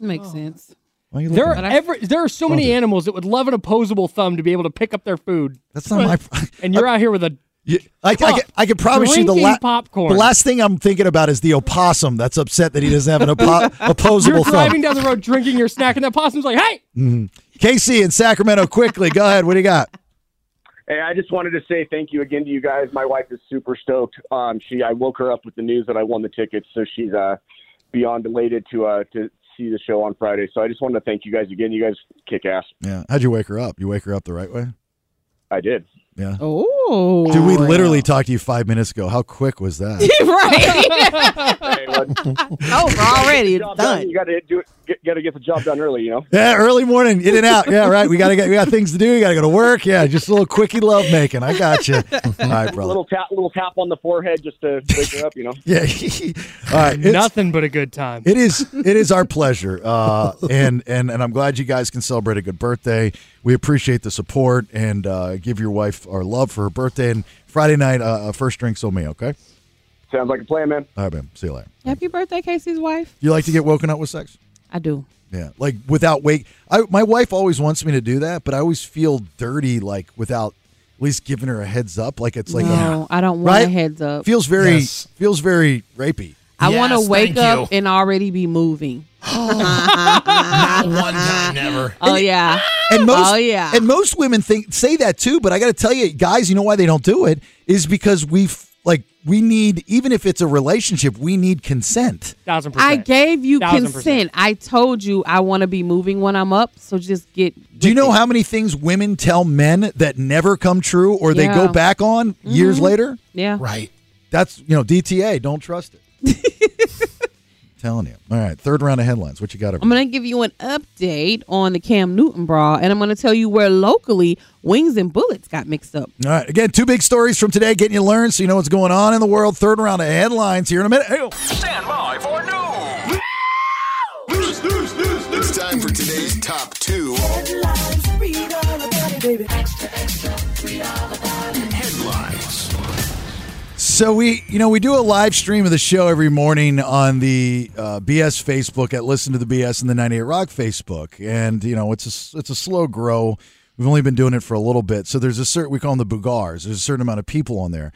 [SPEAKER 10] Oh.
[SPEAKER 7] Makes sense.
[SPEAKER 8] Why are you
[SPEAKER 10] There
[SPEAKER 8] looking
[SPEAKER 10] are
[SPEAKER 8] at me?
[SPEAKER 10] every, there are so many animals that would love an opposable thumb to be able to pick up their food.
[SPEAKER 8] That's not my.
[SPEAKER 10] and you're out here with a.
[SPEAKER 8] I, I,
[SPEAKER 10] cup
[SPEAKER 8] could- I could promise you the,
[SPEAKER 10] drinking
[SPEAKER 8] la-
[SPEAKER 10] popcorn.
[SPEAKER 8] the last thing I'm thinking about is the opossum that's upset that he doesn't have an oppo- opposable
[SPEAKER 10] You're driving
[SPEAKER 8] thumb.
[SPEAKER 10] down the road drinking your snack, and that possum's like, "Hey,
[SPEAKER 8] Mhm. KC in Sacramento, quickly. Go ahead. What do you got?
[SPEAKER 16] Hey, I just wanted to say thank you again to you guys. My wife is super stoked. Um, she, I woke her up with the news that I won the tickets, so she's uh, beyond elated to uh, to see the show on Friday. So I just wanted to thank you guys again. You guys kick ass.
[SPEAKER 8] Yeah. How'd you wake her up? You wake her up the right way?
[SPEAKER 16] I did.
[SPEAKER 8] Yeah.
[SPEAKER 7] Oh.
[SPEAKER 8] Dude, we literally talked to you five minutes ago. How quick was that?
[SPEAKER 7] right. oh, we're already
[SPEAKER 16] Job
[SPEAKER 7] done.
[SPEAKER 16] You got to do it. Get, got to get the job done early. You know.
[SPEAKER 8] Yeah, early morning, in and out. Yeah, right. We gotta get we got things to do. We gotta go to work. Yeah, just a little quickie love making. I got you. All right, brother.
[SPEAKER 16] Little tap, little tap on the forehead just to wake her up. You know.
[SPEAKER 8] Yeah. All right. it's-
[SPEAKER 10] nothing but a good time."
[SPEAKER 8] It is it is our pleasure, uh, and and and I'm glad you guys can celebrate a good birthday. We appreciate the support and uh, give your wife our love for her birthday. And Friday night, uh, first drinks on me. Okay.
[SPEAKER 16] Sounds like a plan, man.
[SPEAKER 8] All right, man. See you later.
[SPEAKER 7] Happy birthday, Casey's wife.
[SPEAKER 8] You like to get woken up with sex?
[SPEAKER 7] I do.
[SPEAKER 8] Yeah, like without wake. I my wife always wants me to do that, but I always feel dirty like without at least giving her a heads up. Like it's like
[SPEAKER 7] No, I don't want
[SPEAKER 8] right?
[SPEAKER 7] a heads up.
[SPEAKER 8] Feels very
[SPEAKER 7] Yes.
[SPEAKER 8] feels very rapey.
[SPEAKER 7] I want to wake up and already be moving.
[SPEAKER 9] Not one
[SPEAKER 12] Uh-huh.
[SPEAKER 9] time, never.
[SPEAKER 7] Oh yeah.
[SPEAKER 8] And most,
[SPEAKER 7] oh yeah.
[SPEAKER 8] and most women think say that too, but I got to tell you, guys, you know why they don't do it is because we've like we need even if it's a relationship, we need consent.
[SPEAKER 10] Thousand percent.
[SPEAKER 7] I gave you
[SPEAKER 8] Thousand
[SPEAKER 7] consent. I told you I want to be moving when I'm up, so just get.
[SPEAKER 8] Do you know how many things women tell men that never come true or they
[SPEAKER 7] Yeah.
[SPEAKER 8] go back on years
[SPEAKER 7] Mhm.
[SPEAKER 8] later?
[SPEAKER 7] Yeah.
[SPEAKER 9] Right.
[SPEAKER 8] That's you know DTA. Don't trust it. Telling you. All right, third round of headlines. What you got? Over?
[SPEAKER 7] I'm going to give you an update on the Cam Newton brawl, and I'm going to tell you where locally wings and bullets got mixed up.
[SPEAKER 8] All right, again, two big stories from today, getting you learned, so you know what's going on in the world. Third round of headlines here in a minute. Hey,
[SPEAKER 3] Stand by for news. News, news, news, news.
[SPEAKER 4] It's time for today's top two. Headlines.
[SPEAKER 8] So we, you know, we do a live stream of the show every morning on the uh, BS Facebook at Listen to the BS and the 98 Rock Facebook, and you know, it's a s- it's a slow grow. We've only been doing it for a little bit, so there's a certain we call them the Bugars. There's a certain amount of people on there,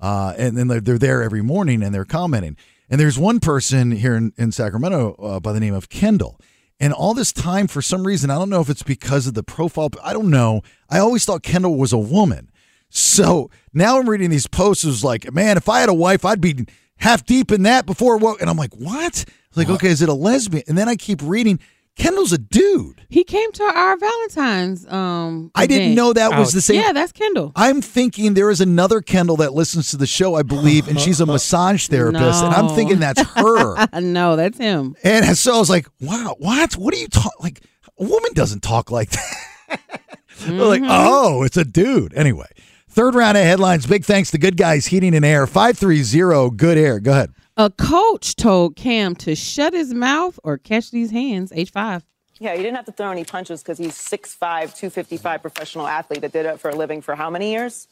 [SPEAKER 8] uh, and then they're, they're there every morning and they're commenting. And there's one person here in, in Sacramento uh, by the name of Kendall. And all this time, for some reason, I don't know if it's because of the profile, I don't know. I always thought Kendall was a woman. So now I'm reading these posts. It was like, man, if I had a wife, I'd be half deep in that before. What? And I'm like, what? Like, okay, is it a lesbian? And then I keep reading. Kendall's a dude.
[SPEAKER 7] He came to our Valentine's. Um,
[SPEAKER 8] I didn't
[SPEAKER 7] event.
[SPEAKER 8] know that was the same.
[SPEAKER 7] Yeah, that's Kendall.
[SPEAKER 8] I'm thinking there is another Kendall that listens to the show, I believe, and she's a massage therapist. And I'm
[SPEAKER 7] No.
[SPEAKER 8] thinking that's her.
[SPEAKER 7] no, that's him.
[SPEAKER 8] And so I was like, wow, what? What are you talking? Like, a woman doesn't talk like that. They're
[SPEAKER 7] Mm-hmm.
[SPEAKER 8] like, oh, it's a dude. Anyway, third round of headlines. Big thanks to Good Guys Heating and Air. 530 Good Air. Go ahead.
[SPEAKER 7] A coach told Cam to shut his mouth or catch these hands. H five.
[SPEAKER 1] Yeah, he didn't have to throw any punches because he's 6'5, 255 professional athlete that did it for a living for how many years?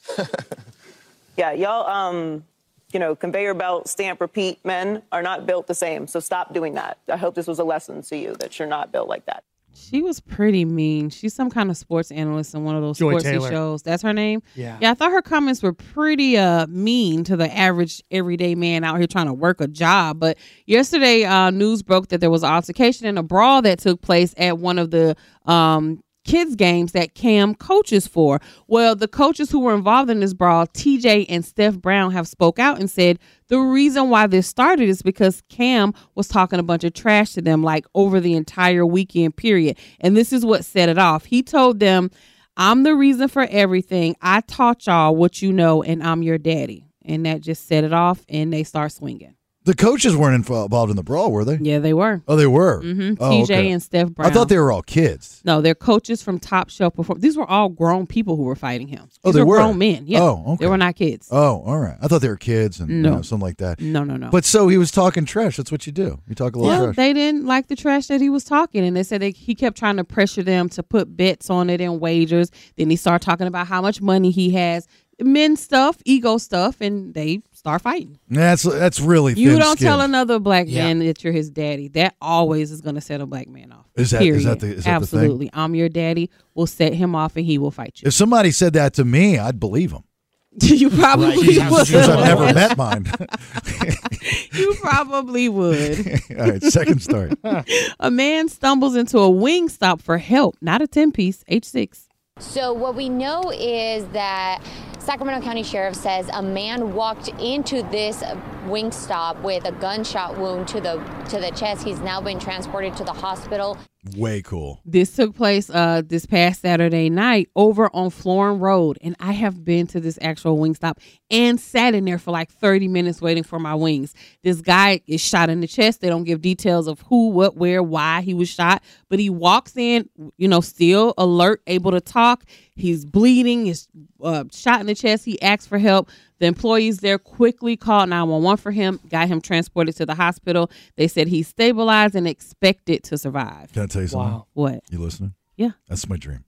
[SPEAKER 1] yeah, y'all, um, you know, conveyor belt, stamp, repeat men are not built the same. So stop doing that. I hope this was a lesson to you that you're not built like that.
[SPEAKER 7] She was pretty mean. She's some kind of sports analyst in one of those
[SPEAKER 1] Joy
[SPEAKER 7] sportsy
[SPEAKER 1] Taylor.
[SPEAKER 7] shows. That's her name.
[SPEAKER 1] Yeah.
[SPEAKER 7] Yeah, I thought her comments were pretty uh mean to the average everyday man out here trying to work a job. But yesterday, uh, news broke that there was an altercation and a brawl that took place at one of the um kids games that Cam coaches for. Well, the coaches who were involved in this brawl, TJ and Steph Brown, have spoke out and said the reason why this started is because Cam was talking a bunch of trash to them like over the entire weekend period. And this is what set it off. He told them, "I'm the reason for everything. I taught y'all what you know and I'm your daddy." And that just set it off and they start swinging.
[SPEAKER 8] The coaches weren't info- involved in the brawl, were they?
[SPEAKER 7] Yeah, they were.
[SPEAKER 8] Oh, they were.
[SPEAKER 7] Mhm.
[SPEAKER 8] Oh,
[SPEAKER 7] TJ
[SPEAKER 8] okay.
[SPEAKER 7] and Steph Brown.
[SPEAKER 8] I thought they were all kids.
[SPEAKER 7] No, their coaches from Top Shelf before. These were all grown people who were fighting him. These
[SPEAKER 8] Oh, they were?
[SPEAKER 7] grown men. Yeah.
[SPEAKER 8] Oh, okay.
[SPEAKER 7] They were not kids.
[SPEAKER 8] Oh, all right. I thought they were kids and you
[SPEAKER 7] No.
[SPEAKER 8] know, something like that.
[SPEAKER 7] No, no, no.
[SPEAKER 8] But so he was talking trash. That's what you do. You talk a lot
[SPEAKER 7] Yeah,
[SPEAKER 8] of trash.
[SPEAKER 7] they didn't like the trash that he was talking, and they said they, he kept trying to pressure them to put bets on it and wagers. Then he started talking about how much money he has, men stuff, ego stuff, and they start fighting.
[SPEAKER 8] that's that's really
[SPEAKER 7] You
[SPEAKER 8] thin
[SPEAKER 7] don't
[SPEAKER 8] skin.
[SPEAKER 7] tell another black
[SPEAKER 8] Yeah.
[SPEAKER 7] man that you're his daddy. That always is going to set a black man off.
[SPEAKER 8] Is that-
[SPEAKER 7] Period.
[SPEAKER 8] is that the- is that the thing?
[SPEAKER 7] absolutely? I'm your daddy. Will set him off, and he will fight you.
[SPEAKER 8] If somebody said that to me, I'd believe him.
[SPEAKER 7] you
[SPEAKER 8] Right,
[SPEAKER 7] probably
[SPEAKER 8] yeah,
[SPEAKER 7] would.
[SPEAKER 8] because I've never met mine.
[SPEAKER 7] you probably would.
[SPEAKER 8] All right, second story.
[SPEAKER 7] a man stumbles into a wing stop for help, not a 10 piece, H6.
[SPEAKER 5] So, what we know is that Sacramento County Sheriff says a man walked into this wing stop with a gunshot wound to the to the chest. He's now been transported to the hospital.
[SPEAKER 8] Way cool.
[SPEAKER 7] This took place uh this past Saturday night over on Florin Road, and I have been to this actual wing stop and sat in there for like 30 minutes waiting for my wings. This guy is shot in the chest. They don't give details of who, what, where, why he was shot, but he walks in, you know, still alert, able to talk. He's bleeding, he's uh, shot in the chest. He asks for help. The employees there quickly called 911 for him, got him transported to the hospital. They said he's stabilized and expected to survive.
[SPEAKER 8] Can I tell you something?
[SPEAKER 7] Wow. What?
[SPEAKER 8] You listening?
[SPEAKER 7] Yeah.
[SPEAKER 8] That's my dream.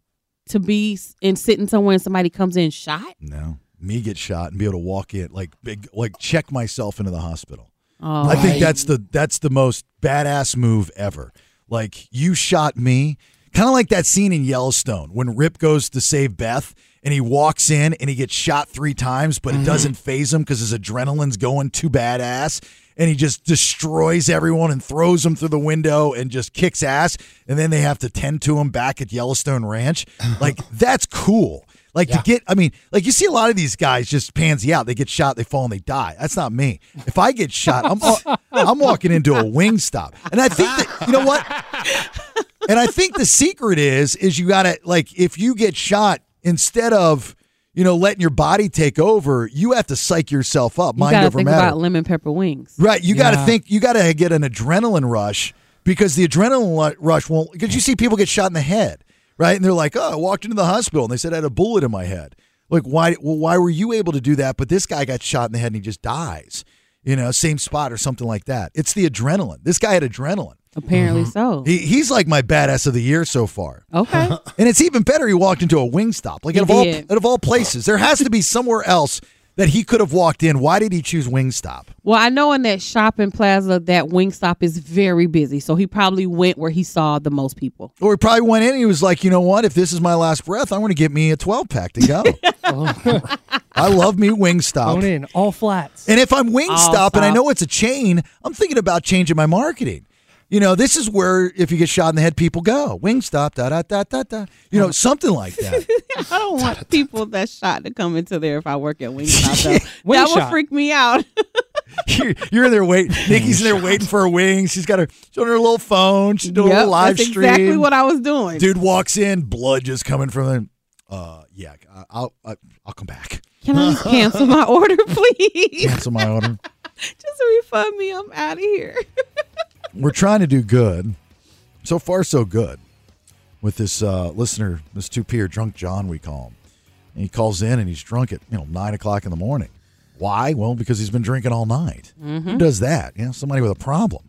[SPEAKER 7] to be s- and sitting somewhere and somebody comes in shot.
[SPEAKER 8] No. Me get shot and be able to walk in like big like check myself into the hospital.
[SPEAKER 7] Oh.
[SPEAKER 8] I think
[SPEAKER 7] Right.
[SPEAKER 8] that's the that's the most badass move ever. Like you shot me. Kind of like that scene in Yellowstone when Rip goes to save Beth and he walks in and he gets shot three times, but it doesn't phase him because his adrenaline's going too badass. And he just destroys everyone and throws them through the window and just kicks ass. And then they have to tend to him back at Yellowstone Ranch. Like, that's cool. Like to get, I mean, like you see a lot of these guys just pansy out. They get shot, they fall, and they die. That's not me. If I get shot, I'm I'm walking into a wing stop. And I think that you know what? And I think the secret is is you gotta like if you get shot, instead of you know letting your body take over, you have to psych yourself up.
[SPEAKER 7] You
[SPEAKER 8] Mind
[SPEAKER 7] gotta
[SPEAKER 8] over
[SPEAKER 7] think
[SPEAKER 8] matter.
[SPEAKER 7] about lemon pepper wings.
[SPEAKER 8] Right. You got to
[SPEAKER 7] Yeah.
[SPEAKER 8] think, you got to get an adrenaline rush because the adrenaline lu- rush won't, because you see people get shot in the head, right? And they're like, oh, I walked into the hospital and they said I had a bullet in my head. Like, why, well, why were you able to do that? But this guy got shot in the head and he just dies, you know, same spot or something like that. It's the adrenaline. This guy had adrenaline.
[SPEAKER 7] Apparently so.
[SPEAKER 8] Mm-hmm. He, he's like my badass of the year so far.
[SPEAKER 7] Okay.
[SPEAKER 8] and it's even better he walked into a wing stop. Like
[SPEAKER 7] He
[SPEAKER 8] out of all
[SPEAKER 7] did.
[SPEAKER 8] out of all places, there has to be somewhere else that he could have walked in. Why did he choose Wingstop?
[SPEAKER 7] Well, I know in that shopping plaza that Wingstop is very busy, so he probably went where he saw the most people.
[SPEAKER 8] Or he probably went in and he was like, you know what? If this is my last breath, I want to get me a 12 pack to go.
[SPEAKER 7] Oh.
[SPEAKER 8] I love me Wingstop.
[SPEAKER 10] Phone in all flats.
[SPEAKER 8] And if I'm Wingstop and I
[SPEAKER 10] stop.
[SPEAKER 8] know it's a chain, I'm thinking about changing my marketing. You know, this is where if you get shot in the head, people go Wingstop, da da da da da. You know, something like that.
[SPEAKER 7] I don't want people that shot to come into there if I work at Wingstop. Though.
[SPEAKER 8] Wing
[SPEAKER 7] that would
[SPEAKER 8] shot.
[SPEAKER 7] freak me out.
[SPEAKER 8] You're, you're in there waiting. Nikki's in there waiting for her wings. She's got her she's on her little phone. She's doing a
[SPEAKER 7] Yep,
[SPEAKER 8] little live
[SPEAKER 7] that's
[SPEAKER 8] stream.
[SPEAKER 7] exactly what I was doing.
[SPEAKER 8] Dude walks in, blood just coming from him. Uh, yeah, I- I'll I- I'll come back.
[SPEAKER 7] Can I just cancel my order, please?
[SPEAKER 8] Cancel my order.
[SPEAKER 7] Just refund me. I'm out of here.
[SPEAKER 8] We're trying to do good. So far, so good with this uh, listener, this two peer drunk John, we call him. And he calls in and he's drunk at you know nine o'clock in the morning. Why? Well, because he's been drinking all night. Who does that? You know, somebody with a problem.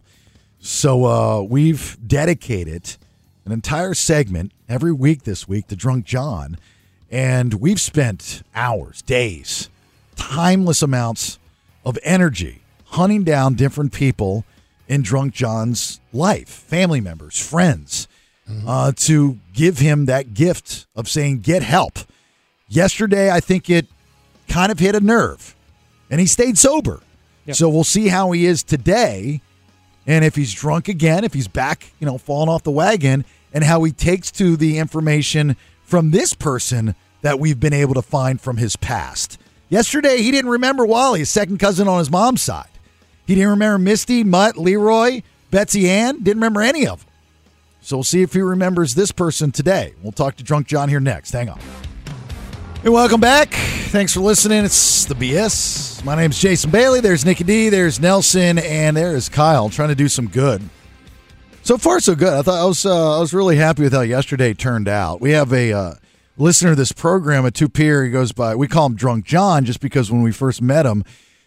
[SPEAKER 8] So uh, we've dedicated an entire segment every week this week to Drunk John, and we've spent hours, days, timeless amounts of energy hunting down different people in Drunk John's life, family members, friends, uh, to give him that gift of saying, "Get help." Yesterday, I think it kind of hit a nerve, and he stayed sober. So we'll see how he is today and if he's drunk again, if he's back, you know, falling off the wagon, and how he takes to the information from this person that we've been able to find from his past. Yesterday, he didn't remember Wally, his second cousin on his mom's side. He didn't remember Misty, Mutt, Leroy, Betsy Ann, didn't remember any of them. So we'll see if he remembers this person today. We'll talk to Drunk John here next. Hang on. Hey, welcome back. Thanks for listening. It's the BS. My name's Jason Bailey. There's Nikki D. There's Nelson, and there is Kyle trying to do some good. So far, so good. I thought I was uh, I was really happy with how yesterday turned out. We have a uh, listener to this program, a two peer. He goes by we call him Drunk John, just because when we first met him,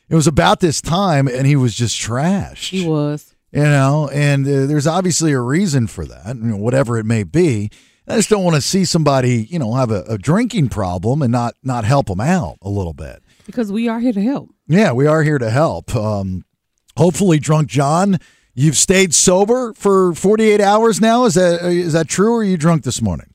[SPEAKER 8] it was about this time, and he was just trashed.
[SPEAKER 7] He was,
[SPEAKER 8] you know. And uh, there's obviously a reason for that, you know, whatever it may be. I just don't want to see somebody, you know, have a, a drinking problem and not not help them out a little bit.
[SPEAKER 7] because we are here to help.
[SPEAKER 8] Yeah, we are here to help. Um, hopefully, drunk John, you've stayed sober for 48 hours now. Is that uh, is that true? Or are you drunk this morning?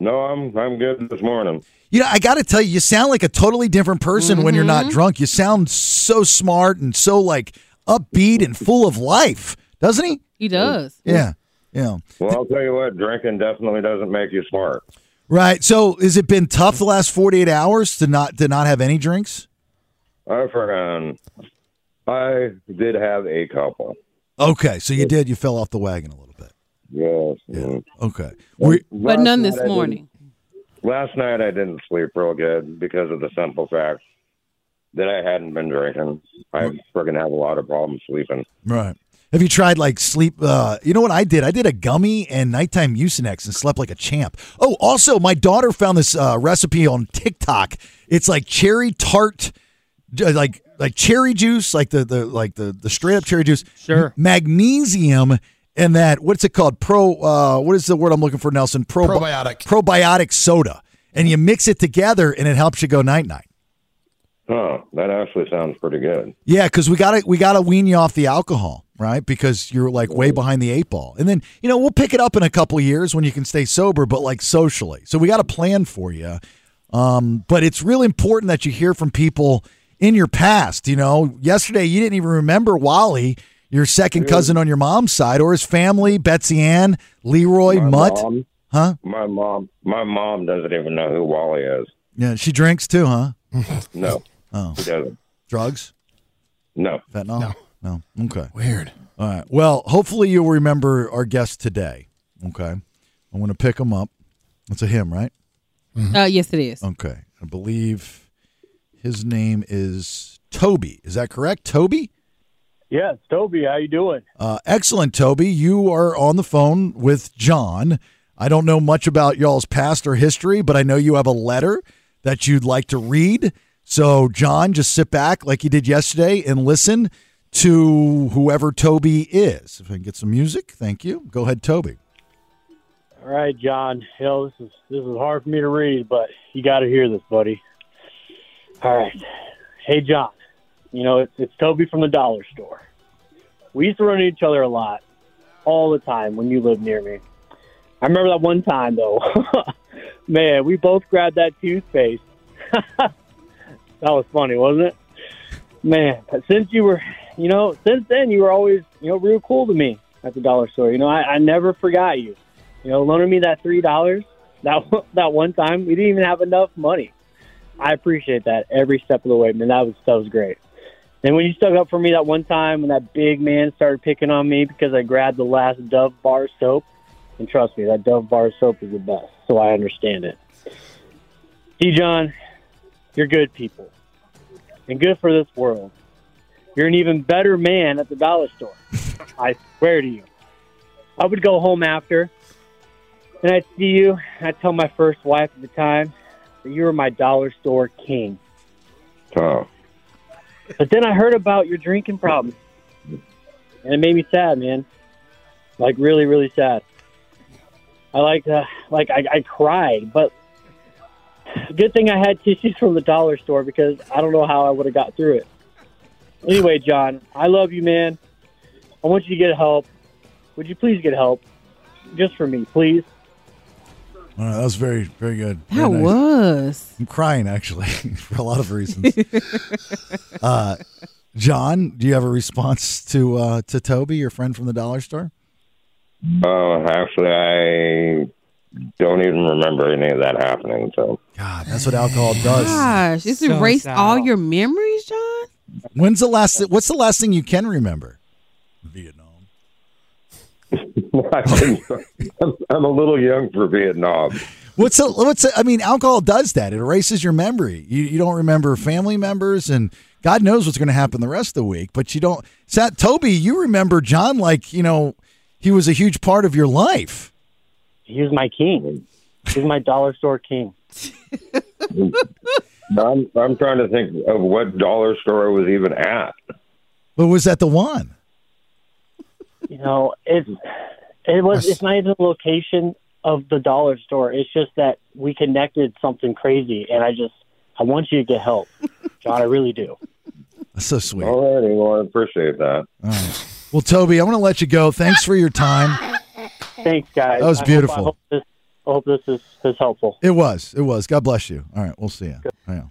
[SPEAKER 11] No, I'm I'm good this morning.
[SPEAKER 8] You know, I got to tell you, you sound like a totally different person when you're not drunk. You sound so smart and so like upbeat and full of life, doesn't he?
[SPEAKER 7] He does.
[SPEAKER 8] Yeah, yeah.
[SPEAKER 11] Well, I'll tell you what, drinking definitely doesn't make you smart.
[SPEAKER 8] Right. So, has it been tough the last 48 hours to not to not have any drinks?
[SPEAKER 11] I forgot. I did have a couple.
[SPEAKER 8] Okay, so you did. You fell off the wagon a little bit.
[SPEAKER 11] Yes.
[SPEAKER 8] Okay.
[SPEAKER 7] But none this morning.
[SPEAKER 11] Last night I didn't sleep real good because of the simple fact that I hadn't been drinking. I freaking have a lot of problems sleeping.
[SPEAKER 8] Right. Have you tried like sleep? Uh, you know what I did? I did a gummy and nighttime Mucinex and slept like a champ. Oh, also, my daughter found this uh, recipe on TikTok. It's like cherry tart, uh, like like cherry juice, like the the like the the straight up cherry juice. Sure. Magnesium and that what's it called? Pro. Uh, what is the word I'm looking for, Nelson? Pro-
[SPEAKER 9] Probiotic.
[SPEAKER 8] Probiotic soda, and you mix it together, and it helps you go night night.
[SPEAKER 11] Huh. That actually sounds pretty good.
[SPEAKER 8] Yeah, because we gotta we gotta wean you off the alcohol, right? Because you're like way behind the eight ball, and then you know we'll pick it up in a couple years when you can stay sober, but like socially. So we got a plan for you. Um, but it's really important that you hear from people in your past. You know, yesterday you didn't even remember Wally, your second cousin on your mom's side, or his family, Betsy Ann, Leroy,
[SPEAKER 11] My
[SPEAKER 8] Mutt,
[SPEAKER 11] mom-
[SPEAKER 8] huh?
[SPEAKER 11] My mom. My mom doesn't even know who Wally is.
[SPEAKER 8] Yeah, she drinks too, huh?
[SPEAKER 11] No.
[SPEAKER 8] Oh.
[SPEAKER 11] She doesn't.
[SPEAKER 8] Drugs?
[SPEAKER 11] No.
[SPEAKER 8] Fentanyl? No. No. Okay.
[SPEAKER 9] Weird.
[SPEAKER 8] All right. Well, hopefully you'll remember our guest today. Okay. I'm going to pick him up. That's a him, right?
[SPEAKER 7] Uh, yes, it is.
[SPEAKER 8] Okay. I believe his name is Toby. Is that correct? Toby?
[SPEAKER 12] Yes, Toby, how you doing?
[SPEAKER 8] Uh, excellent, Toby. You are on the phone with John. I don't know much about y'all's past or history, but I know you have a letter that you'd like to read. So, John, just sit back like you did yesterday and listen to whoever Toby is. If I can get some music, thank you. Go ahead, Toby.
[SPEAKER 12] All right, John. Hell, this is this is hard for me to read, but you got to hear this, buddy. All right. Hey, John. You know, it's, it's Toby from the dollar store. We used to run into each other a lot, all the time when you lived near me. I remember that one time, though. Man, we both grabbed that toothpaste. that was funny, wasn't it? Man, but since you were, you know, since then you were always, you know, real cool to me at the dollar store. You know, I, I never forgot you. You know, loaning me that three dollars that one- that one time. We didn't even have enough money. I appreciate that every step of the way, man. That was that was great. And when you stuck up for me that one time when that big man started picking on me because I grabbed the last Dove bar soap, and trust me, that Dove bar soap is the best, so I understand it. See, John, you're good people and good for this world. You're an even better man at the dollar store. I swear to you. I would go home after and I'd see you. and I'd tell my first wife at the time that you were my dollar store king.
[SPEAKER 11] Oh.
[SPEAKER 12] But then I heard about your drinking problem, and it made me sad, man. Like really, really sad. I like, uh, like I, I cried, but good thing I had tissues from the dollar store because I don't know how I would have got through it. Anyway, John, I love you, man. I want you to get help. Would you please get help? Just for me, please.
[SPEAKER 8] All right, Uh, that was very, very good.
[SPEAKER 7] That was.
[SPEAKER 8] I'm crying actually for a lot of reasons. uh, John, do you have a response to uh, to Toby, your friend from the dollar store?
[SPEAKER 11] Uh, actually, I don't even remember any of that happening. So.
[SPEAKER 8] God, that's what alcohol does.
[SPEAKER 7] Gosh, it's
[SPEAKER 8] So
[SPEAKER 7] erased
[SPEAKER 8] sad.
[SPEAKER 7] all your memories, John.
[SPEAKER 8] When's the last? What's the last thing you can remember?
[SPEAKER 11] I'm a little young for Vietnam.
[SPEAKER 8] What's a, what's a, I mean, alcohol does that. It erases your memory. You, you don't remember family members, and God knows what's going to happen the rest of the week. But you don't. Sat Toby, you remember John like you know he was a huge part of your life.
[SPEAKER 12] He was my king. He was my dollar store king.
[SPEAKER 11] I'm, I'm trying to think of what dollar store I was even at.
[SPEAKER 8] But was that the one?
[SPEAKER 12] You know, it's it was it's not even the location of the dollar store. It's just that we connected something crazy, and I just I want you to get help, John. I really do.
[SPEAKER 8] That's so sweet.
[SPEAKER 11] All righty, well, I appreciate that.
[SPEAKER 8] All right. Well, Toby, I'm going to let you go. Thanks for your time.
[SPEAKER 12] Thanks, guys.
[SPEAKER 8] That was
[SPEAKER 12] I hope-
[SPEAKER 8] beautiful.
[SPEAKER 12] I hope, this, I hope this is, is helpful.
[SPEAKER 8] It was. It was. God bless you. All right, we'll see you. Hang on.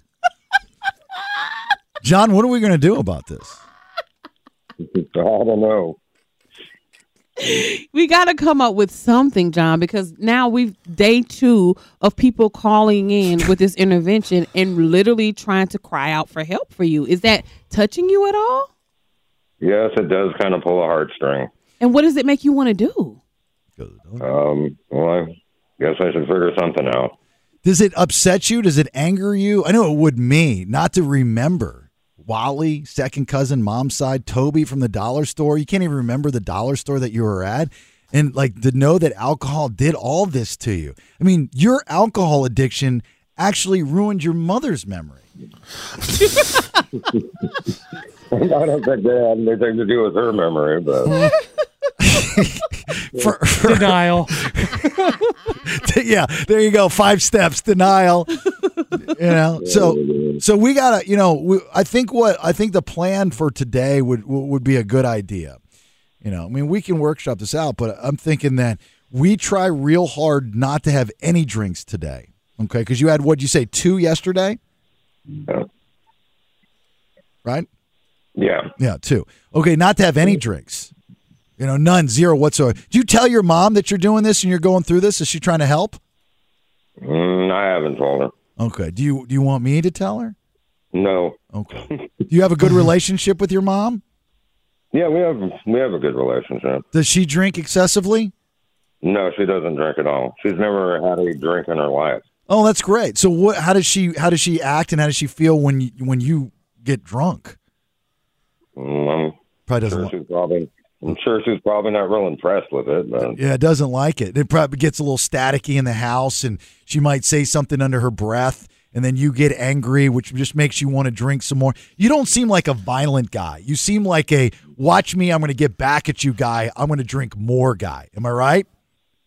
[SPEAKER 8] John, what are we going to do about this?
[SPEAKER 11] I don't know.
[SPEAKER 7] we got to come up with something, John, because now we've day two of people calling in with this intervention and literally trying to cry out for help for you. Is that touching you at all?
[SPEAKER 11] Yes, it does kind of pull a heartstring.
[SPEAKER 7] And what does it make you want to do?
[SPEAKER 11] Um, well, I guess I should figure something out.
[SPEAKER 8] Does it upset you? Does it anger you? I know it would me not to remember Wally, second cousin, mom's side, Toby from the dollar store. You can't even remember the dollar store that you were at. And like to know that alcohol did all this to you. I mean, your alcohol addiction actually ruined your mother's memory.
[SPEAKER 11] I don't think that had anything to do with her memory, but
[SPEAKER 8] Denial. yeah, there you go. Five steps. Denial. you know so so we gotta you know we, i think what i think the plan for today would would be a good idea you know i mean we can workshop this out but i'm thinking that we try real hard not to have any drinks today okay because you had what you say two yesterday right
[SPEAKER 11] yeah.
[SPEAKER 8] yeah two okay not to have any drinks you know none zero whatsoever do you tell your mom that you're doing this and you're going through this is she trying to help
[SPEAKER 11] mm, I haven't told her.
[SPEAKER 8] okay do you do you want me to tell her
[SPEAKER 11] No.
[SPEAKER 8] Okay. do you have a good relationship with your mom
[SPEAKER 11] Yeah, we have we have a good relationship.
[SPEAKER 8] Does she drink excessively?
[SPEAKER 11] No, she doesn't drink at all. She's never had a drink in her life.
[SPEAKER 8] Oh, that's great. So what? How does she? How does she act? And how does she feel when you, when you get drunk?
[SPEAKER 11] Mm, I'm
[SPEAKER 8] Probably
[SPEAKER 11] sure she's probably. I'm sure she's probably not real impressed with it, but
[SPEAKER 8] Yeah, it doesn't like it. It probably gets a little staticky in the house, and she might say something under her breath, and then you get angry, which just makes you want to drink some more. You don't seem like a violent guy. You seem like a watch me. I'm going to get back at you, guy. I'm going to drink more, guy. Am I right?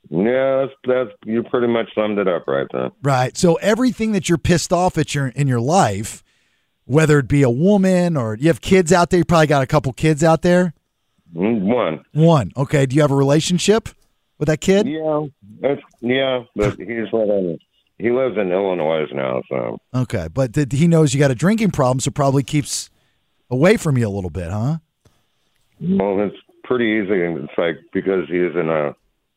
[SPEAKER 11] yeah, that's, that's you pretty much summed it up right there.
[SPEAKER 8] Right. So everything that you're pissed off at your in your life, whether it be a woman or you have kids out there, you probably got a couple kids out there.
[SPEAKER 11] Mm, One,
[SPEAKER 8] One. Okay. Do you have a relationship with that kid?
[SPEAKER 11] Yeah. that's yeah, but he's living. He lives in Illinois now, so
[SPEAKER 8] Okay. But th- he knows you got a drinking problem, so probably keeps away from you a little bit, huh?
[SPEAKER 11] well, it's pretty easy. and It's like because he's in a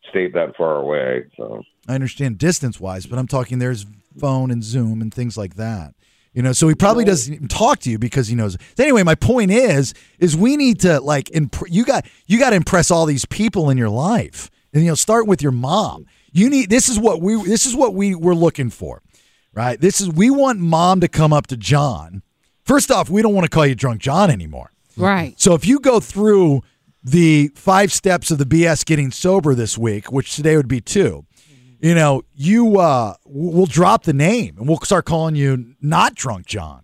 [SPEAKER 11] state that far away, so
[SPEAKER 8] I understand distance wise, but I'm talking there's phone and Zoom and things like that. You know, so he probably doesn't even talk to you because he knows. So anyway, my point is, is we need to like, imp- you got you got to impress all these people in your life, and you know, start with your mom. You need this is what we this is what we were looking for, right? This is we want mom to come up to John. First off, we don't want to call you drunk John anymore.
[SPEAKER 7] Right.
[SPEAKER 8] So if you go through the five steps of the BS getting sober this week, which today would be two, you know, you uh w- we'll drop the name and we'll start calling you not drunk John.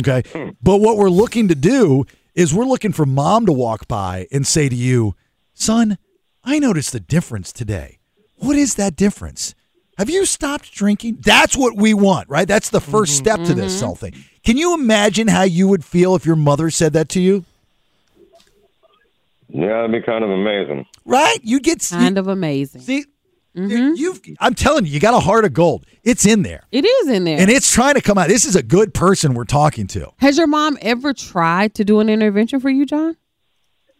[SPEAKER 8] Okay. But what we're looking to do is we're looking for mom to walk by and say to you, son, I noticed the difference today. What is that difference? Have you stopped drinking? That's what we want, right? That's the 1st step to this whole thing. Can you imagine how you would feel if your mother said that to you?
[SPEAKER 11] yeah, it'd be kind of amazing.
[SPEAKER 8] right? You get
[SPEAKER 7] kind of amazing.
[SPEAKER 8] See,
[SPEAKER 11] Mm-hmm.
[SPEAKER 8] you've I'm telling you, you got a heart of gold. It's in there,
[SPEAKER 7] it is in there.
[SPEAKER 8] and it's trying to come out. This is a good person we're talking to.
[SPEAKER 7] Has your mom ever tried to do an intervention for you, John?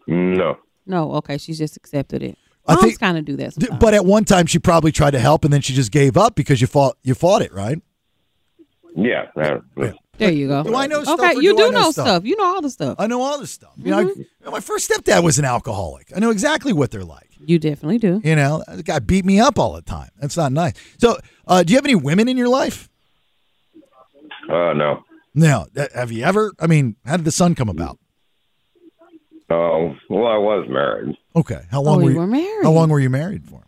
[SPEAKER 11] No,
[SPEAKER 7] No. Okay, she's just accepted it.
[SPEAKER 8] I
[SPEAKER 7] Moms
[SPEAKER 8] think-
[SPEAKER 7] kind of do that.
[SPEAKER 8] D- but at one time she probably tried to help, and then she just gave up because you fought. You fought it, right?
[SPEAKER 11] yeah, that-
[SPEAKER 7] There you go.
[SPEAKER 8] Do I know stuff?
[SPEAKER 7] Okay,
[SPEAKER 8] or
[SPEAKER 7] you
[SPEAKER 8] do, I
[SPEAKER 7] do know stuff.
[SPEAKER 11] Mm-hmm.
[SPEAKER 8] You know all the stuff. I know all the stuff. You know, I- my first stepdad was an alcoholic. I know exactly what they're like.
[SPEAKER 7] You definitely do.
[SPEAKER 8] You know, the guy beat me up all the time. That's not nice. So, uh, do you have any women in your life?
[SPEAKER 11] Uh, no.
[SPEAKER 8] No. Uh, Have you ever? I mean, how did the son come about?
[SPEAKER 11] Oh, well, I was married.
[SPEAKER 8] Okay. How long
[SPEAKER 11] Oh,
[SPEAKER 8] were
[SPEAKER 11] you
[SPEAKER 8] you
[SPEAKER 11] were married.
[SPEAKER 8] How long were you married for?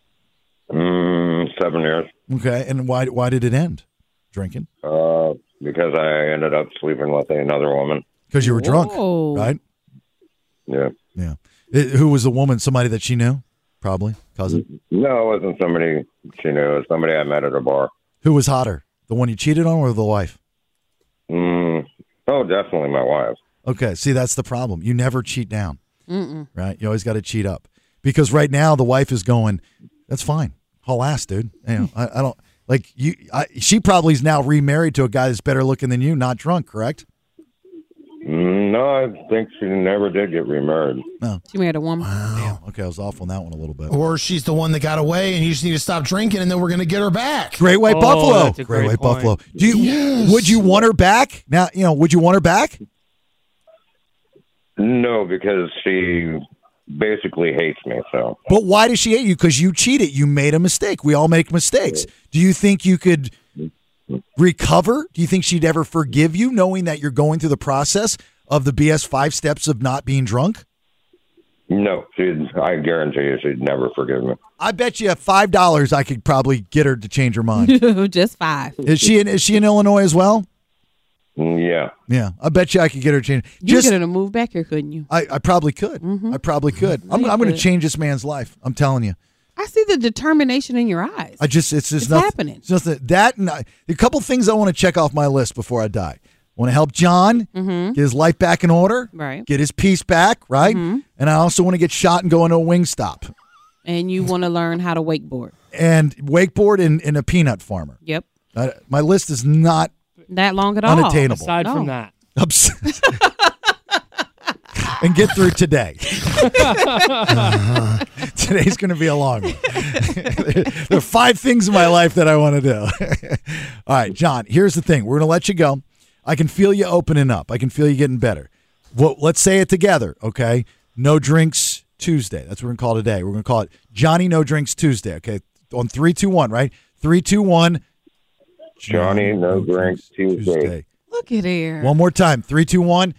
[SPEAKER 11] Mm, seven years.
[SPEAKER 8] Okay. And why why did it end? Drinking?
[SPEAKER 11] Uh, because I ended up sleeping with another woman.
[SPEAKER 8] Because you were drunk, right?
[SPEAKER 11] Yeah.
[SPEAKER 8] Yeah. It- who was the woman? Somebody that she knew, probably cousin.
[SPEAKER 11] No, it wasn't somebody she knew. It was somebody I met at a bar.
[SPEAKER 8] Who was hotter, the one you cheated on, or the wife?
[SPEAKER 11] Mm, oh, definitely my wife.
[SPEAKER 8] Okay. See, that's the problem. You never cheat down. right? You always got to cheat up because right now the wife is going, "That's fine, haul ass, dude." You know, I, I don't like you. I, she probably is now remarried to a guy that's better looking than you, not drunk, correct?
[SPEAKER 11] Mm, No, I think she never did get remarried.
[SPEAKER 8] No.
[SPEAKER 7] She married a woman.
[SPEAKER 8] Wow. Okay, I was off on that one a little bit.
[SPEAKER 9] Or she's the one that got away, and you just need to stop drinking, and then we're gonna get her back.
[SPEAKER 8] Great
[SPEAKER 7] Oh,
[SPEAKER 8] White Buffalo. Great, White Buffalo. Do you would you want her back? Now you know. Would you want her back?
[SPEAKER 11] No, because she basically hates me. So
[SPEAKER 8] But why does she hate you? Because you cheated. You made a mistake. We all make mistakes. Do you think you could recover? Do you think she'd ever forgive you, knowing that you're going through the process of the BS five steps of not being drunk?
[SPEAKER 11] no, she. I guarantee you, she'd never forgive me.
[SPEAKER 8] I bet you five dollars I could probably get her to change her mind.
[SPEAKER 7] Just five.
[SPEAKER 8] is she in, is she in Illinois as well?
[SPEAKER 11] Yeah.
[SPEAKER 8] Yeah, I bet you I could get her to change.
[SPEAKER 7] You could have moved back here, couldn't you?
[SPEAKER 8] I, I probably could. I probably could. I'm,
[SPEAKER 7] you
[SPEAKER 8] I'm going to
[SPEAKER 7] could.
[SPEAKER 8] change this man's life. I'm telling you.
[SPEAKER 7] I see the determination in your eyes.
[SPEAKER 8] I just it's just
[SPEAKER 7] It's
[SPEAKER 8] nothing,
[SPEAKER 7] happening.
[SPEAKER 8] It's nothing. That and I, a couple things I want to check off my list before I die. want to help John
[SPEAKER 7] Mhm.
[SPEAKER 8] get his life back in order,
[SPEAKER 7] Right. Mm-hmm.
[SPEAKER 8] Get his peace back, right? And I also want to get shot and go into a wing stop
[SPEAKER 7] And you want to learn how to wakeboard.
[SPEAKER 8] and wakeboard and, and a peanut farmer.
[SPEAKER 7] Yep.
[SPEAKER 8] Uh, my list is not
[SPEAKER 7] That long at all.
[SPEAKER 8] unattainable. Ups- and get through today. Uh-huh. Today's going to be a long one. there are five things in my life that I want to do. All right, John, here's the thing. We're going to let you go. I can feel you opening up. I can feel you getting better. Well, let's say it together, okay? No drinks Tuesday. That's what we're going to call it today. We're going to call it Johnny No Drinks Tuesday, okay? On 321, right? 321.
[SPEAKER 11] Johnny, no drinks Tuesday.
[SPEAKER 7] Look at here.
[SPEAKER 8] One more time. 321.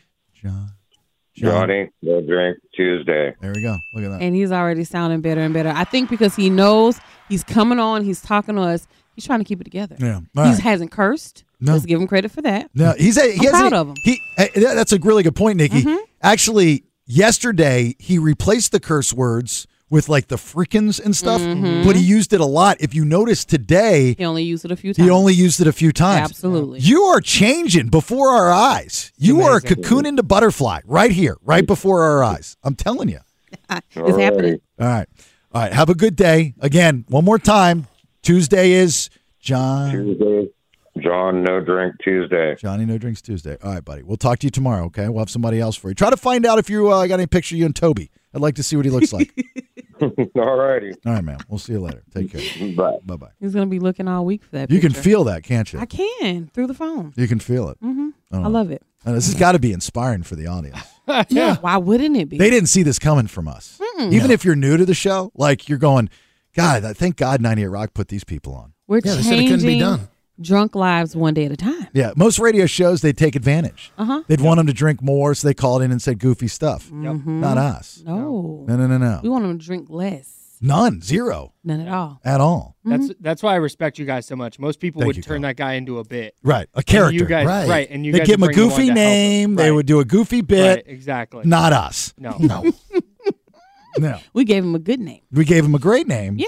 [SPEAKER 11] Johnny, no drink Tuesday.
[SPEAKER 8] There we go. Look at that.
[SPEAKER 7] And he's already sounding better and better. I think because he knows he's coming on, he's talking to us, he's trying to keep it together.
[SPEAKER 8] Yeah.
[SPEAKER 7] He
[SPEAKER 8] All right.
[SPEAKER 7] hasn't cursed.
[SPEAKER 8] No.
[SPEAKER 7] Let's give him credit for that.
[SPEAKER 8] No, he's a,
[SPEAKER 7] I'm
[SPEAKER 8] he has
[SPEAKER 7] proud
[SPEAKER 8] a,
[SPEAKER 7] of him. Mm-hmm.
[SPEAKER 8] He eh, that- that's a really good point, Nikki. Actually, yesterday he replaced the curse words with like the frickins and stuff,
[SPEAKER 7] Mhm.
[SPEAKER 8] but he used it a lot. If you notice today,
[SPEAKER 7] He only used it a few times.
[SPEAKER 8] he only used it a few times.
[SPEAKER 7] Absolutely.
[SPEAKER 8] You are changing before our eyes. You are a cocoon into butterfly right here, right before our eyes. I'm telling you.
[SPEAKER 7] It's happening.
[SPEAKER 8] All right. All right. Have a good day. Again, one more time. Tuesday is John.
[SPEAKER 11] Tuesday. John, no drink Tuesday.
[SPEAKER 8] Johnny No Drinks Tuesday. All right, buddy. We'll talk to you tomorrow, okay? We'll have somebody else for you. Try to find out if you uh, got any picture of you and Toby. I'd like to see what he looks like.
[SPEAKER 11] All righty.
[SPEAKER 8] All right, man. We'll see you later. Take care.
[SPEAKER 11] Bye.
[SPEAKER 8] Bye-bye.
[SPEAKER 7] He's going to be looking all week for that.
[SPEAKER 8] You can
[SPEAKER 7] picture.
[SPEAKER 8] feel that, can't you?
[SPEAKER 7] I can through the phone.
[SPEAKER 8] You can feel it.
[SPEAKER 7] hmm
[SPEAKER 8] don't
[SPEAKER 7] I
[SPEAKER 8] know.
[SPEAKER 7] love it.
[SPEAKER 8] And this has got to be inspiring for the audience.
[SPEAKER 7] yeah. Why wouldn't it be?
[SPEAKER 8] They didn't see this coming from us.
[SPEAKER 7] Mm-mm.
[SPEAKER 8] Even
[SPEAKER 7] No.
[SPEAKER 8] if you're new to the show, like you're going, God, I thank God 98 Rock put these people on.
[SPEAKER 7] We're
[SPEAKER 9] Yeah, they said it
[SPEAKER 7] changing
[SPEAKER 9] couldn't be done.
[SPEAKER 7] drunk lives one day at a time.
[SPEAKER 8] Yeah, most radio shows, they take advantage.
[SPEAKER 7] Uh-huh.
[SPEAKER 8] They'd want them to drink more, so they called in and said goofy stuff.
[SPEAKER 7] Mhm.
[SPEAKER 8] Not us.
[SPEAKER 7] No.
[SPEAKER 8] No, no, no, no.
[SPEAKER 7] We want them to drink less.
[SPEAKER 8] None. Zero.
[SPEAKER 7] None at all.
[SPEAKER 8] At all.
[SPEAKER 10] That's that's why I respect you guys so much. Most people
[SPEAKER 8] Mm-hmm. Thank
[SPEAKER 10] would
[SPEAKER 8] you,
[SPEAKER 10] turn that guy into a bit,
[SPEAKER 8] Right, a
[SPEAKER 10] And
[SPEAKER 8] character.
[SPEAKER 10] You guys, right. And you
[SPEAKER 8] they
[SPEAKER 10] guys
[SPEAKER 8] give him
[SPEAKER 10] would
[SPEAKER 8] a
[SPEAKER 10] bring the one
[SPEAKER 8] goofy
[SPEAKER 10] to help him.
[SPEAKER 8] name. They would do a goofy bit.
[SPEAKER 10] Right, exactly.
[SPEAKER 8] Not us.
[SPEAKER 10] No.
[SPEAKER 8] no, no.
[SPEAKER 7] We gave him a good name.
[SPEAKER 8] We gave him a great name.
[SPEAKER 7] Yeah.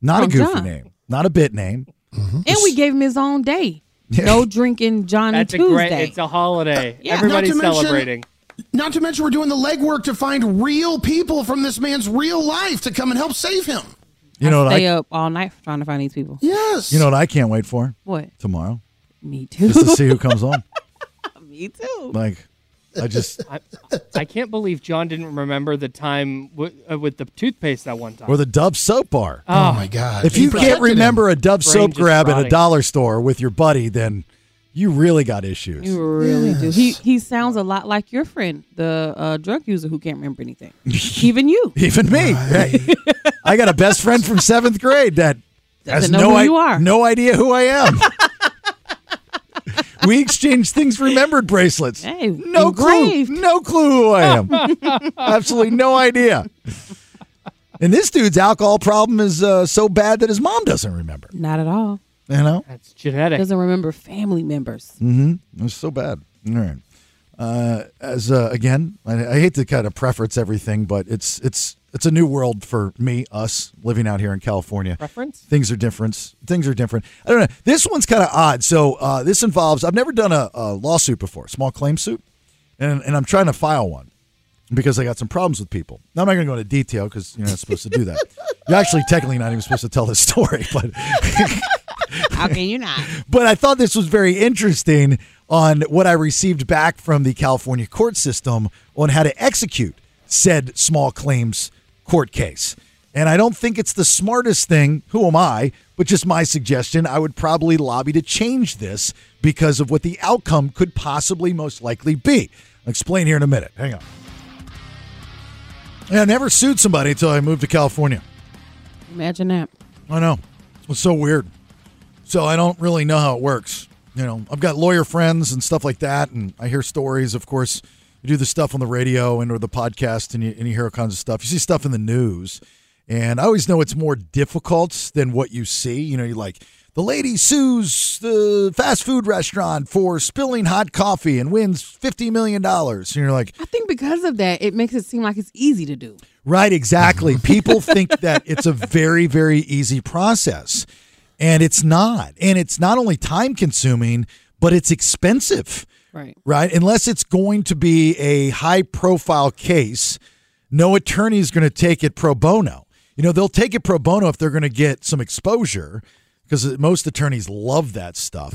[SPEAKER 8] not a
[SPEAKER 7] From
[SPEAKER 8] goofy
[SPEAKER 7] John.
[SPEAKER 8] name. Not a bit name.
[SPEAKER 7] And we gave him his own day. No drinking Johnny
[SPEAKER 10] That's a
[SPEAKER 7] Tuesday.
[SPEAKER 10] great. It's a holiday.
[SPEAKER 7] Yeah.
[SPEAKER 10] Everybody's
[SPEAKER 9] Not to mention-
[SPEAKER 10] celebrating.
[SPEAKER 9] Not to mention, we're doing the legwork to find real people from this man's real life to come and help save him.
[SPEAKER 8] You know what
[SPEAKER 7] Stay
[SPEAKER 10] uh,
[SPEAKER 8] I?
[SPEAKER 7] up all night trying to find these people.
[SPEAKER 9] Yes.
[SPEAKER 8] You know what I can't wait for
[SPEAKER 7] What?
[SPEAKER 8] tomorrow.
[SPEAKER 7] Me too.
[SPEAKER 8] Just to see who comes on.
[SPEAKER 7] Me too.
[SPEAKER 8] Like, I just
[SPEAKER 10] I, I can't believe John didn't remember the time w- uh, with the toothpaste that one time.
[SPEAKER 8] or the Dove soap bar.
[SPEAKER 10] Oh.
[SPEAKER 9] my God.
[SPEAKER 8] If
[SPEAKER 10] He
[SPEAKER 8] you can't
[SPEAKER 10] protected
[SPEAKER 8] remember
[SPEAKER 10] him.
[SPEAKER 8] a Dove
[SPEAKER 10] Brain
[SPEAKER 8] soap
[SPEAKER 10] just
[SPEAKER 8] grab at a
[SPEAKER 10] rotting.
[SPEAKER 8] dollar store with your buddy, then You really got issues.
[SPEAKER 7] You really do. He he sounds a lot like your friend, the uh, drug user who can't remember anything. Even you.
[SPEAKER 8] Even me. Hey, I got a best friend from seventh grade that has
[SPEAKER 7] Doesn't know
[SPEAKER 8] no
[SPEAKER 7] who
[SPEAKER 8] i-
[SPEAKER 7] you are.
[SPEAKER 8] no idea who I am. we exchanged things remembered bracelets.
[SPEAKER 7] Hey,
[SPEAKER 8] no clue. No clue who I am. Absolutely no idea. And this dude's alcohol problem is uh, so bad that his mom doesn't remember.
[SPEAKER 7] Not at all.
[SPEAKER 8] You know?
[SPEAKER 10] That's genetic.
[SPEAKER 7] Doesn't remember family members.
[SPEAKER 8] Mm-hmm. It's so bad. All right. Uh, as uh, again, I, I hate to kind of preference everything, but it's it's it's a new world for me, us living out here in California.
[SPEAKER 10] Preference?
[SPEAKER 8] Things are different. Things are different. I don't know. This one's kind of odd. So uh, this involves I've never done a, a lawsuit before, small claim suit, and and I'm trying to file one because I got some problems with people. Now, I'm not going to go into detail because you're not supposed to do that. You're actually technically not even supposed to tell this story, but
[SPEAKER 7] How can you not?
[SPEAKER 8] but I thought this was very interesting on what I received back from the California court system on how to execute said small claims court case. And I don't think it's the smartest thing. Who am I? But just my suggestion, I would probably lobby to change this because of what the outcome could possibly most likely be. I'll explain here in a minute. Hang on. Yeah, I never sued somebody until I moved to California.
[SPEAKER 7] Imagine that.
[SPEAKER 8] I know. It's so weird. So I don't really know how it works. You know, I've got lawyer friends and stuff like that, and I hear stories. Of course, you do the stuff on the radio and or the podcast, and you, and you hear all kinds of stuff. You see stuff in the news, and I always know it's more difficult than what you see. You know, you're like the lady sues the fast food restaurant for spilling hot coffee and wins fifty million dollars, and you're like,
[SPEAKER 7] I think because of that, it makes it seem like it's easy to do.
[SPEAKER 8] Right, exactly. People think that it's a very, very easy process, and it's not. And it's not only time consuming, but it's expensive.
[SPEAKER 7] Right.
[SPEAKER 8] Right. Unless it's going to be a high profile case, no attorney is going to take it pro bono. You know, they'll take it pro bono if they're going to get some exposure because most attorneys love that stuff.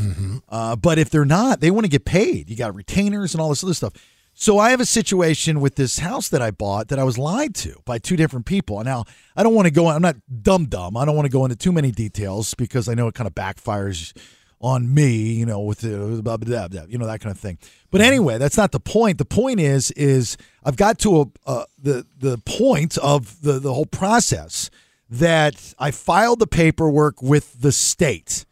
[SPEAKER 8] Uh, but if they're not, they want to get paid. You got retainers and all this other stuff. So I have a situation with this house that I bought that I was lied to by two different people. Now I don't want to go. I'm not dumb dumb. I don't want to go into too many details because I know it kind of backfires on me. You know, with the blah, blah, blah, blah, you know that kind of thing. But anyway, that's not the point. The point is is I've got to a uh, the the point of the the whole process that I filed the paperwork with the state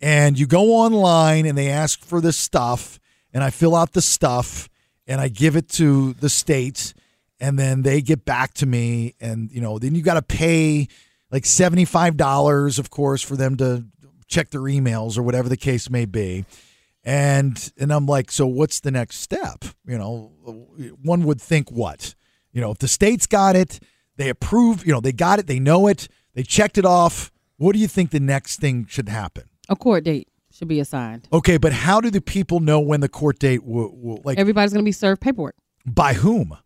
[SPEAKER 8] and you go online and they ask for this stuff and i fill out the stuff and i give it to the state and then they get back to me and you know then you got to pay like $75 of course for them to check their emails or whatever the case may be and and i'm like so what's the next step you know one would think what you know if the state's got it they approve you know they got it they know it they checked it off what do you think the next thing should happen
[SPEAKER 7] A court date should be assigned.
[SPEAKER 8] Okay, but how do the people know when the court date will, will like
[SPEAKER 7] Everybody's going to be served paperwork.
[SPEAKER 8] by whom?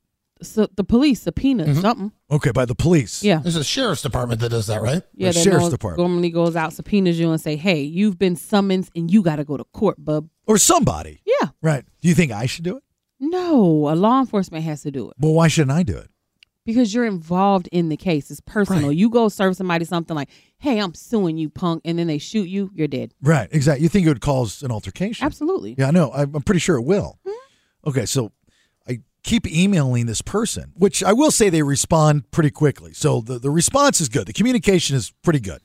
[SPEAKER 7] So the police subpoena something.
[SPEAKER 8] Okay, by the police.
[SPEAKER 7] Yeah.
[SPEAKER 9] There's a sheriff's department that does that, right?
[SPEAKER 7] Yeah, that no- normally goes out, subpoenas you, and say, "Hey, you've been summoned, and you got to go to court, bub."
[SPEAKER 8] Or somebody.
[SPEAKER 7] Yeah.
[SPEAKER 8] Right. Do you think I should do it?
[SPEAKER 7] No, a law enforcement has to do it
[SPEAKER 8] Well, why shouldn't I do it?
[SPEAKER 7] because you're involved in the case. It's personal. You go serve somebody something like, "Hey, I'm suing you, punk," and then they shoot you. You're dead.
[SPEAKER 8] Right. Exactly. You think it would cause an altercation?
[SPEAKER 7] Absolutely.
[SPEAKER 8] Yeah, I know. I'm I'm pretty sure it will. Okay, so I keep emailing this person, which I will say they respond pretty quickly. So the, the response is good. The communication is pretty good.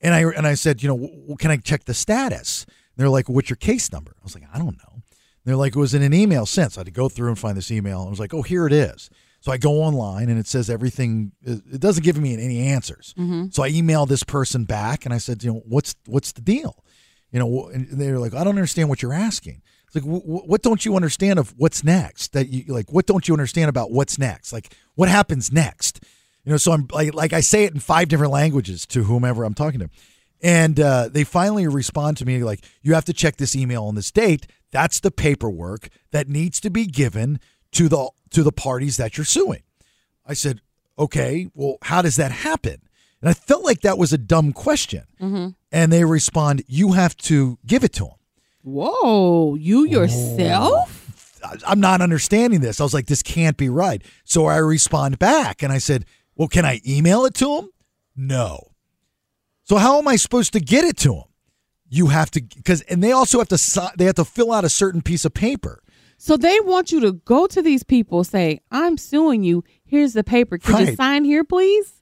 [SPEAKER 8] And I and I said, you know, w- w- can I check the status? And they're like, what's your case number? I was like, I don't know. And they're like, it was in an email sent. So I had to go through and find this email. I was like, oh, here it is. So I go online and it says everything. It it doesn't give me any answers.
[SPEAKER 15] Mhm.
[SPEAKER 8] So I emailed this person back and I said, you know, what's what's the deal? You know, wh- and they're like, I don't understand what you're asking. It's like, wh- wh- what don't you understand of what's next? That you like, what don't you understand about what's next? Like, what happens next? You know, so I'm like, like I say it in five different languages to whomever I'm talking to, and uh, they finally respond to me like, you have to check this email on this date. That's the paperwork that needs to be given to the to the parties that you're suing. I said, okay, well, how does that happen? And I felt like that was a dumb question.
[SPEAKER 7] Mm-hmm.
[SPEAKER 8] And they respond, you have to give it to them.
[SPEAKER 7] Whoa, you yourself?
[SPEAKER 8] I'm not understanding this. I was like, this can't be right. So I respond back and I said, well, can I email it to them? No. So how am I supposed to get it to them? you have to because and they also have to si- they have to fill out a certain piece of paper.
[SPEAKER 7] So they want you to go to these people, say, "I'm suing you. Here's the paper. Can you
[SPEAKER 8] Right.
[SPEAKER 7] sign here, please?"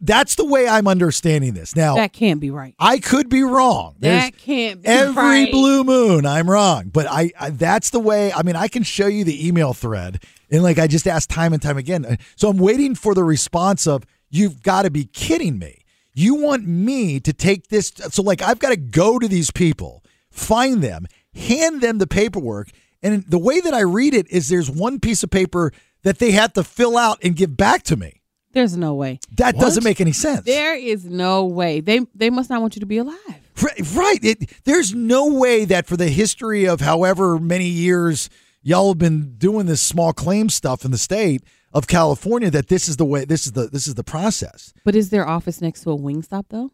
[SPEAKER 8] That's the way I'm understanding this now.
[SPEAKER 7] that can't be right.
[SPEAKER 8] I could be wrong. Oh. There's-
[SPEAKER 7] That can't be
[SPEAKER 8] every
[SPEAKER 7] right.
[SPEAKER 8] blue moon i'm wrong but I, I that's the way i mean i can show you the email thread and like i just asked time and time again uh, so i'm waiting for the response of you've got to be kidding me you want me to take this so like i've got to go to these people find them hand them the paperwork and the way that i read it is there's one piece of paper that they have to fill out and give back to me
[SPEAKER 7] there's no way
[SPEAKER 8] that doesn't make any sense
[SPEAKER 7] There is no way. They they must not want you to be alive.
[SPEAKER 8] Right. right. It, there's no way that for the history of however many years y'all have been doing this small claim stuff in the state of California that this is the way this is the this is the process.
[SPEAKER 7] But is their office next to a Wingstop though?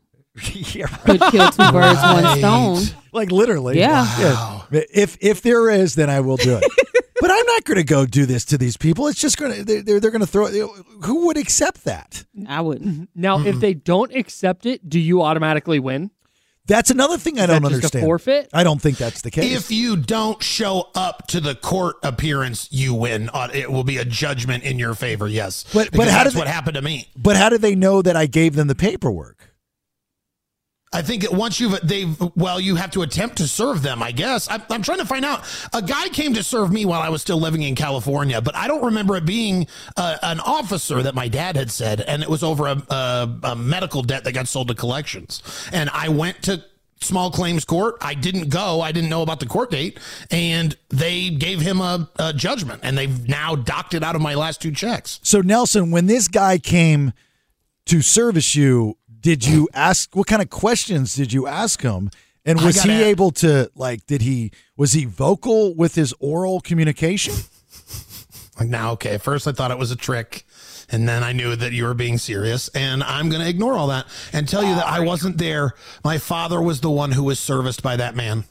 [SPEAKER 8] yeah,
[SPEAKER 7] Could kill two birds, one stone.
[SPEAKER 8] Like literally.
[SPEAKER 7] Yeah.
[SPEAKER 8] Yeah. If if there is, then I will do it. but I'm not going to go do this to these people. It's just going to they're they're, they're going to throw. Who would accept that?
[SPEAKER 7] I wouldn't.
[SPEAKER 10] Now, if they don't accept it, do you automatically win?
[SPEAKER 8] That's another thing I
[SPEAKER 10] Is
[SPEAKER 8] don't
[SPEAKER 10] that just a
[SPEAKER 8] understand.
[SPEAKER 10] forfeit?
[SPEAKER 8] I don't think that's the case.
[SPEAKER 9] If you don't show up to the court appearance, you win. Uh, It will be a judgment in your favor. Yes,
[SPEAKER 8] But- but
[SPEAKER 9] Because
[SPEAKER 8] how
[SPEAKER 9] that's
[SPEAKER 8] did
[SPEAKER 9] what
[SPEAKER 8] they-
[SPEAKER 9] happened to me.
[SPEAKER 8] but how do they know that I gave them the paperwork?
[SPEAKER 9] I think that once you've they well, you have to attempt to serve them. I guess I'm, I'm trying to find out. A guy came to serve me while I was still living in California, but I don't remember it being uh, an officer that my dad had said, and it was over a, a, a medical debt that got sold to collections. And I went to small claims court. I didn't go. I didn't know about the court date, and they gave him a, a judgment, and they've now docked it out of my last two checks.
[SPEAKER 8] So Nelson, when this guy came to service you, did you ask what kind of questions did you ask him? And
[SPEAKER 9] I
[SPEAKER 8] was
[SPEAKER 9] gotta-
[SPEAKER 8] he able to like did he was he vocal with his oral communication?
[SPEAKER 9] Like now, okay. At first, I thought it was a trick, and then I knew that you were being serious. And I'm going to ignore all that and tell you that I wasn't there. My father was the one who was serviced by that man.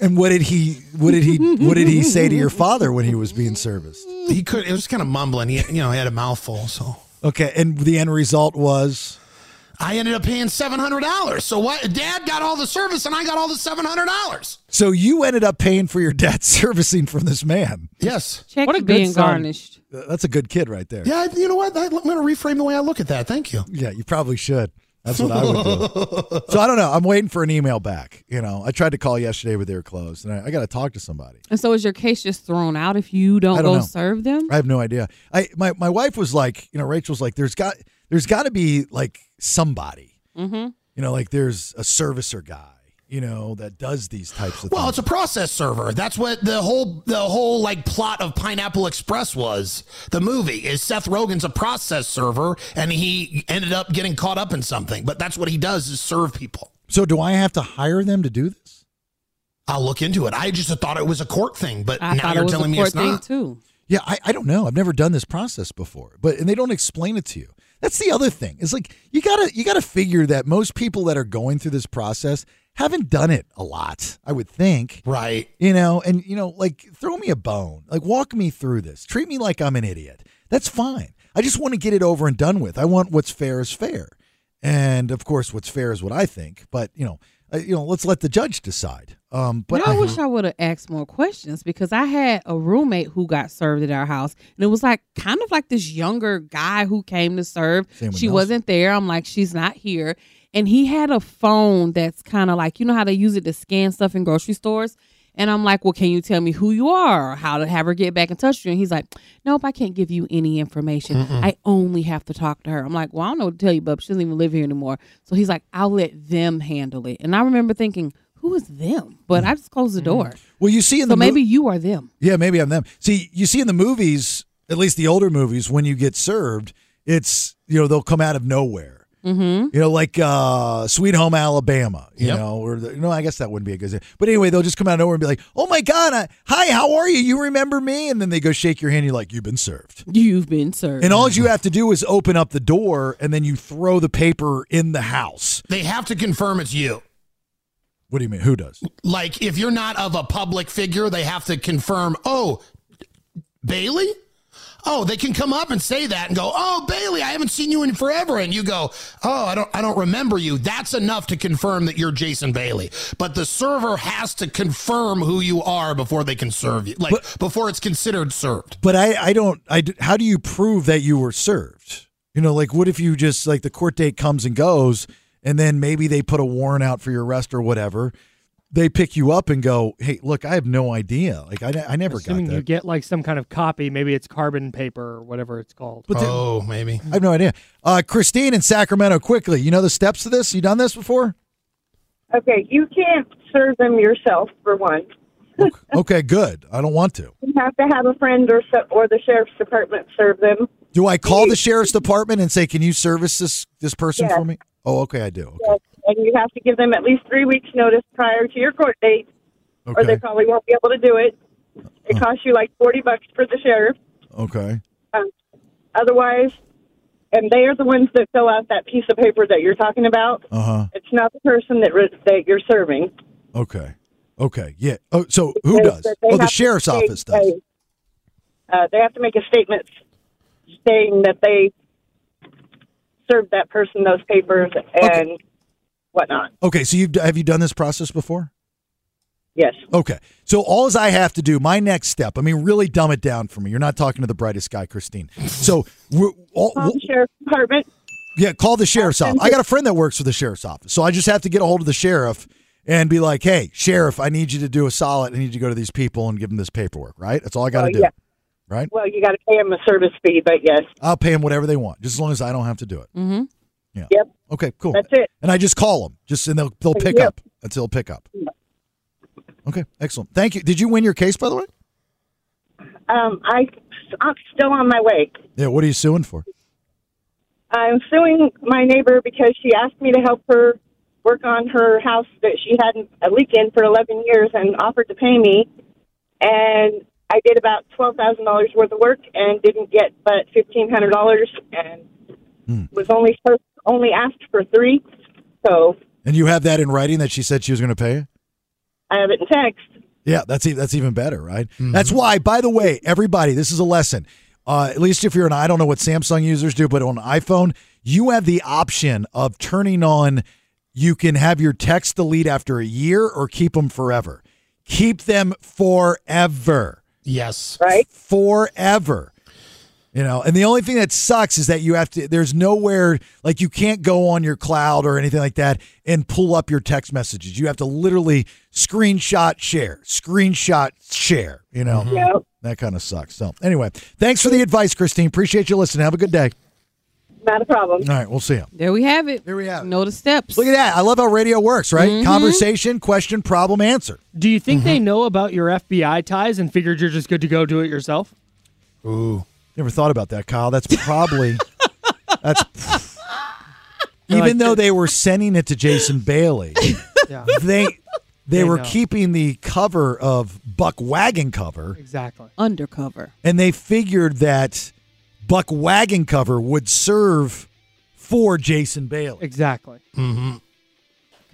[SPEAKER 8] And what did he what did he what did he say to your father when he was being serviced?
[SPEAKER 9] He could. It was kind of mumbling. He, you know, he had a mouthful. So
[SPEAKER 8] Okay, and the end result was
[SPEAKER 9] I ended up paying seven hundred dollars. So what? Dad got all the service, and I got all the seven hundred dollars.
[SPEAKER 8] so you ended up paying for your debt servicing from this man.
[SPEAKER 9] Yes.
[SPEAKER 7] Check What a good being son. garnished.
[SPEAKER 8] That's a good kid right there.
[SPEAKER 9] Yeah, you know what? I- I'm going to reframe the way I look at that. Thank you.
[SPEAKER 8] Yeah, you probably should. That's what I would do. so I don't know. I'm waiting for an email back. You know, I tried to call yesterday, but they were closed, and I, I got to talk to somebody.
[SPEAKER 7] And so is your case just thrown out if you don't,
[SPEAKER 8] I don't
[SPEAKER 7] go
[SPEAKER 8] know.
[SPEAKER 7] serve them?
[SPEAKER 8] I have no idea. I my my wife was like, you know, Rachel's like, there's got there's got to be like somebody,
[SPEAKER 7] Mm-hmm.
[SPEAKER 8] you know, like there's a servicer guy, you know, that does these types of
[SPEAKER 9] Well, it's a process server. That's what the whole the whole like plot of Pineapple Express was. The movie is Seth Rogen's a process server, and he ended up getting caught up in something. But that's what he does is serve people.
[SPEAKER 8] things. So do I have to hire them to do this?
[SPEAKER 9] I'll look into it. I just thought it was a court thing, but
[SPEAKER 7] I
[SPEAKER 9] now
[SPEAKER 7] thought it
[SPEAKER 9] you're
[SPEAKER 7] was a
[SPEAKER 9] telling me
[SPEAKER 7] court
[SPEAKER 9] it's
[SPEAKER 7] thing
[SPEAKER 9] not.
[SPEAKER 7] too.
[SPEAKER 8] Yeah, I, I don't know. I've never done this process before, but and they don't explain it to you. That's the other thing. It's like you gotta you gotta figure that most people that are going through this process haven't done it a lot. I would think,
[SPEAKER 9] right?
[SPEAKER 8] You know, and you know, like throw me a bone, like walk me through this, treat me like I'm an idiot. That's fine. I just want to get it over and done with. I want what's fair is fair, and of course, what's fair is what I think. But you know, I, you know, let's let the judge decide. Um, but
[SPEAKER 7] But I wish I would have asked more questions because I had a roommate who got served at our house, and it was like kind of like this younger guy who came to serve. She
[SPEAKER 8] Same with Nelson.
[SPEAKER 7] wasn't there. I'm like, she's not here, and he had a phone that's kind of like you know how they use it to scan stuff in grocery stores. And I'm like, well, can you tell me who you are, or how to have her get back in touch with you? And he's like, nope, I can't give you any information.
[SPEAKER 15] Mm-mm.
[SPEAKER 7] I only have to talk to her. I'm like, well, I don't know what to tell you, bub. She doesn't even live here anymore. So he's like, I'll let them handle it. And I remember thinking, who is them? But I just closed the door.
[SPEAKER 8] well, you see in
[SPEAKER 7] So
[SPEAKER 8] the mo-
[SPEAKER 7] maybe you are them.
[SPEAKER 8] Yeah, maybe I'm them. See, you see in the movies, at least the older movies, when you get served, it's you know they'll come out of nowhere.
[SPEAKER 7] Mm-hmm.
[SPEAKER 8] You know, like uh, Sweet Home Alabama. You
[SPEAKER 9] Yep.
[SPEAKER 8] know, or the, no, I guess that wouldn't be a good. But anyway, they'll just come out of nowhere and be like, "Oh my God, I, hi, how are you? You remember me?" And then they go shake your hand. You're like, "You've been served."
[SPEAKER 7] You've been served.
[SPEAKER 8] And all you have to do is open up the door, and then you throw the paper in the house.
[SPEAKER 9] They have to confirm it's you.
[SPEAKER 8] What do you mean? Who does?
[SPEAKER 9] Like if you're not of a public figure, they have to confirm. Oh, Bailey. Oh, they can come up and say that and go, "Oh, Bailey, I haven't seen you in forever," and you go, "Oh, I don't, I don't remember you." That's enough to confirm that you're Jason Bailey. But the server has to confirm who you are before they can serve you, like before it's considered served.
[SPEAKER 8] But I, I don't. I. d- How do you prove that you were served? You know, like what if you just like the court date comes and goes, and then maybe they put a warrant out for your arrest or whatever. They pick you up and go, "Hey, look, I have no idea. Like I, I never
[SPEAKER 10] Assuming
[SPEAKER 8] got that."
[SPEAKER 10] you get like some kind of copy, maybe it's carbon paper or whatever it's called.
[SPEAKER 8] But the-
[SPEAKER 9] oh, maybe.
[SPEAKER 8] I have no idea. Uh, Christine in Sacramento, quickly. You know the steps to this. You done this before?
[SPEAKER 15] Okay, you can't serve them yourself for one.
[SPEAKER 8] Okay, good. I don't want to.
[SPEAKER 15] You have to have a friend or so, or the sheriff's department serve them.
[SPEAKER 8] Do I call the sheriff's department and say, "Can you service this this person
[SPEAKER 15] Yes.
[SPEAKER 8] for me?" Oh, okay, I do.
[SPEAKER 15] Yes, and you have to give them at least three weeks' notice prior to your court date, or they
[SPEAKER 8] Okay.
[SPEAKER 15] probably won't be able to do it. It costs you like forty bucks for the sheriff.
[SPEAKER 8] Okay.
[SPEAKER 15] Um, otherwise, and they are the ones that fill out that piece of paper that you're talking about.
[SPEAKER 8] Uh huh.
[SPEAKER 15] It's not the person that re- that you're serving.
[SPEAKER 8] Okay. Okay. Yeah. Oh, so who
[SPEAKER 15] They-
[SPEAKER 8] does?
[SPEAKER 15] that they
[SPEAKER 8] Oh, the
[SPEAKER 15] have to
[SPEAKER 8] sheriff's
[SPEAKER 15] make
[SPEAKER 8] office does.
[SPEAKER 15] a- uh, they have to make a statement saying that they served that person those papers and whatnot.
[SPEAKER 8] Okay. So you've have you done this process before?
[SPEAKER 15] Yes.
[SPEAKER 8] Okay. So all is I have to do, my next step. I mean, really dumb it down for me. You're not talking to the brightest guy, Christine. So we're all.
[SPEAKER 15] Call the sheriff's department.
[SPEAKER 8] Yeah, call the sheriff's office. I got a friend that works for the sheriff's office. So I just have to get a hold of the sheriff and be like, hey, sheriff, I need you to do a solid. I need you to go to these people and give them this paperwork, right? That's all I got to
[SPEAKER 15] Well,
[SPEAKER 8] do,
[SPEAKER 15] yeah.
[SPEAKER 8] right?
[SPEAKER 15] Well, you got to pay them a service fee, but yes.
[SPEAKER 8] I'll pay them whatever they want, just as long as I don't have to do it.
[SPEAKER 15] Mm-hmm.
[SPEAKER 8] Yeah.
[SPEAKER 15] Yep.
[SPEAKER 8] Okay, cool.
[SPEAKER 15] That's it.
[SPEAKER 8] And I just call them, just and they'll they'll pick
[SPEAKER 15] Yep.
[SPEAKER 8] up until pick up. Okay, excellent. Thank you. Did you win your case, by the way?
[SPEAKER 15] Um, I, I'm still on my way.
[SPEAKER 8] Yeah. What are you suing for?
[SPEAKER 15] I'm suing my neighbor because she asked me to help her work on her house that she had a leak in for 11 years and offered to pay me. And I did about $12,000 worth of work and didn't get but $1,500 and was only only asked for three. So
[SPEAKER 8] And you have that in writing that she said she was going to pay you.
[SPEAKER 15] I have it in text.
[SPEAKER 8] Yeah, that's e- that's even better, right? That's why, by the way, everybody, this is a lesson. Uh, at least if you're an I don't know what Samsung users do, but on iPhone, you have the option of turning on. You can have your text delete after a year or keep them forever. Keep them forever.
[SPEAKER 9] Yes.
[SPEAKER 15] Right.
[SPEAKER 8] Forever. You know, and the only thing that sucks is that you have to, there's nowhere, like you can't go on your cloud or anything like that and pull up your text messages. You have to literally screenshot share, screenshot share, you know,
[SPEAKER 15] Yep.
[SPEAKER 8] that kind of sucks. So, anyway, thanks for the advice, Christine. Appreciate you listening. Have a good day.
[SPEAKER 15] Not a problem.
[SPEAKER 8] All right, we'll see you.
[SPEAKER 7] There we have it.
[SPEAKER 8] There we have it.
[SPEAKER 7] Know the steps.
[SPEAKER 8] Look at that. I love how radio works, right?
[SPEAKER 7] Mhm.
[SPEAKER 8] Conversation, question, problem, answer.
[SPEAKER 10] Do you think they know about your FBI ties and figured you're just good to go do it yourself?
[SPEAKER 8] Ooh. Never thought about that, Kyle. That's probably that's even
[SPEAKER 10] like,
[SPEAKER 8] though they were sending it to Jason Bailey,
[SPEAKER 10] Yeah.
[SPEAKER 8] they they,
[SPEAKER 10] They
[SPEAKER 8] were
[SPEAKER 10] know.
[SPEAKER 8] keeping the cover of Buck Wagon cover,
[SPEAKER 10] Exactly.
[SPEAKER 7] Undercover.
[SPEAKER 8] and they figured that Buck Wagon cover would serve for Jason Bailey.
[SPEAKER 10] Exactly.
[SPEAKER 8] Mm-hmm.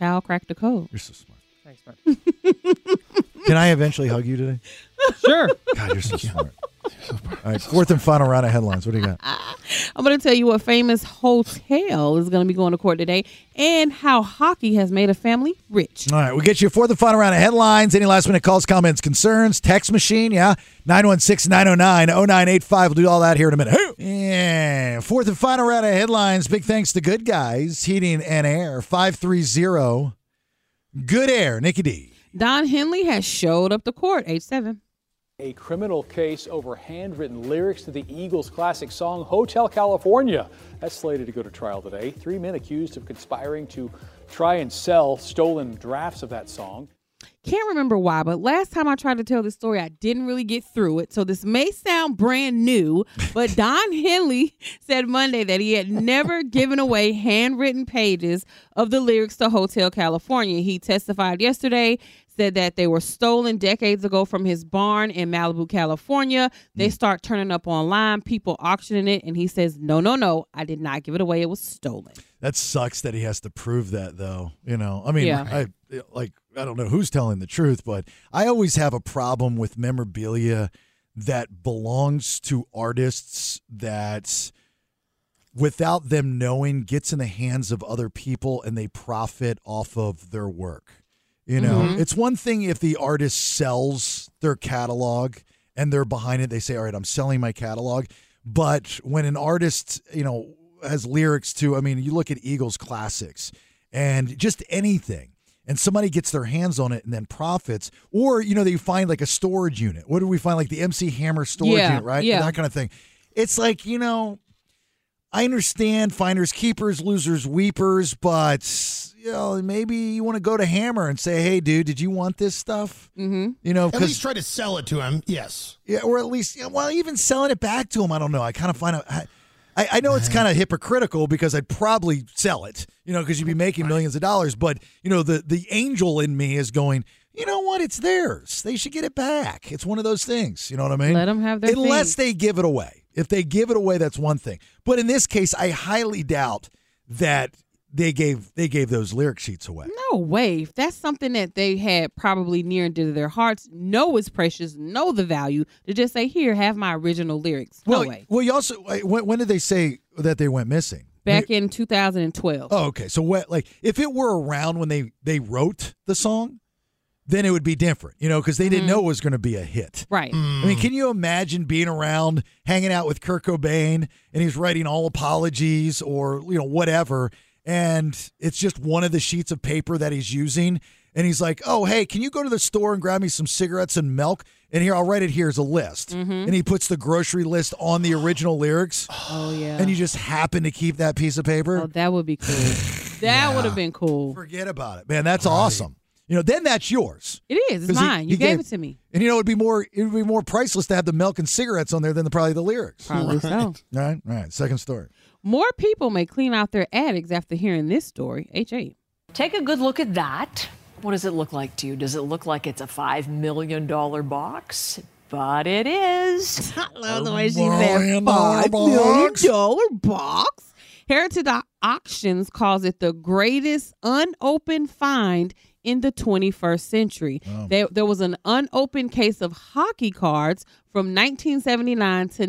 [SPEAKER 7] Kyle cracked the code.
[SPEAKER 8] You're so smart.
[SPEAKER 10] Thanks, man.
[SPEAKER 8] Can I eventually hug you today?
[SPEAKER 10] Sure.
[SPEAKER 8] God, you're so smart. All right, fourth and final round of headlines. What do you got?
[SPEAKER 7] I'm going to tell you what famous hotel is going to be going to court today and how hockey has made a family rich.
[SPEAKER 8] All right, we'll get you a fourth and final round of headlines. Any last minute calls, comments, concerns, text machine, yeah. 916 909 0985. We'll do all that here in a minute. Hey! Yeah. Fourth and final round of headlines. Big thanks to Good Guys Heating and Air 530. Good Air, Nikki D.
[SPEAKER 7] Don Henley has showed up to court, age seven.
[SPEAKER 17] A criminal case over handwritten lyrics to the Eagles' classic song Hotel California. That's slated to go to trial today. Three men accused of conspiring to try and sell stolen drafts of that song.
[SPEAKER 7] Can't remember why, but last time I tried to tell this story, I didn't really get through it. So this may sound brand new, but Don Henley said Monday that he had never given away handwritten pages of the lyrics to Hotel California. He testified yesterday, said that they were stolen decades ago from his barn in Malibu, California. They start turning up online, people auctioning it, and he says, No, no, no, I did not give it away. It was stolen.
[SPEAKER 8] That sucks that he has to prove that, though. You know, I mean,
[SPEAKER 7] Yeah.
[SPEAKER 8] I like I don't know who's telling the truth, but I always have a problem with memorabilia that belongs to artists that without them knowing gets in the hands of other people and they profit off of their work. You know,
[SPEAKER 20] Mhm.
[SPEAKER 8] it's one thing if the artist sells their catalog and they're behind it. They say, all right, I'm selling my catalog. But when an artist, you know, has lyrics to, I mean, you look at Eagles classics and just anything, and somebody gets their hands on it and then profits, or, you know, they find like a storage unit. What do we find? Like the MC Hammer storage
[SPEAKER 20] Yeah,
[SPEAKER 8] unit, right?
[SPEAKER 20] yeah.
[SPEAKER 8] That kind of thing. It's like, you know, I understand finders keepers, losers weepers, but you know maybe you want to go to Hammer and say, "Hey, dude, did you want this stuff?" Mm-hmm. You know,
[SPEAKER 9] At least
[SPEAKER 8] because
[SPEAKER 9] try to sell it to him. Yes.
[SPEAKER 8] yeah, or at least yeah, well, even selling it back to him, I don't know. I kind of find out. I, I I know it's kind of hypocritical because I'd probably sell it, you know, because you'd be making millions of dollars. But you know, the the angel in me is going. You know what? It's theirs. They should get it back. It's one of those things. You know what I mean?
[SPEAKER 7] Let 'em have their
[SPEAKER 8] Unless
[SPEAKER 7] thing.
[SPEAKER 8] they give it away. If they give it away, that's one thing. But in this case, I highly doubt that they gave they gave those lyric sheets away.
[SPEAKER 7] No way. If that's something that they had probably near and dear to their hearts, know it's precious, know the value, to just say, here, have my original lyrics. No
[SPEAKER 8] well,
[SPEAKER 7] way.
[SPEAKER 8] well, you also when, when did they say that they went missing?
[SPEAKER 7] Back in 2012.
[SPEAKER 8] Oh, okay. So what? Like, if it were around when they they wrote the song, then it would be different, you know, because they didn't know it was going to be a hit.
[SPEAKER 7] Right.
[SPEAKER 8] I mean, can you imagine being around, hanging out with Kurt Cobain, and he's writing all apologies or you know whatever, and it's just one of the sheets of paper that he's using, and he's like, "Oh, hey, can you go to the store and grab me some cigarettes and milk?" And here, I'll write it here as a list, and he puts the grocery list on the original lyrics.
[SPEAKER 7] Oh yeah.
[SPEAKER 8] And you just happen to keep that piece of paper.
[SPEAKER 7] Oh, that would be cool. That would have been cool.
[SPEAKER 8] Forget about it, man. That's awesome. You know, then that's yours.
[SPEAKER 7] It is. It's
[SPEAKER 8] 'Cause he-
[SPEAKER 7] mine.
[SPEAKER 8] he
[SPEAKER 7] you gave, it to me.
[SPEAKER 8] And you know, it'd be more it'd be more priceless to have the milk and cigarettes on there than the, probably the lyrics.
[SPEAKER 7] Probably so.
[SPEAKER 8] All right, all right. Second story.
[SPEAKER 7] More people may clean out their attics after hearing this story. H8.
[SPEAKER 22] Take a good look at that. What does it look like to you? Does it look like it's a $5 million box? But it is. I love the way she
[SPEAKER 7] Million dollar box. dollar box. Heritage Au- Auctions calls it the greatest unopened find in the 21st century.
[SPEAKER 8] Um,
[SPEAKER 7] There, there was an unopened case of hockey cards from 1979 to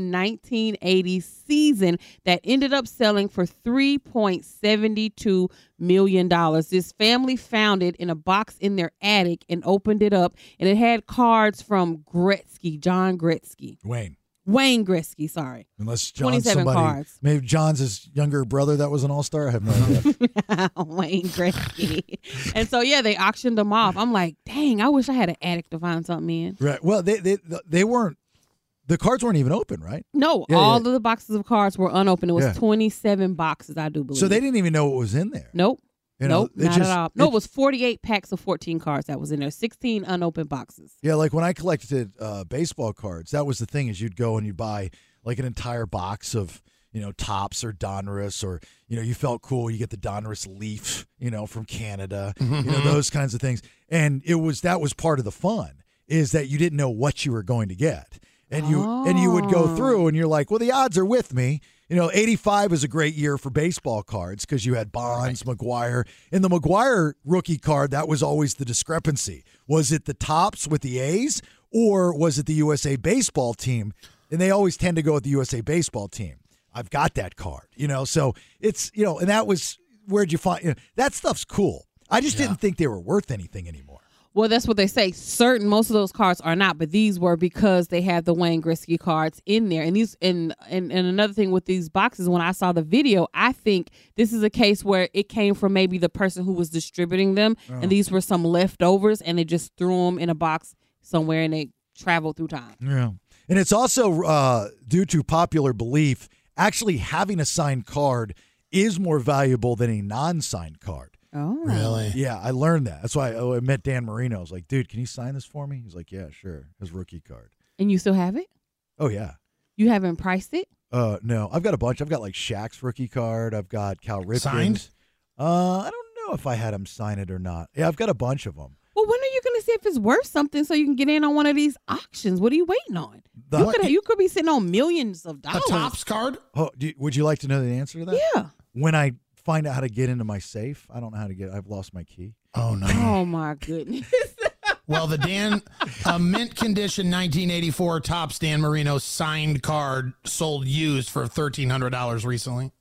[SPEAKER 7] 1980 season that ended up selling for 3.72 million dollars. This family found it in a box in their attic and opened it up and it had cards from Gretzky, John Gretzky.
[SPEAKER 8] Wayne.
[SPEAKER 7] Wayne Gretzky, sorry.
[SPEAKER 8] Unless John's
[SPEAKER 7] 27
[SPEAKER 8] somebody,
[SPEAKER 7] cards.
[SPEAKER 8] maybe John's his younger brother that was an all star. I have no idea.
[SPEAKER 7] Wayne Gretzky. and so yeah, they auctioned them off. I'm like, dang, I wish I had an attic to find something in.
[SPEAKER 8] right. Well, they they they weren't. The cards weren't even open, right?
[SPEAKER 7] No,
[SPEAKER 8] Yeah,
[SPEAKER 7] all
[SPEAKER 8] yeah.
[SPEAKER 7] of the boxes of cards were unopened. It was
[SPEAKER 8] Yeah.
[SPEAKER 7] 27 boxes, I do believe.
[SPEAKER 8] So they didn't even know what was in there.
[SPEAKER 7] Nope.
[SPEAKER 8] You know,
[SPEAKER 7] nope,
[SPEAKER 8] it
[SPEAKER 7] not
[SPEAKER 8] just-
[SPEAKER 7] at all. No,
[SPEAKER 8] it-
[SPEAKER 7] it was 48 packs of 14 cards that was in there, 16 unopened boxes.
[SPEAKER 8] Yeah, like when I collected uh, baseball cards, that was the thing is you'd go and you'd buy like an entire box of you know tops or Donruss or you know you felt cool you get the Donruss leaf you know from Canada you know
[SPEAKER 20] Mhm.
[SPEAKER 8] those kinds of things and it was that was part of the fun is that you didn't know what you were going to get and you and you would go through and you're like well the odds are with me you know 85 is a great year for baseball cards because you had bonds mcguire and the mcguire rookie card that was always the discrepancy was it the tops with the a's or was it the usa baseball team and they always tend to go with the usa baseball team i've got that card you know so it's you know and that was where'd you find you know, that stuff's cool i just didn't think they were worth anything anymore
[SPEAKER 7] Well, that's what they say. Certain most of those cards are not, but these were because they had the Wayne Gretzky cards in there. And these and, and and another thing with these boxes, when I saw the video, I think this is a case where it came from maybe the person who was distributing them,
[SPEAKER 8] Oh.
[SPEAKER 7] and these were some leftovers, and they just threw them in a box somewhere, and they traveled through time.
[SPEAKER 8] Yeah. And it's also uh, due to popular belief, actually having a signed card is more valuable than a non signed card.
[SPEAKER 7] Oh,
[SPEAKER 8] Yeah, I learned that. That's why oh, I I met Dan Marino. I was like, dude, can you sign this for me? He's like, yeah, sure. His rookie card.
[SPEAKER 7] And you still have it?
[SPEAKER 8] Oh, yeah.
[SPEAKER 7] You haven't priced it?
[SPEAKER 8] Uh, no, I've got a bunch. I've got like Shaq's rookie card. I've got Cal Ripken.
[SPEAKER 7] Signed?
[SPEAKER 8] Uh, I don't know if I had him sign it or not. Yeah, I've got a bunch of them.
[SPEAKER 7] Well, when are you going to see if it's worth something so you can get in on one of these auctions? What are you waiting on?
[SPEAKER 8] The-
[SPEAKER 7] you, could, you could be sitting on millions of dollars.
[SPEAKER 9] card?
[SPEAKER 8] Oh, do you- would you like to know the answer to that?
[SPEAKER 7] Yeah.
[SPEAKER 8] When I find out how to get into my safe, I don't know how to get. I've lost my key.
[SPEAKER 9] Oh no.
[SPEAKER 7] Oh my goodness.
[SPEAKER 9] Well, the Dan uh, mint condition 1984 top Dan Marino signed card sold used for thirteen hundred dollars recently.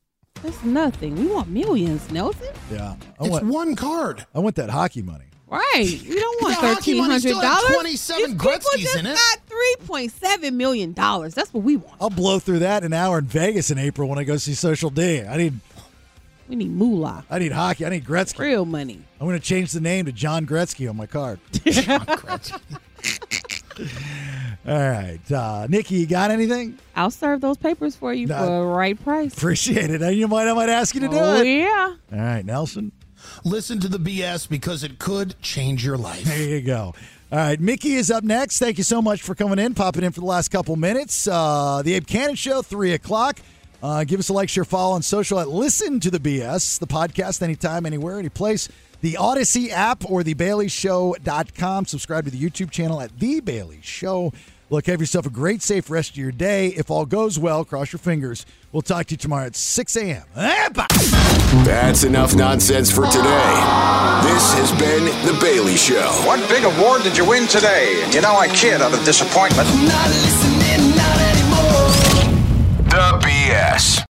[SPEAKER 7] It's nothing. We want millions, Nelson.
[SPEAKER 8] Yeah.
[SPEAKER 9] It's one card.
[SPEAKER 8] I want that hockey money.
[SPEAKER 7] Right. You don't want
[SPEAKER 9] The hockey
[SPEAKER 7] thirteen
[SPEAKER 9] money
[SPEAKER 7] hundred
[SPEAKER 9] still
[SPEAKER 7] dollars.
[SPEAKER 9] had 27 Gretzkys in it.
[SPEAKER 7] got three point seven million dollars. That's what we want.
[SPEAKER 8] I'll blow through that in an hour in Vegas in April when I go see Social D. I need
[SPEAKER 7] We need moolah.
[SPEAKER 8] I need hockey. I need Gretzky.
[SPEAKER 7] Real money.
[SPEAKER 8] I'm going to change the name to John Gretzky on my card. All right, uh, Nikki, you got anything?
[SPEAKER 7] I'll serve those papers for you
[SPEAKER 8] Nah.
[SPEAKER 7] for the right price.
[SPEAKER 8] Appreciate it. I, you might, I might ask you to do
[SPEAKER 7] Oh,
[SPEAKER 8] it.
[SPEAKER 7] yeah.
[SPEAKER 8] All right, Nelson.
[SPEAKER 9] Listen to the BS because it could change your life.
[SPEAKER 8] There you go. All right, Mickey is up next. Thank you so much for coming in, popping in for the last couple minutes. Uh, the Abe Cannon Show, 3 o'clock. Uh, give us a like, share, follow on social at Listen to the BS, the podcast, anytime, anywhere, any place. The Odyssey app or thebaileyshow.com. Subscribe to the YouTube channel at The Bailey Show. Look, have yourself a great, safe rest of your day. If all goes well, cross your fingers. We'll talk to you tomorrow at 6 a.m. Eh, bye.
[SPEAKER 4] That's enough nonsense for today. This has been The Bailey Show.
[SPEAKER 18] What big award did you win today? You know, I kid out of disappointment.
[SPEAKER 4] The BS.